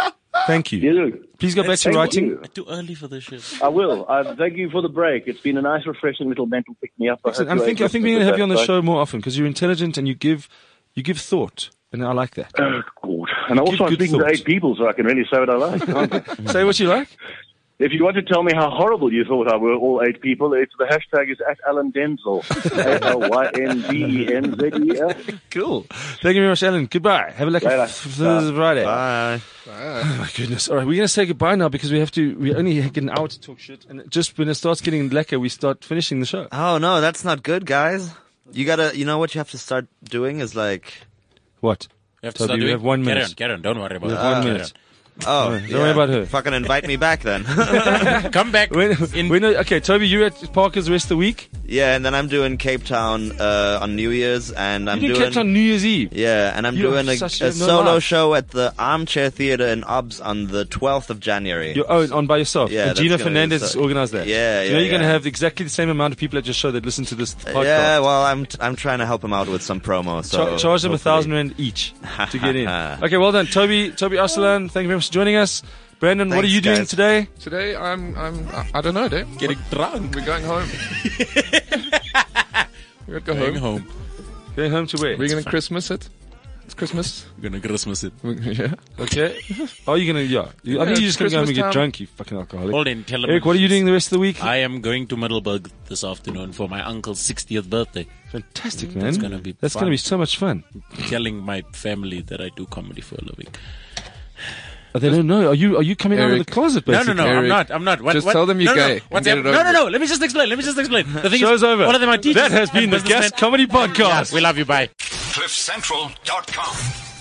[SPEAKER 2] Thank you.
[SPEAKER 6] You.
[SPEAKER 2] Please go back to
[SPEAKER 6] Thank
[SPEAKER 2] writing.
[SPEAKER 6] you.
[SPEAKER 3] Too early for this shit.
[SPEAKER 6] I will. Uh, thank you for the break. It's been a nice, refreshing little mental pick me up. I
[SPEAKER 2] Excellent. I'm think, I think we're going to have you on the show more often because you're intelligent and you give you give thought, and I like that.
[SPEAKER 6] Oh, God.
[SPEAKER 2] Give
[SPEAKER 6] And also, I'm
[SPEAKER 2] good
[SPEAKER 6] speaking to
[SPEAKER 2] thoughts.
[SPEAKER 6] eight people, so I can really say what I like. can't I?
[SPEAKER 2] Say what you like.
[SPEAKER 6] If you want to tell me how horrible you thought I were, all eight people, it's the hashtag is at Alan Denzel. A L Y N D E N Z E L.
[SPEAKER 2] Cool. Thank you very much, Alan. Goodbye. Have a lucky
[SPEAKER 6] Later.
[SPEAKER 2] f- Friday.
[SPEAKER 4] Bye.
[SPEAKER 2] Oh my goodness. All right, we're going to say goodbye now because we have to. We only get an hour to talk shit, and just when it starts getting lekker, we start finishing the show.
[SPEAKER 4] Oh no, that's not good, guys. You gotta, you know what you have to start doing is like,
[SPEAKER 2] What?
[SPEAKER 3] You have to
[SPEAKER 2] Toby,
[SPEAKER 3] start
[SPEAKER 2] we
[SPEAKER 3] doing-
[SPEAKER 2] have one
[SPEAKER 3] Carry
[SPEAKER 2] minute.
[SPEAKER 3] on, carry on. Don't worry about
[SPEAKER 2] We
[SPEAKER 3] it.
[SPEAKER 2] have one
[SPEAKER 3] Carry
[SPEAKER 2] minute.
[SPEAKER 4] oh,
[SPEAKER 2] Don't worry about her.
[SPEAKER 4] Fucking invite me back then.
[SPEAKER 3] on. Come back.
[SPEAKER 2] When,
[SPEAKER 3] in,
[SPEAKER 2] when are- okay, Toby, you at Parker's the rest of the week.
[SPEAKER 4] yeah, and then I'm doing Cape Town uh, on New Year's, and I'm
[SPEAKER 2] You did
[SPEAKER 4] doing
[SPEAKER 2] catch on New Year's Eve.
[SPEAKER 4] yeah, and I'm
[SPEAKER 2] You're
[SPEAKER 4] doing a,
[SPEAKER 2] such
[SPEAKER 4] a
[SPEAKER 2] a no
[SPEAKER 4] solo
[SPEAKER 2] life.
[SPEAKER 4] show at the Armchair Theatre in Obs on the 12th of January.
[SPEAKER 2] Your own, on by yourself.
[SPEAKER 4] Yeah,
[SPEAKER 2] And
[SPEAKER 4] that's
[SPEAKER 2] Gina
[SPEAKER 4] gonna be
[SPEAKER 2] Fernandez
[SPEAKER 4] so-
[SPEAKER 2] has organized that.
[SPEAKER 4] Yeah,
[SPEAKER 2] You know,
[SPEAKER 4] yeah,
[SPEAKER 2] you're going to
[SPEAKER 4] yeah. Uh,
[SPEAKER 2] have exactly the same amount of people at your show that listen to this podcast.
[SPEAKER 4] yeah, well, I'm I'm trying to help him out with some promo. So
[SPEAKER 2] Char- charge them a
[SPEAKER 4] hopefully-
[SPEAKER 2] thousand rand each to get in. okay, well done, Toby. Toby Arsalan, thank you very much for joining us. Brandon, what are
[SPEAKER 4] Thanks,
[SPEAKER 2] you doing
[SPEAKER 4] guys.
[SPEAKER 2] today?
[SPEAKER 5] Today, I'm, I'm, I- I don't know, Dave.
[SPEAKER 3] getting drunk.
[SPEAKER 5] We're going home. We're going to go
[SPEAKER 3] Going
[SPEAKER 5] home.
[SPEAKER 3] home.
[SPEAKER 2] Going home to where?
[SPEAKER 5] We're going to Christmas it. It's Christmas.
[SPEAKER 3] We're gonna Christmas it.
[SPEAKER 5] yeah.
[SPEAKER 2] Okay. Are you gonna? Yeah. You- I
[SPEAKER 5] Yeah,
[SPEAKER 2] think you're
[SPEAKER 5] it's
[SPEAKER 2] just gonna go home and
[SPEAKER 5] Christmas
[SPEAKER 2] get
[SPEAKER 5] time.
[SPEAKER 2] drunk. You fucking alcoholic.
[SPEAKER 3] Hold in, tell them-
[SPEAKER 2] Eric, what are you doing the rest of the week?
[SPEAKER 3] I am going to Middleburg this afternoon for my uncle's 60th birthday.
[SPEAKER 2] Fantastic, man.
[SPEAKER 3] That's gonna be
[SPEAKER 2] That's
[SPEAKER 3] fun.
[SPEAKER 2] gonna be so much fun.
[SPEAKER 3] Telling my family that I do comedy for a living.
[SPEAKER 2] Oh, they don't know. Are you? Are you coming out of
[SPEAKER 5] Eric.
[SPEAKER 2] the closet?
[SPEAKER 3] No,
[SPEAKER 2] Basically?
[SPEAKER 3] no, no. I'm
[SPEAKER 5] Eric,
[SPEAKER 3] not. I'm not. What,
[SPEAKER 5] just
[SPEAKER 3] what-
[SPEAKER 5] tell them you're
[SPEAKER 3] no, no,
[SPEAKER 5] gay
[SPEAKER 3] No,
[SPEAKER 5] and
[SPEAKER 3] What's
[SPEAKER 5] get
[SPEAKER 3] hap-
[SPEAKER 5] it
[SPEAKER 3] no,
[SPEAKER 5] over
[SPEAKER 3] no, no. Let me just explain. Let me just explain. The thing
[SPEAKER 2] Show's
[SPEAKER 3] is,
[SPEAKER 2] over.
[SPEAKER 3] All of them are teachers.
[SPEAKER 2] That has
[SPEAKER 3] and
[SPEAKER 2] been the
[SPEAKER 3] businessmen.
[SPEAKER 2] Guest Comedy Podcast.
[SPEAKER 3] We love you. Bye.
[SPEAKER 8] CliffCentral.com.